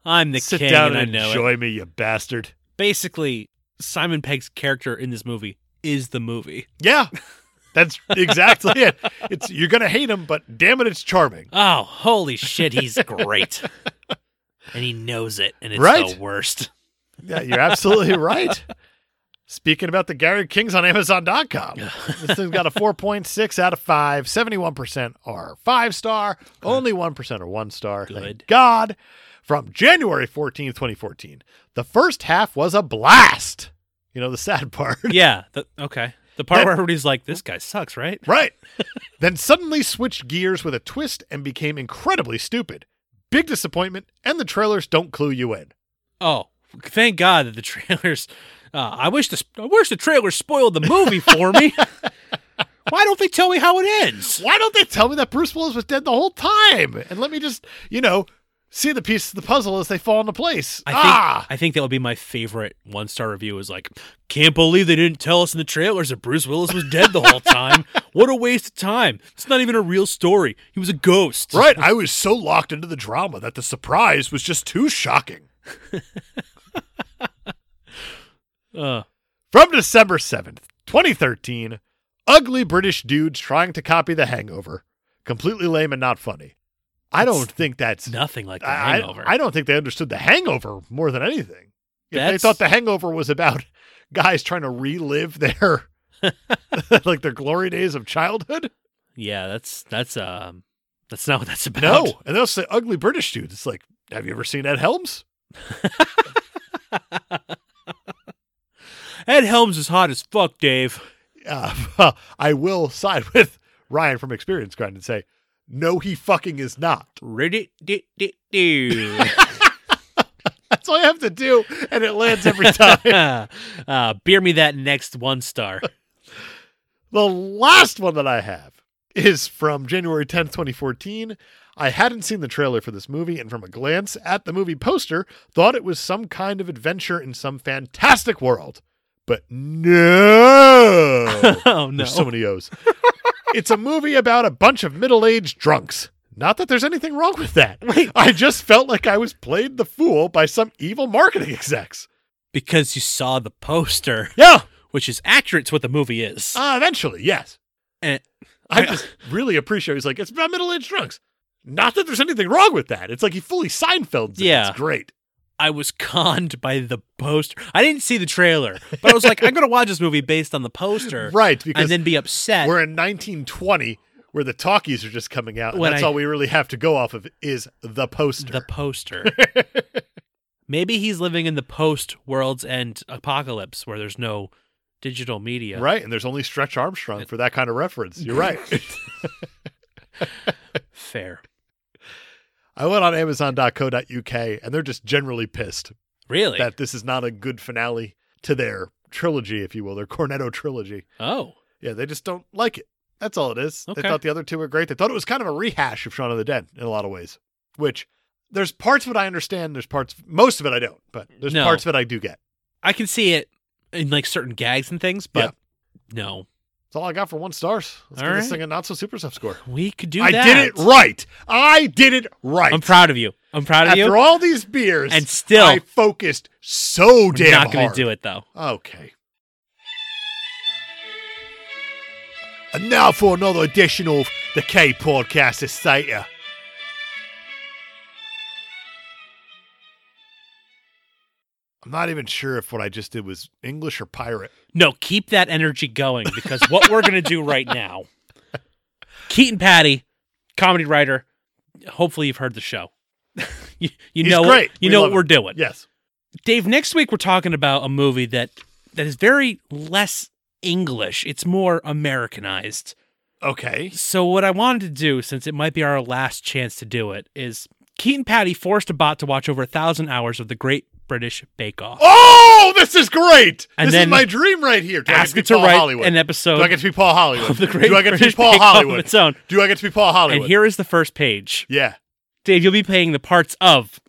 S2: I'm the
S1: Sit
S2: king
S1: down
S2: and,
S1: and,
S2: I know it.
S1: enjoy me, you bastard.
S2: Basically, Simon Pegg's character in this movie is the movie.
S1: Yeah. That's exactly it. It's you're gonna hate him, but damn it, it's charming.
S2: Oh, holy shit, he's great. and he knows it, and it's
S1: Right?
S2: the worst.
S1: Yeah, you're absolutely right. Speaking about the Gary Kings on Amazon.com, this thing's got a 4.6 out of 5. 71% are five star, only 1% are one star.
S2: Good.
S1: Thank God. From January 14th, 2014, the first half was a blast. You know, the sad part.
S2: Yeah. th- okay. The part
S1: That-
S2: where everybody's like, "This guy sucks," right?
S1: Right. then suddenly switched gears with a twist and became incredibly stupid. Big disappointment, and the trailers don't clue you in.
S2: Oh, thank God that the trailers. Uh, I wish the I wish the trailers spoiled the movie for me. Why don't they tell me how it ends?
S1: Why don't they tell me that Bruce Willis was dead the whole time? And let me just, you know, see the pieces of the puzzle as they fall into place.
S2: I think
S1: ah,
S2: I think that would be my favorite one star review. Is like, can't believe they didn't tell us in the trailers that Bruce Willis was dead the whole time. what a waste of time! It's not even a real story. He was a ghost.
S1: right. I was so locked into the drama that the surprise was just too shocking.
S2: Uh,
S1: From December 7th, 2013, ugly British dudes trying to copy The Hangover. Completely lame and not funny. I
S2: That's
S1: don't think that's
S2: nothing like the
S1: I-
S2: Hangover.
S1: I, I don't think they understood the hangover more than anything. If they
S2: That's-
S1: thought the hangover was about guys trying to relive their like their glory days of childhood.
S2: yeah, that's that's um, that's not what that's about.
S1: No. And they'll say ugly British dudes. It's like, have you ever seen Ed Helms?
S2: Ed Helms is hot as fuck, Dave.
S1: Uh, I will side with Ryan from Experience Grind and say, no, he fucking is not.
S2: Rid-it-dit-dit-do.
S1: That's all I have to do, and it lands every time.
S2: uh, beer me that next one star.
S1: The last one that I have is from January 10th, 2014. I hadn't seen the trailer for this movie, and from a glance at the movie poster, thought it was some kind of adventure in some fantastic world. But no!
S2: oh no.
S1: There's so many O's. it's a movie about a bunch of middle aged drunks. Not that there's anything wrong with that.
S2: Wait.
S1: I just felt like I was played the fool by some evil marketing execs.
S2: because you saw the poster,
S1: Yeah,
S2: which is accurate to what the movie is.
S1: uh, eventually, yes.
S2: and
S1: I just really appreciate. He's like, it's about middle aged drunks. Not that there's anything wrong with that. It's like he fully Seinfelds. It.
S2: Yeah.
S1: it's great.
S2: I was conned by the poster. I didn't see the trailer, but I was like, I'm going to watch this movie based on the poster
S1: Right, because
S2: and then be upset.
S1: we're in 1920, where the talkies are just coming out. And
S2: When
S1: that's
S2: I-
S1: all we really have to go off of is the poster.
S2: The poster. Maybe he's living in the post World's End apocalypse where there's no digital media.
S1: Right, and there's only Stretch Armstrong for that kind of reference. You're right.
S2: Fair.
S1: I went on Amazon.co.uk, and they're just generally pissed
S2: Really?
S1: that this is not a good finale to their trilogy, if you will, their Cornetto trilogy.
S2: oh.
S1: Yeah, they just don't like it. That's all it is. They
S2: Okay.
S1: thought the other two were great. They thought it was kind of a rehash of Shaun of the Dead in a lot of ways, which there's parts of it I understand. There's parts, most of it I don't, but there's
S2: No.
S1: parts of it I do get.
S2: I can see it in like certain gags and things, but no.
S1: That's all I got for one stars. Let's
S2: All
S1: give this
S2: right.
S1: thing a not so super sub score.
S2: We could do
S1: I
S2: that.
S1: did it right. I did it right.
S2: I'm proud of you. I'm proud of
S1: After
S2: you.
S1: all these beers,
S2: and still,
S1: I focused so
S2: we're
S1: damn
S2: not going to
S1: hard.
S2: do it though.
S1: Okay. And now for another edition of the K Podcast Theatre. I'm not even sure if what I just did was English or pirate.
S2: No, keep that energy going because what we're going to do right now, Keaton Patty, comedy writer. Hopefully, you've heard the show. you you
S1: He's
S2: know, what-
S1: great.
S2: you
S1: We
S2: know
S1: love
S2: what we're
S1: him.
S2: doing,
S1: Yes.
S2: Dave. Next week, we're talking about a movie that that is very less English. It's more Americanized.
S1: Okay.
S2: So what I wanted to do, since it might be our last chance to do it, is Keaton Patty forced a bot to watch over a thousand hours of the Great British Bake Off.
S1: Oh, this is great.
S2: And
S1: this
S2: then
S1: is my dream right here. Do I
S2: Ask
S1: get
S2: it to
S1: to be Paul
S2: write
S1: Hollywood?
S2: an
S1: Do I
S2: episode
S1: get to be Paul Hollywood?
S2: of the Great
S1: Do I get to be
S2: British
S1: Paul
S2: Bake Off on
S1: Hollywood?
S2: its own.
S1: Do I get to be Paul Hollywood?
S2: And here is the first page.
S1: yeah.
S2: Dave, you'll be playing the parts of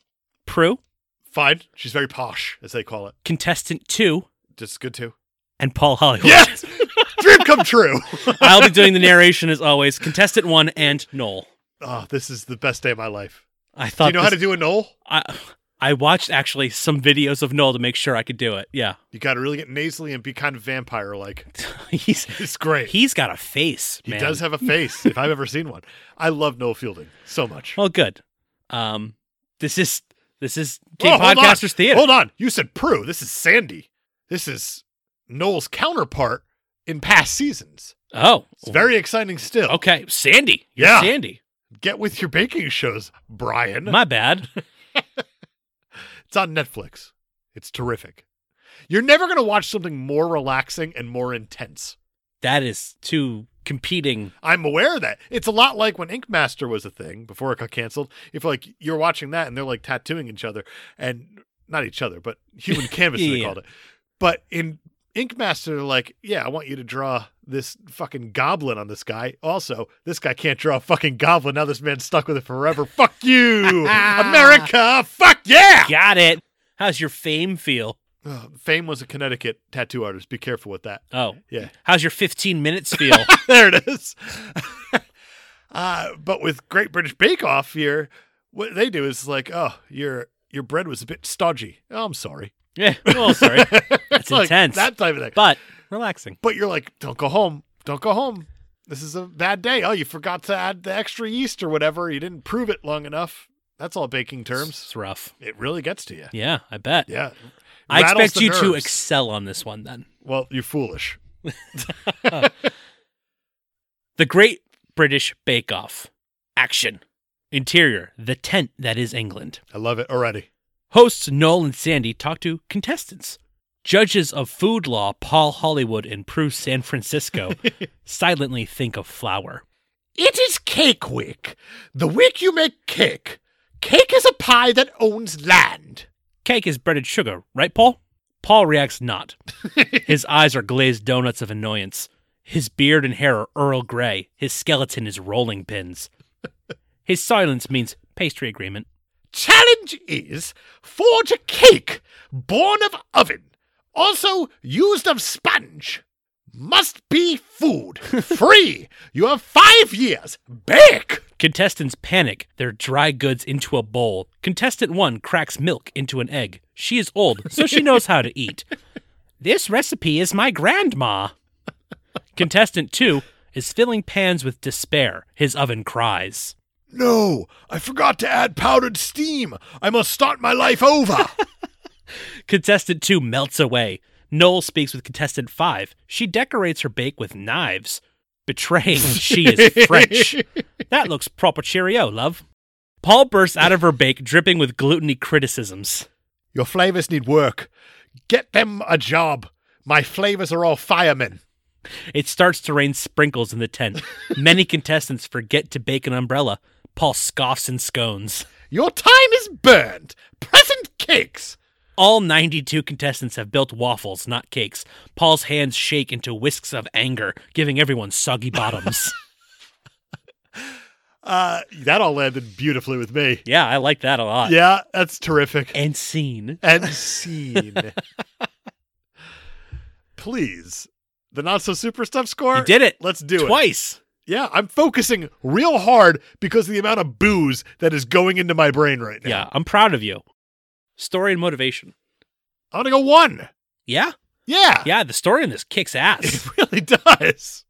S2: Prue,
S1: Fine. She's very posh, as they call it.
S2: contestant two,
S1: Just good too.
S2: and Paul Hollywood.
S1: Yes, dream come true.
S2: I'll be doing the narration as always. Contestant one and Noel.
S1: oh, this is the best day of my life.
S2: I
S1: Do
S2: thought
S1: you know how to
S2: this-
S1: do a knoll?
S2: I, I watched actually some videos of Noel to make sure I could do it. Yeah,
S1: You got to really get nasally and be kind of vampire like.
S2: he's
S1: It's great.
S2: he's got a face.
S1: He
S2: man.
S1: does have a face, if I've ever seen one. I love Noel Fielding so much.
S2: Well, good. Um, this is this is
S1: Whoa,
S2: Team
S1: Oh, hold on.
S2: Podcasters Theater.
S1: Hold on, you said Prue. This is Sandy. This is Noel's counterpart in past seasons.
S2: Oh,
S1: It's very exciting still.
S2: okay. Sandy, You're
S1: Yeah.
S2: Sandy.
S1: Get with your baking shows, Brian.
S2: My bad.
S1: It's on Netflix. It's terrific. You're never going to watch something more relaxing and more intense.
S2: that is two competing.
S1: I'm aware of that. It's a lot like when Ink Master was a thing before it got canceled. If like you're watching that and they're like tattooing each other and not each other, but human canvas they
S2: Yeah.
S1: called it. But in Ink Master, they're like, yeah, I want you to draw this fucking goblin on this guy. Also, this guy can't draw a fucking goblin. Now this man's stuck with it forever. Fuck you, America. Fuck yeah.
S2: Got it. How's your fame feel?
S1: Ugh, Fame was a Connecticut tattoo artist. Be careful with that.
S2: Oh,
S1: Yeah.
S2: how's your 15 minutes feel?
S1: there it is. uh, but with Great British Bake Off here, what they do is like, oh, your your bread was a bit stodgy. Oh, I'm sorry.
S2: yeah. Oh, sorry.
S1: That's
S2: intense.
S1: That type of thing. But,
S2: But relaxing.
S1: you're like, don't go home. Don't go home. This is a bad day. Oh, you forgot to add the extra yeast or whatever. You didn't prove it long enough. That's all baking terms.
S2: It's rough.
S1: It really gets to you.
S2: Yeah, I bet.
S1: Yeah.
S2: I
S1: Rattles
S2: expect
S1: the
S2: you to
S1: nerves.
S2: excel on this one then.
S1: well, you're foolish.
S2: The Great British Bake Off. Action. Interior, the tent that is England.
S1: I love it already.
S2: Hosts Noel and Sandy talk to contestants. Judges of food law Paul Hollywood and Prue San Francisco silently think of flour.
S1: It is Cake Week, the week you make cake. Cake is a pie that owns land.
S2: Cake is breaded sugar, right, Paul? Paul reacts not. His eyes are glazed donuts of annoyance. His beard and hair are Earl Grey. His skeleton is rolling pins. His silence means pastry agreement.
S1: Challenge is forge a cake born of oven, also used of sponge. Must be food. Free. You have five years. Bake.
S2: Contestants panic their dry goods into a bowl. Contestant one cracks milk into an egg. She is old, so she knows how to eat. This recipe is my grandma. Contestant two is filling pans with despair. His oven cries.
S1: No, I forgot to add powdered steam. I must start my life over.
S2: Contestant two melts away. Noel speaks with contestant five. She decorates her bake with knives, betraying she is French. That looks proper cheerio, love. Paul bursts out of her bake, dripping with gluttony criticisms.
S1: Your flavors need work. Get them a job. My flavors are all firemen.
S2: It starts to rain sprinkles in the tent. Many contestants forget to bake an umbrella. Paul scoffs and scones.
S1: Your time is burned. Present cakes.
S2: All 92 contestants have built waffles, not cakes. Paul's hands shake into whisks of anger, giving everyone soggy bottoms.
S1: Uh, that all landed beautifully with me.
S2: yeah, I like that a lot.
S1: Yeah, that's terrific.
S2: And scene.
S1: And scene. Please, the not so super stuff score.
S2: You did it.
S1: Let's do it.
S2: Twice.
S1: Yeah, I'm focusing real hard because of the amount of booze that is going into my brain right now.
S2: Yeah, I'm proud of you. Story and motivation.
S1: I'm gonna go one.
S2: Yeah?
S1: Yeah,
S2: Yeah, the story in this kicks ass.
S1: it really does.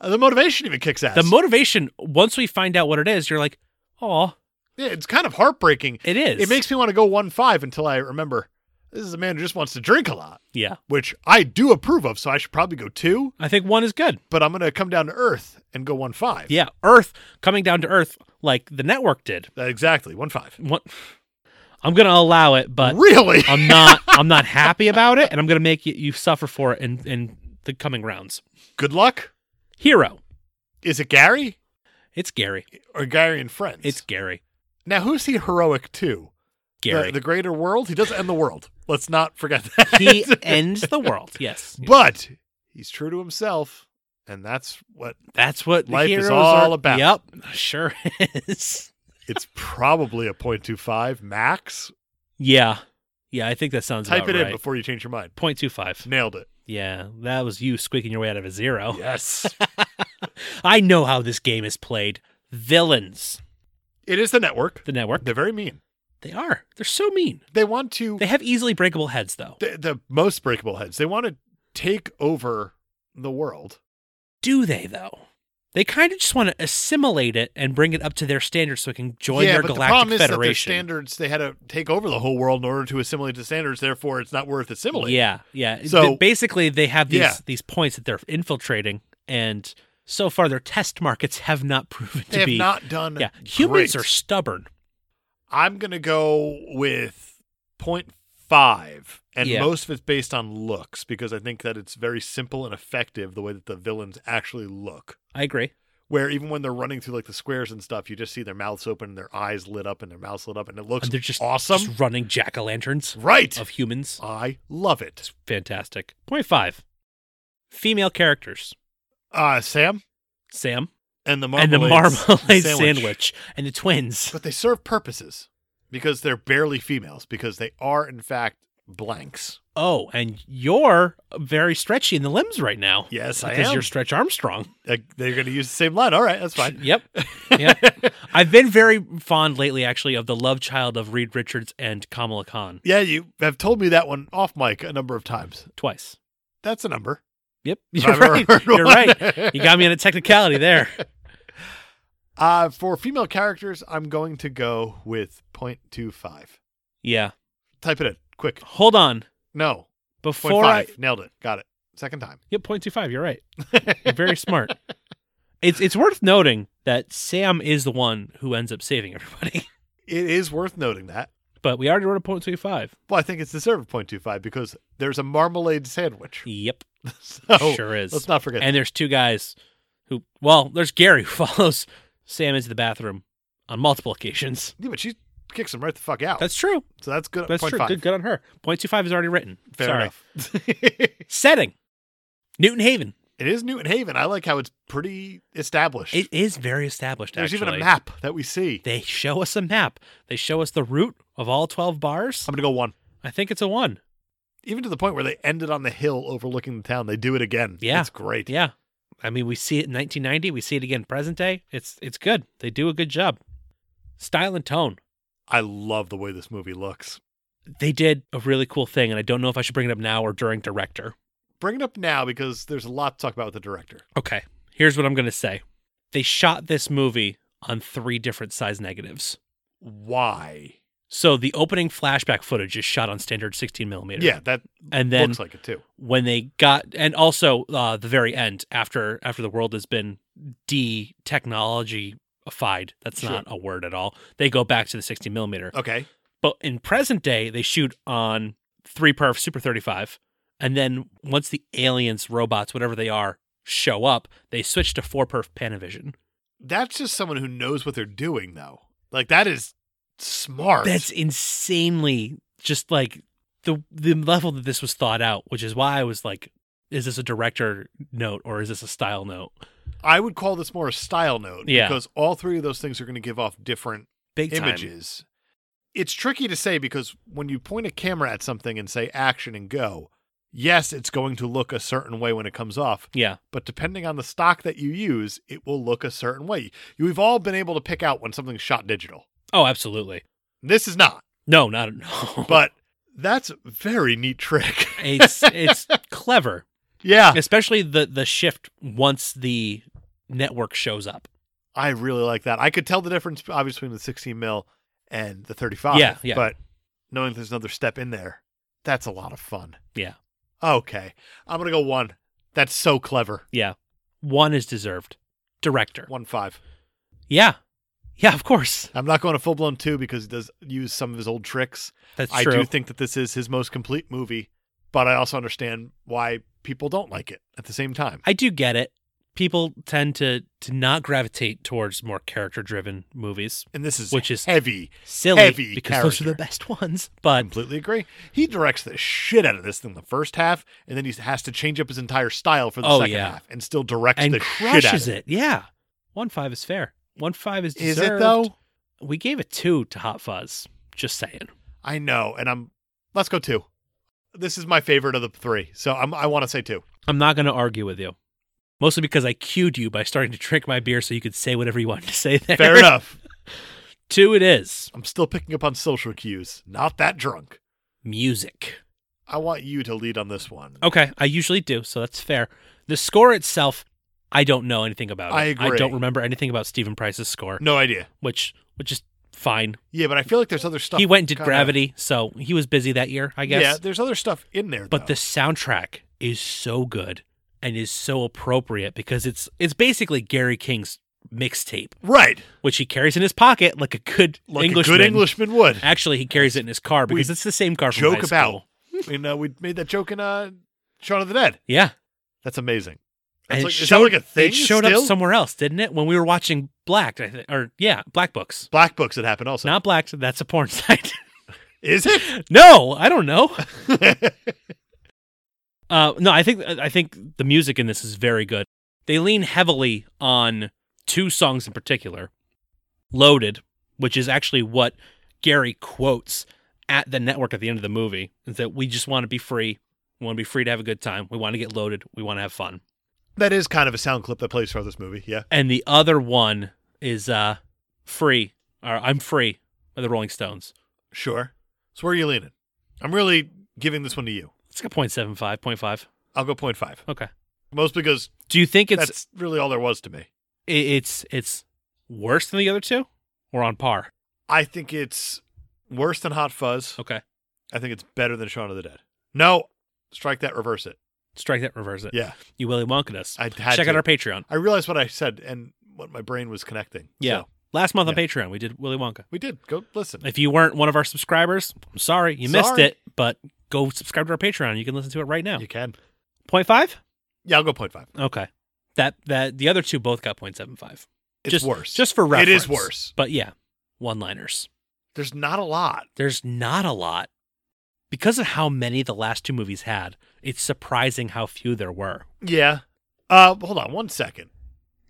S1: Uh, the motivation even kicks ass.
S2: the motivation, once we find out what it is, you're like, oh,
S1: yeah, it's kind of heartbreaking.
S2: it is.
S1: It makes me want to go one five until I remember this is a man who just wants to drink a lot,
S2: Yeah.
S1: which I do approve of. So I should probably go two,
S2: I think one is good.
S1: but I'm going to come down to earth and go one five.
S2: Yeah, Earth coming down to Earth like the network did.
S1: Uh, exactly one five.
S2: What? I'm gonna allow it, but
S1: really,
S2: I'm not. I'm not happy about it, and I'm gonna make you, you suffer for it in in the coming rounds.
S1: good luck.
S2: Hero,
S1: Is it Gary
S2: it's Gary.
S1: or Gary and friends?
S2: It's Gary.
S1: now who's he heroic to? The-
S2: Gary.
S1: the, greater world. He doesn't end the world. Let's not forget that.
S2: he ends the world. Yes,
S1: but he's true to himself, and that's what
S2: that's what
S1: Life is
S2: heroes
S1: all
S2: are.
S1: about.
S2: Yep, sure is.
S1: it's probably a point two five max.
S2: Yeah, yeah. I think that sounds
S1: Type
S2: about
S1: it in
S2: right.
S1: before you change your mind.
S2: 0.25.
S1: Nailed it.
S2: Yeah, that was you squeaking your way out of a zero.
S1: Yes.
S2: I know how this game is played. Villains.
S1: It is the network.
S2: The network.
S1: They're very mean.
S2: They are. They're so mean.
S1: They want to
S2: They have easily breakable heads, though.
S1: the, the most breakable heads. They want to take over the world.
S2: Do they, though? They kind of just want to assimilate it and bring it up to their standards so it can join
S1: yeah,
S2: their
S1: but
S2: galactic
S1: the problem is that their
S2: federation.
S1: standards. They had to take over the whole world in order to assimilate to standards. Therefore, it's not worth assimilating.
S2: yeah, yeah.
S1: So-
S2: Th- basically, they have these
S1: Yeah.
S2: these points that they're infiltrating, and so far their test markets have not proven
S1: they
S2: to
S1: have
S2: be.
S1: not done.
S2: yeah, humans
S1: great.
S2: are stubborn.
S1: I'm gonna go with 0.5 and
S2: Yeah.
S1: most of it's based on looks because I think that it's very simple and effective the way that the villains actually look.
S2: I agree.
S1: Where even when they're running through like the squares and stuff, you just see their mouths open, and their eyes lit up, and their mouths lit up, and it looks
S2: And they're just
S1: awesome.
S2: Just running jack o' lanterns
S1: right,
S2: of humans.
S1: I love it.
S2: It's fantastic. Point five. Female characters.
S1: Uh Sam
S2: Sam
S1: and the
S2: and
S1: marmalade,
S2: the marmalade
S1: sandwich.
S2: sandwich. and the twins.
S1: but they serve purposes because they're barely females because they are in fact blanks.
S2: Oh, and you're very stretchy in the limbs right now.
S1: Yes, I
S2: because
S1: am.
S2: you're Stretch Armstrong.
S1: Uh, they're going to use the same line. All right, that's fine.
S2: Yep. yep. I've been very fond lately, actually, of the love child of Reed Richards and Kamala Khan
S1: Yeah, you have told me that one off mic a number of times.
S2: twice.
S1: That's a number.
S2: Yep.
S1: if
S2: You're
S1: I've ever
S2: right.
S1: heard
S2: You're
S1: one.
S2: right. You got me on a technicality there.
S1: Uh, for female characters, I'm going to go with 0.25.
S2: Yeah.
S1: Type it in, quick.
S2: Hold on.
S1: No,
S2: Before
S1: 0.5.
S2: I
S1: Nailed it. Got it. Second time.
S2: Yep, 0.25. You're right. You're very smart. It's it's worth noting that Sam is the one who ends up saving everybody.
S1: It is worth noting that.
S2: But we already wrote a 0.25.
S1: Well, I think it's deserved 0.25 because there's a marmalade sandwich.
S2: Yep,
S1: So
S2: sure is.
S1: let's not forget.
S2: And there's two guys who, well, there's Gary who follows Sam into the bathroom on multiple occasions.
S1: yeah, but she kicks him right the fuck out.
S2: That's true.
S1: so that's good.
S2: That's
S1: 0.5.
S2: true. Good, good on her. 0.25 is already written.
S1: Uh, Fair
S2: Sorry.
S1: enough. it
S2: Setting Newton Haven.
S1: is Newton Haven. I like how it's pretty established.
S2: It is very established,
S1: There's
S2: actually.
S1: even a map that we see.
S2: They show us a map. They show us the route of all 12 bars.
S1: I'm going to go one.
S2: I think it's a one.
S1: Even to the point where they ended on the hill overlooking the town. They do it again.
S2: Yeah.
S1: It's great.
S2: Yeah. I mean, we see it in 1990. We see it again present day. It's it's good. They do a good job. Style and tone.
S1: I love the way this movie looks.
S2: They did a really cool thing, and I don't know if I should bring it up now or during director.
S1: Bring it up now because there's a lot to talk about with the director.
S2: Okay, here's what I'm gonna say. They shot this movie on three different size negatives.
S1: Why?
S2: So the opening flashback footage is shot on standard 16 millimeter.
S1: Yeah, that
S2: and then
S1: looks like it too.
S2: when they got, and also uh, the very end after after the world has been de technologyified. That's
S1: Sure.
S2: not a word at all. They go back to the 16 millimeter.
S1: Okay.
S2: But in present day, they shoot on three perf Super 35. And then once the aliens, robots, whatever they are, show up, they switch to four perf Panavision.
S1: That's just someone who knows what they're doing though. Like that is smart.
S2: That's insanely just like the the level that this was thought out, which is why I was like, is this a director note or is this a style note?
S1: I would call this more a style note
S2: Yeah.
S1: because all three of those things are going to give off different
S2: Big time.
S1: images. It's tricky to say because when you point a camera at something and say action and go, yes, it's going to look a certain way when it comes off,
S2: Yeah.
S1: but depending on the stock that you use, it will look a certain way. You've all been able to pick out when something's shot digital.
S2: Oh, absolutely.
S1: This is not,
S2: No, not at all.
S1: but that's a very neat trick.
S2: it's it's clever,
S1: yeah,
S2: especially the the shift once the network shows up.
S1: I really like that. I could tell the difference obviously between the 16 mil and the 35.
S2: Yeah, yeah.
S1: But knowing there's another step in there, that's a lot of fun.
S2: Yeah.
S1: Okay, I'm gonna go one. That's so clever.
S2: Yeah. One is deserved. Director.
S1: One five.
S2: Yeah. Yeah, of course.
S1: I'm not going to full blown two because he does use some of his old tricks.
S2: That's
S1: I
S2: true.
S1: do think that this is his most complete movie, but I also understand why people don't like it at the same time.
S2: I do get it. People tend to to not gravitate towards more character driven movies.
S1: And this is
S2: Which is
S1: heavy.
S2: Silly
S1: Heavy
S2: because those are
S1: character.
S2: the best ones. But
S1: Completely agree. He directs the shit out of this thing the first half, and then he has to change up his entire style for the
S2: Oh,
S1: second
S2: yeah.
S1: half, and still directs
S2: and
S1: the shit out
S2: crushes
S1: of it.
S2: it. Yeah. One five is fair. One five is
S1: Is
S2: deserved.
S1: it though?
S2: We gave a two to Hot Fuzz. Just saying.
S1: I know, and I'm. Let's go two. This is my favorite of the three, so I'm, I want to say two.
S2: I'm not gonna argue with you. Mostly because I cued you by starting to drink my beer so you could say whatever you wanted to say there.
S1: Fair enough.
S2: Two it is.
S1: I'm still picking up on social cues. Not that drunk.
S2: Music.
S1: I want you to lead on this one.
S2: Okay, I usually do, so that's fair. The score itself, I don't know anything about.
S1: I
S2: it. I
S1: agree. Mm.
S2: don't remember anything about Stephen Price's score,
S1: No idea.
S2: which which is fine.
S1: Yeah, but I feel like there's other stuff.
S2: he went and did
S1: kinda-
S2: Gravity, so he was busy that year, I guess.
S1: Yeah, there's other stuff in there.
S2: but
S1: though.
S2: the soundtrack is so good and is so appropriate because it's it's basically Gary King's mixtape,
S1: right,
S2: which he carries in his pocket like a good
S1: like
S2: Englishman.
S1: a good Englishman would.
S2: Actually, he carries it in his car because it's the same car from
S1: Joke
S2: high
S1: about
S2: school.
S1: And uh, we made that joke in uh, Shaun of the Dead.
S2: Yeah.
S1: That's amazing.
S2: And
S1: That's
S2: it
S1: like, is that
S2: showed-
S1: like a thing?
S2: It showed
S1: still?
S2: up somewhere else, didn't it? When we were watching Black, I think, or yeah, Black Books.
S1: Black Books that happened also.
S2: Not Black. That's a porn site.
S1: Is
S2: no, I don't know.
S1: it?
S2: Uh, no, I think I think the music in this is very good. They lean heavily on two songs in particular, "Loaded," which is actually what Gary quotes at the network at the end of the movie, is that we just want to be free. We want to be free to have a good time. We want to get loaded. We want to have fun.
S1: that is kind of a sound clip that plays throughout this movie. Yeah.
S2: And the other one is uh, "Free" or "I'm Free" by the Rolling Stones.
S1: Sure. So where are you leaning? I'm really giving this one to you.
S2: It's like a 0.75, 0.5.
S1: I'll go 0.5.
S2: Okay.
S1: Most because
S2: Do you think it's
S1: that's really all there was to me.
S2: i- it's it's worse than the other two, or on par?
S1: I think it's worse than Hot Fuzz.
S2: Okay.
S1: I think it's better than Shaun of the Dead. No, strike that, reverse it.
S2: Strike that, reverse it.
S1: Yeah,
S2: You Willy Wonka us.
S1: I had
S2: Check
S1: to.
S2: out our Patreon.
S1: I realized what I said and what my brain was connecting.
S2: Yeah.
S1: So,
S2: Last month on Patreon, we did Willy Wonka.
S1: we did. Go listen.
S2: If you weren't one of our subscribers, I'm sorry, you missed
S1: Sorry.
S2: it, but go subscribe to our Patreon. You can listen to it right now.
S1: You can.
S2: Point five?
S1: Yeah, I'll go 0.5.
S2: Okay. That that the other two both got point seven five.
S1: It's
S2: just,
S1: worse.
S2: Just for
S1: It
S2: reference.
S1: is worse.
S2: But yeah, one liners.
S1: There's not a lot.
S2: There's not a lot. Because of how many the last two movies had, it's surprising how few there were.
S1: Yeah. Uh, hold on one second.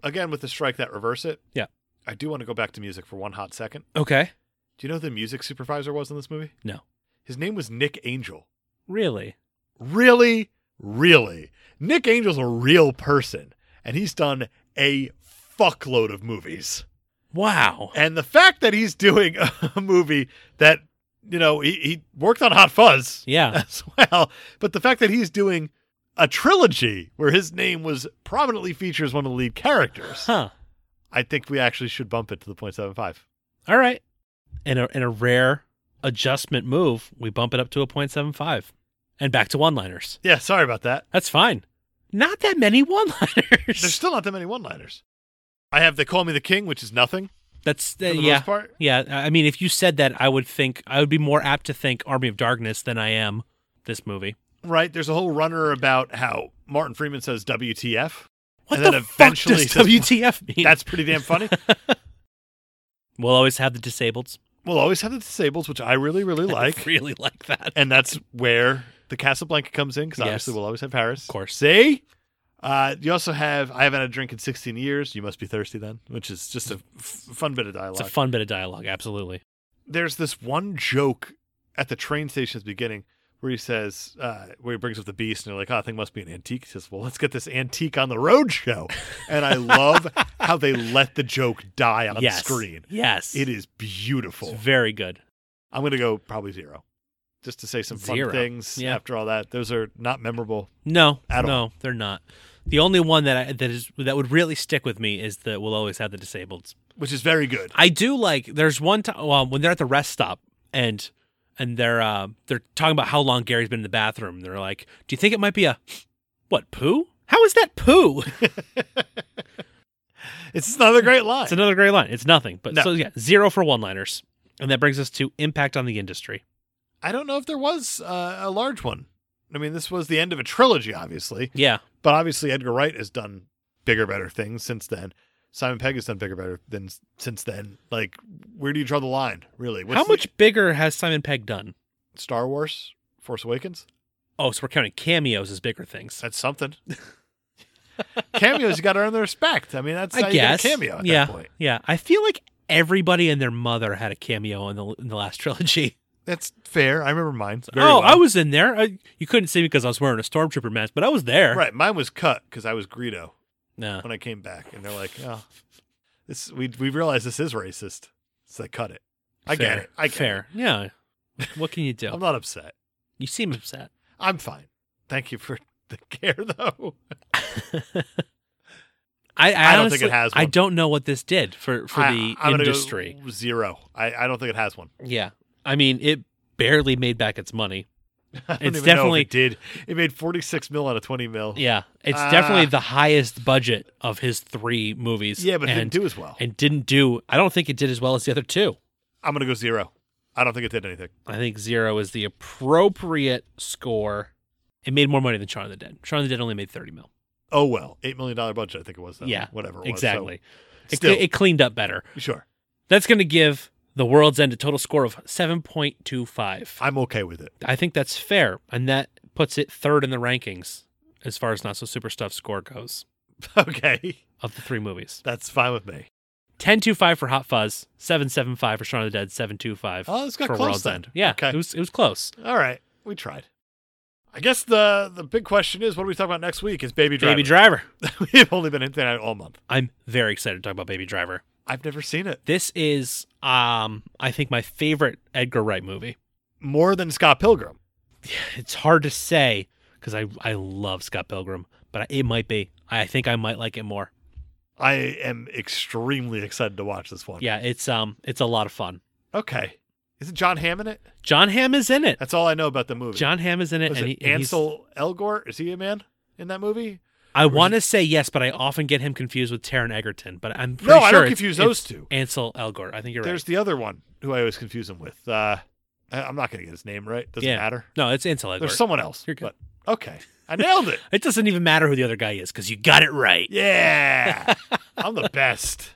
S1: Again, with the strike that, reverse it.
S2: Yeah.
S1: I do want to go back to music for one hot second.
S2: Okay.
S1: Do you know who the music supervisor was in this movie?
S2: No.
S1: His name was Nick Angel.
S2: Really?
S1: Really, really. Nick Angel's a real person, and he's done a fuckload of movies.
S2: Wow.
S1: And the fact that he's doing a movie that, you know, he, he worked on Hot Fuzz
S2: Yeah.
S1: as well, but the fact that he's doing a trilogy where his name was prominently featured as one of the lead characters,
S2: Huh.
S1: I think we actually should bump it to the 0.75.
S2: All right. In a in a rare adjustment move, we bump it up to a 0.75 and back to one-liners.
S1: Yeah, sorry about that.
S2: That's fine. Not that many
S1: There's
S2: one-liners.
S1: still not that many one liners. I have They Call Me the King, which is nothing
S2: That's uh,
S1: for the
S2: yeah.
S1: most part.
S2: Yeah, I I mean if you said that, I would think I would be more apt to think Army of Darkness than I am this movie.
S1: Right. There's a whole runner about how Martin Freeman says WTF.
S2: What
S1: And then
S2: the fuck
S1: eventually
S2: does
S1: he says,
S2: WTF mean?
S1: That's pretty damn funny.
S2: we'll always have the disableds.
S1: we'll always have the disables, which I really, really like.
S2: really like that.
S1: and that's where the Casablanca comes in, because
S2: Yes.
S1: obviously we'll always have Paris.
S2: Of course.
S1: See? Uh, you also have I haven't had a drink in 16 years. You must be thirsty then, which is just a f- fun bit of dialogue.
S2: It's a fun bit of dialogue, absolutely.
S1: There's this one joke at the train station at the beginning where he says, uh, where he brings up the beast, and they're like, oh, I think must be an antique. He says, well, let's get this antique on the road show. And I love how they let the joke die on
S2: yes.
S1: screen.
S2: Yes.
S1: It is
S2: It's
S1: beautiful.
S2: very good.
S1: I'm going to go probably zero, just to say some fun
S2: Zero.
S1: things.
S2: Yeah.
S1: After all that, those are not memorable.
S2: No,
S1: At all.
S2: no, they're not. The only one that I, that is that would really stick with me is that we'll always have the disabled.
S1: Which is very good.
S2: I do like. There's one time well, when they're at the rest stop and and they're uh, they're talking about how long Gary's been in the bathroom. They're like, "Do you think it might be a what poo? How is that poo?"
S1: It's just another great line.
S2: It's another great line. It's nothing. But
S1: No.
S2: so yeah, zero for one-liners, and that brings us to impact on the industry.
S1: I don't know if there was uh, a large one. I mean, this was the end of a trilogy, obviously,
S2: Yeah,
S1: but obviously Edgar Wright has done bigger, better things since then. Simon Pegg has done bigger, better than since then. Like, where do you draw the line, really? What's
S2: how
S1: the-
S2: much bigger has Simon Pegg done?
S1: Star Wars, Force Awakens?
S2: Oh, so we're counting cameos as bigger things.
S1: That's something. Cameos, you got to earn the respect. I mean, that's how
S2: I
S1: you get
S2: guess
S1: a cameo at
S2: yeah,
S1: that point.
S2: yeah. I feel like everybody and their mother had a cameo in the in the last trilogy.
S1: That's fair. I remember mine. very
S2: oh,
S1: well.
S2: I was in there. I, you couldn't see me because I was wearing a stormtrooper mask, but I was there.
S1: right. Mine was cut because I was Greedo
S2: No.
S1: when I came back, and they're like, "Oh, this we we realize this is racist, so they cut it." I
S2: fair,
S1: get it. I get
S2: fair. Yeah. What can you
S1: It. I'm
S2: do?
S1: not upset.
S2: you seem upset.
S1: I'm fine. Thank you for the care, though.
S2: I, I,
S1: I don't think
S2: honestly-
S1: it has
S2: I
S1: one.
S2: don't know what this did for for
S1: I-
S2: the
S1: I'm gonna go
S2: industry.
S1: zero. I, I don't think it has one.
S2: Yeah. I mean, it barely made back its money.
S1: I
S2: It's
S1: don't even know if
S2: definitely-
S1: it did. It made 46 mil out of 20 mil.
S2: Yeah. It's
S1: Ah.
S2: definitely the highest budget of his three movies.
S1: Yeah, but it
S2: and,
S1: didn't do as well.
S2: and didn't do. I don't think it did as well as the other two.
S1: I'm gonna go zero. I don't think it did anything.
S2: I think zero is the appropriate score. It made more money than Shaun of the Dead. Shaun of the Dead only made 30 mil.
S1: Oh well, eight million dollar budget. I think it was. Then,
S2: Yeah,
S1: whatever. It was. So,
S2: exactly. It,
S1: still,
S2: it cleaned up better.
S1: sure.
S2: That's going to give The World's End a total score of 7.25.
S1: I'm okay with it.
S2: I think that's fair, and that puts it third in the rankings as far as not so super stuff score goes
S1: Okay,
S2: of the three movies.
S1: that's fine with me.
S2: Ten two five for Hot Fuzz, seven seven five for Shaun of the Dead, seven two five
S1: Oh, it's got
S2: for
S1: close
S2: World's
S1: then.
S2: End. Yeah,
S1: Okay.
S2: it was it was close.
S1: All right, we tried. I guess the the big question is, what are we talking about next week? Is Baby Driver?
S2: Baby Driver.
S1: We've only been in that all month.
S2: I'm very excited to talk about Baby Driver.
S1: I've never seen it
S2: This is um I think my favorite Edgar Wright movie.
S1: more than Scott Pilgrim.
S2: It's hard to say because I I love Scott Pilgrim, but I, it might be. I think I might like it more.
S1: I am extremely excited to watch this one.
S2: Yeah, it's um it's a lot of fun.
S1: Okay. Is it John Hamm in it?
S2: John Hamm is in it.
S1: That's all I know about the movie.
S2: John Hamm is in it,
S1: Was
S2: and,
S1: it
S2: he, and he's-
S1: Ansel Elgort? Is he a man in that movie?
S2: I
S1: is
S2: want to say yes, but I often get him confused with Taron Egerton. But I'm pretty
S1: No,
S2: sure
S1: I don't
S2: it's-
S1: confuse
S2: it's
S1: those two.
S2: Ansel Elgort. I think you're
S1: There's the other one who I always confuse him with. Uh, I- I'm not going to get his name right. Doesn't
S2: Yeah.
S1: matter.
S2: right. No, it's Ansel Elgort.
S1: There's someone else.
S2: You're good.
S1: But okay, I nailed it.
S2: it doesn't even matter who the other guy is because you got it right.
S1: Yeah, I'm the best.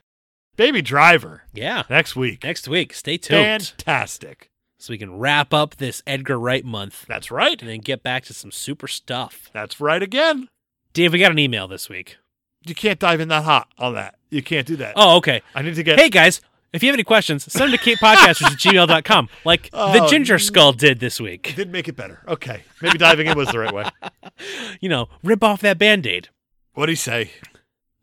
S1: Baby Driver
S2: Yeah.
S1: next week.
S2: Next week, stay tuned
S1: Fantastic.
S2: so we can wrap up this Edgar Wright month
S1: That's right.
S2: and then get back to some super stuff.
S1: That's right again.
S2: Dave, we got an email this week.
S1: You can't dive in that hot on that. You can't do that.
S2: Oh, okay.
S1: I need to get.
S2: Hey, guys. If you have any questions, send them to katepodcasters at gmail.com like the
S1: Oh,
S2: Ginger Skull did this week.
S1: It did make it better. Okay, maybe diving in was the right way.
S2: You know, rip off that band aid.
S1: What do you say?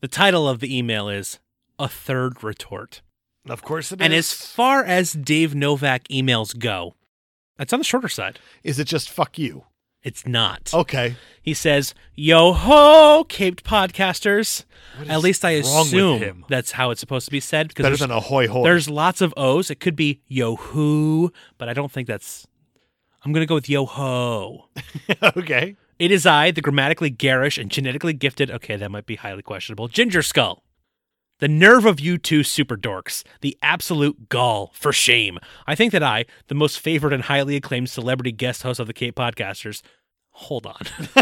S2: The title of the email is A Third Retort.
S1: Of course it is.
S2: And as far as Dave Novak emails go, it's on the shorter side.
S1: is it just fuck you?
S2: It's not.
S1: Okay.
S2: He says, Yo ho, caped podcasters.
S1: What
S2: At
S1: is
S2: least I
S1: wrong with
S2: assume
S1: him?
S2: that's how it's supposed to be said because
S1: Better
S2: there's,
S1: than a hoy hoy.
S2: there's lots of O's. It could be yo who, but I don't think that's. I'm going to go with yo ho.
S1: okay.
S2: It is I, the grammatically garish and genetically gifted, okay, that might be highly questionable, Ginger Skull. The nerve of you two super dorks. The absolute gall, for shame. I think that I, the most favored and highly acclaimed celebrity guest host of the Cape Podcasters, hold on.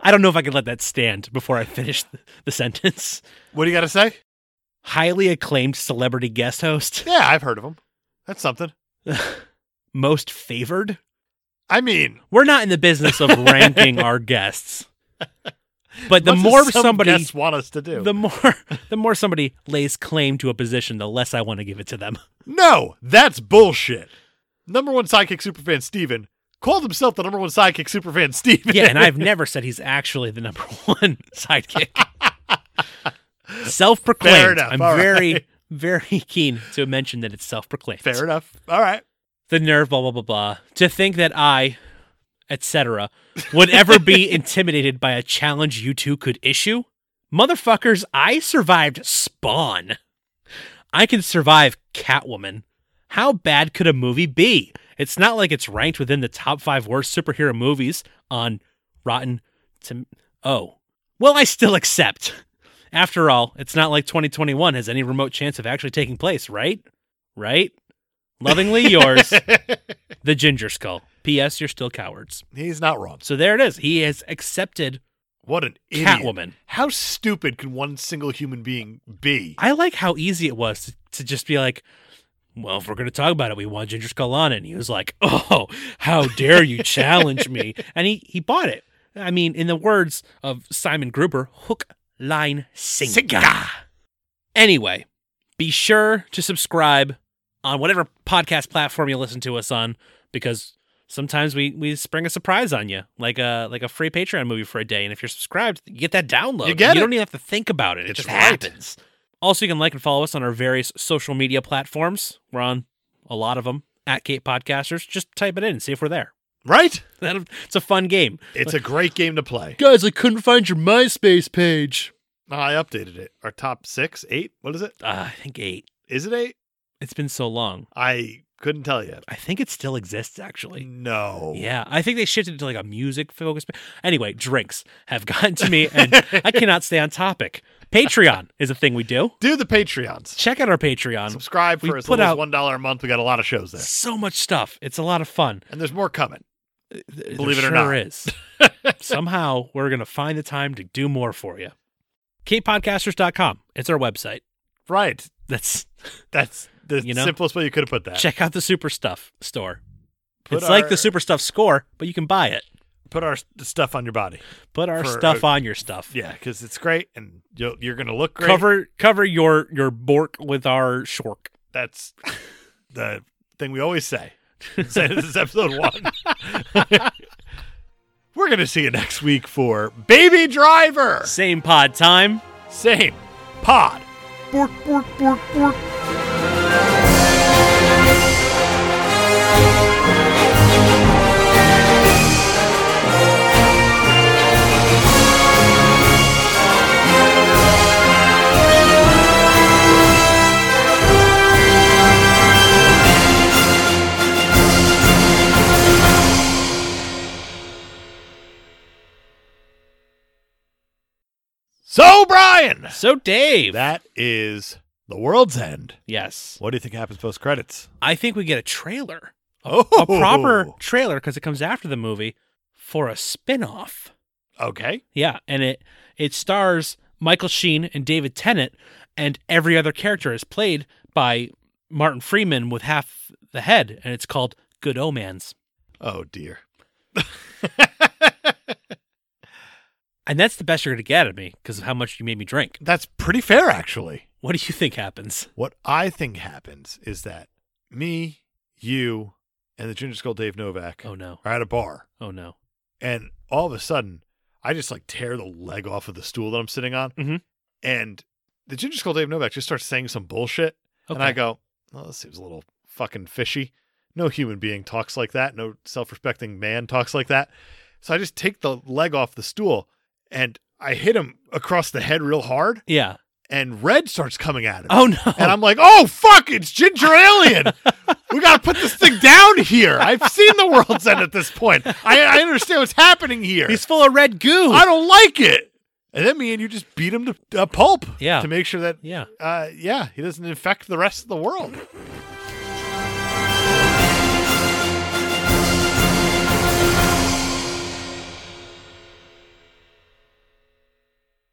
S2: I don't know if I can let that stand before I finish th- the sentence.
S1: What do you got to say?
S2: Highly acclaimed celebrity guest host,
S1: Yeah, I've heard of him. That's something.
S2: most favored.
S1: I mean,
S2: We're not in the business of ranking our guests. But the
S1: what does
S2: more
S1: some
S2: somebody
S1: guests want us to do.
S2: the more the more somebody lays claim to a position, the less I want to give it to them.
S1: no, that's bullshit. Number one sidekick superfan Steven called himself the number one sidekick superfan Steven.
S2: Yeah, and I've never said he's actually the number one sidekick. self-proclaimed.
S1: Fair enough,
S2: I'm
S1: all
S2: very
S1: right.
S2: very keen to mention that it's self-proclaimed.
S1: Fair enough. All right.
S2: The nerve, blah blah blah blah, to think that I, etc., would ever be intimidated by a challenge you two could issue, motherfuckers! I survived Spawn. I can survive Catwoman. How bad could a movie be? It's not like it's ranked within the top five worst superhero movies on Rotten to Oh. Well, I still accept. After all, it's not like 2021 has any remote chance of actually taking place, right? Right? Lovingly yours, the Ginger Skull. P.S. You're still cowards.
S1: He's not wrong.
S2: So there it is. He has accepted
S1: What an idiot.
S2: Catwoman.
S1: How stupid can one single human being be?
S2: I like how easy it was to, to just be like, well, if we're going to talk about it, we want Ginger Skull on it. And he was like, oh, how dare you challenge me? And he, he bought it. I mean, in the words of Simon Gruber, hook, line, sinker. Anyway, be sure to subscribe on whatever podcast platform you listen to us on because sometimes we, we spring a surprise on you, like a like a free Patreon movie for a day. And if you're subscribed, you get that download.
S1: You get
S2: you
S1: it.
S2: don't even have to think about it. It
S1: It's
S2: just
S1: right.
S2: happens. Also, you can like and follow us on our various social media platforms. We're on a lot of them at Kate Podcasters. Just type it in and see if we're there.
S1: Right?
S2: That'll- It's a fun game.
S1: It's a great game to play.
S2: Guys, I couldn't find your MySpace page.
S1: I updated it. Our top six, eight. What is it?
S2: Uh, I think eight.
S1: Is it eight?
S2: It's been so long.
S1: I couldn't tell you.
S2: I think it still exists, actually.
S1: No.
S2: Yeah, I think they shifted it to like a music focus. Anyway, drinks have gotten to me, and I cannot stay on topic. Patreon is a thing we do.
S1: Do the Patreons.
S2: Check out our Patreon.
S1: Subscribe
S2: We
S1: for as
S2: put
S1: little as
S2: out-
S1: one dollar a month. We got a lot of shows there,
S2: So much stuff. It's a lot of fun.
S1: and there's more coming.
S2: Th-
S1: Believe
S2: there
S1: it or
S2: sure is. Somehow we're going to find the time to do more for you. KPodcasters.com. It's our website.
S1: Right.
S2: That's
S1: That's the
S2: You know?
S1: simplest way you could have put that.
S2: check out the Super Stuff store.
S1: Uh, Put
S2: it's like
S1: our-
S2: the Super Stuff score, but you can buy it.
S1: Put our s- stuff on your body.
S2: Put our
S1: For- uh,
S2: stuff on your stuff.
S1: Yeah, because it's great, and you'll, you're gonna look great.
S2: Cover cover your your bork with our shork.
S1: That's the thing we always say. say this is episode one. We're gonna see you next week for Baby Driver.
S2: Same pod time.
S1: Same pod. Bork bork bork bork. So Brian.
S2: So Dave.
S1: That is the world's end.
S2: yes.
S1: What do you think happens post credits?
S2: I think we get a trailer.
S1: Oh,
S2: A proper trailer because it comes after the movie for a spin-off.
S1: Okay.
S2: Yeah, and it it stars Michael Sheen and David Tennant, and every other character is played by Martin Freeman with half the head, and it's called Good Omens.
S1: Oh dear.
S2: And that's the best you're gonna get at me because of how much you made me drink.
S1: That's pretty fair, actually.
S2: What do you think happens?
S1: What I think happens is that me, you, and the Ginger Skull Dave Novak
S2: Oh no!
S1: are at a bar,
S2: Oh no!
S1: and all of a sudden, I just like tear the leg off of the stool that I'm sitting on,
S2: Mhm.
S1: and the Ginger Skull Dave Novak just starts saying some bullshit,
S2: Okay.
S1: And I go, well, this seems a little fucking fishy. No human being talks like that. No self respecting man talks like that. So I just take the leg off the stool and I hit him across the head real hard,
S2: yeah.
S1: and red starts coming at him.
S2: Oh no!
S1: And I'm like, oh, fuck, it's Ginger Alien. we got to put this thing down here. I've seen the world's end at this point. I, I understand what's happening here.
S2: He's full of red goo.
S1: I don't like it. And then me and you just beat him to a pulp
S2: Yeah.
S1: to make sure that,
S2: yeah.
S1: uh, yeah, he doesn't infect the rest of the world.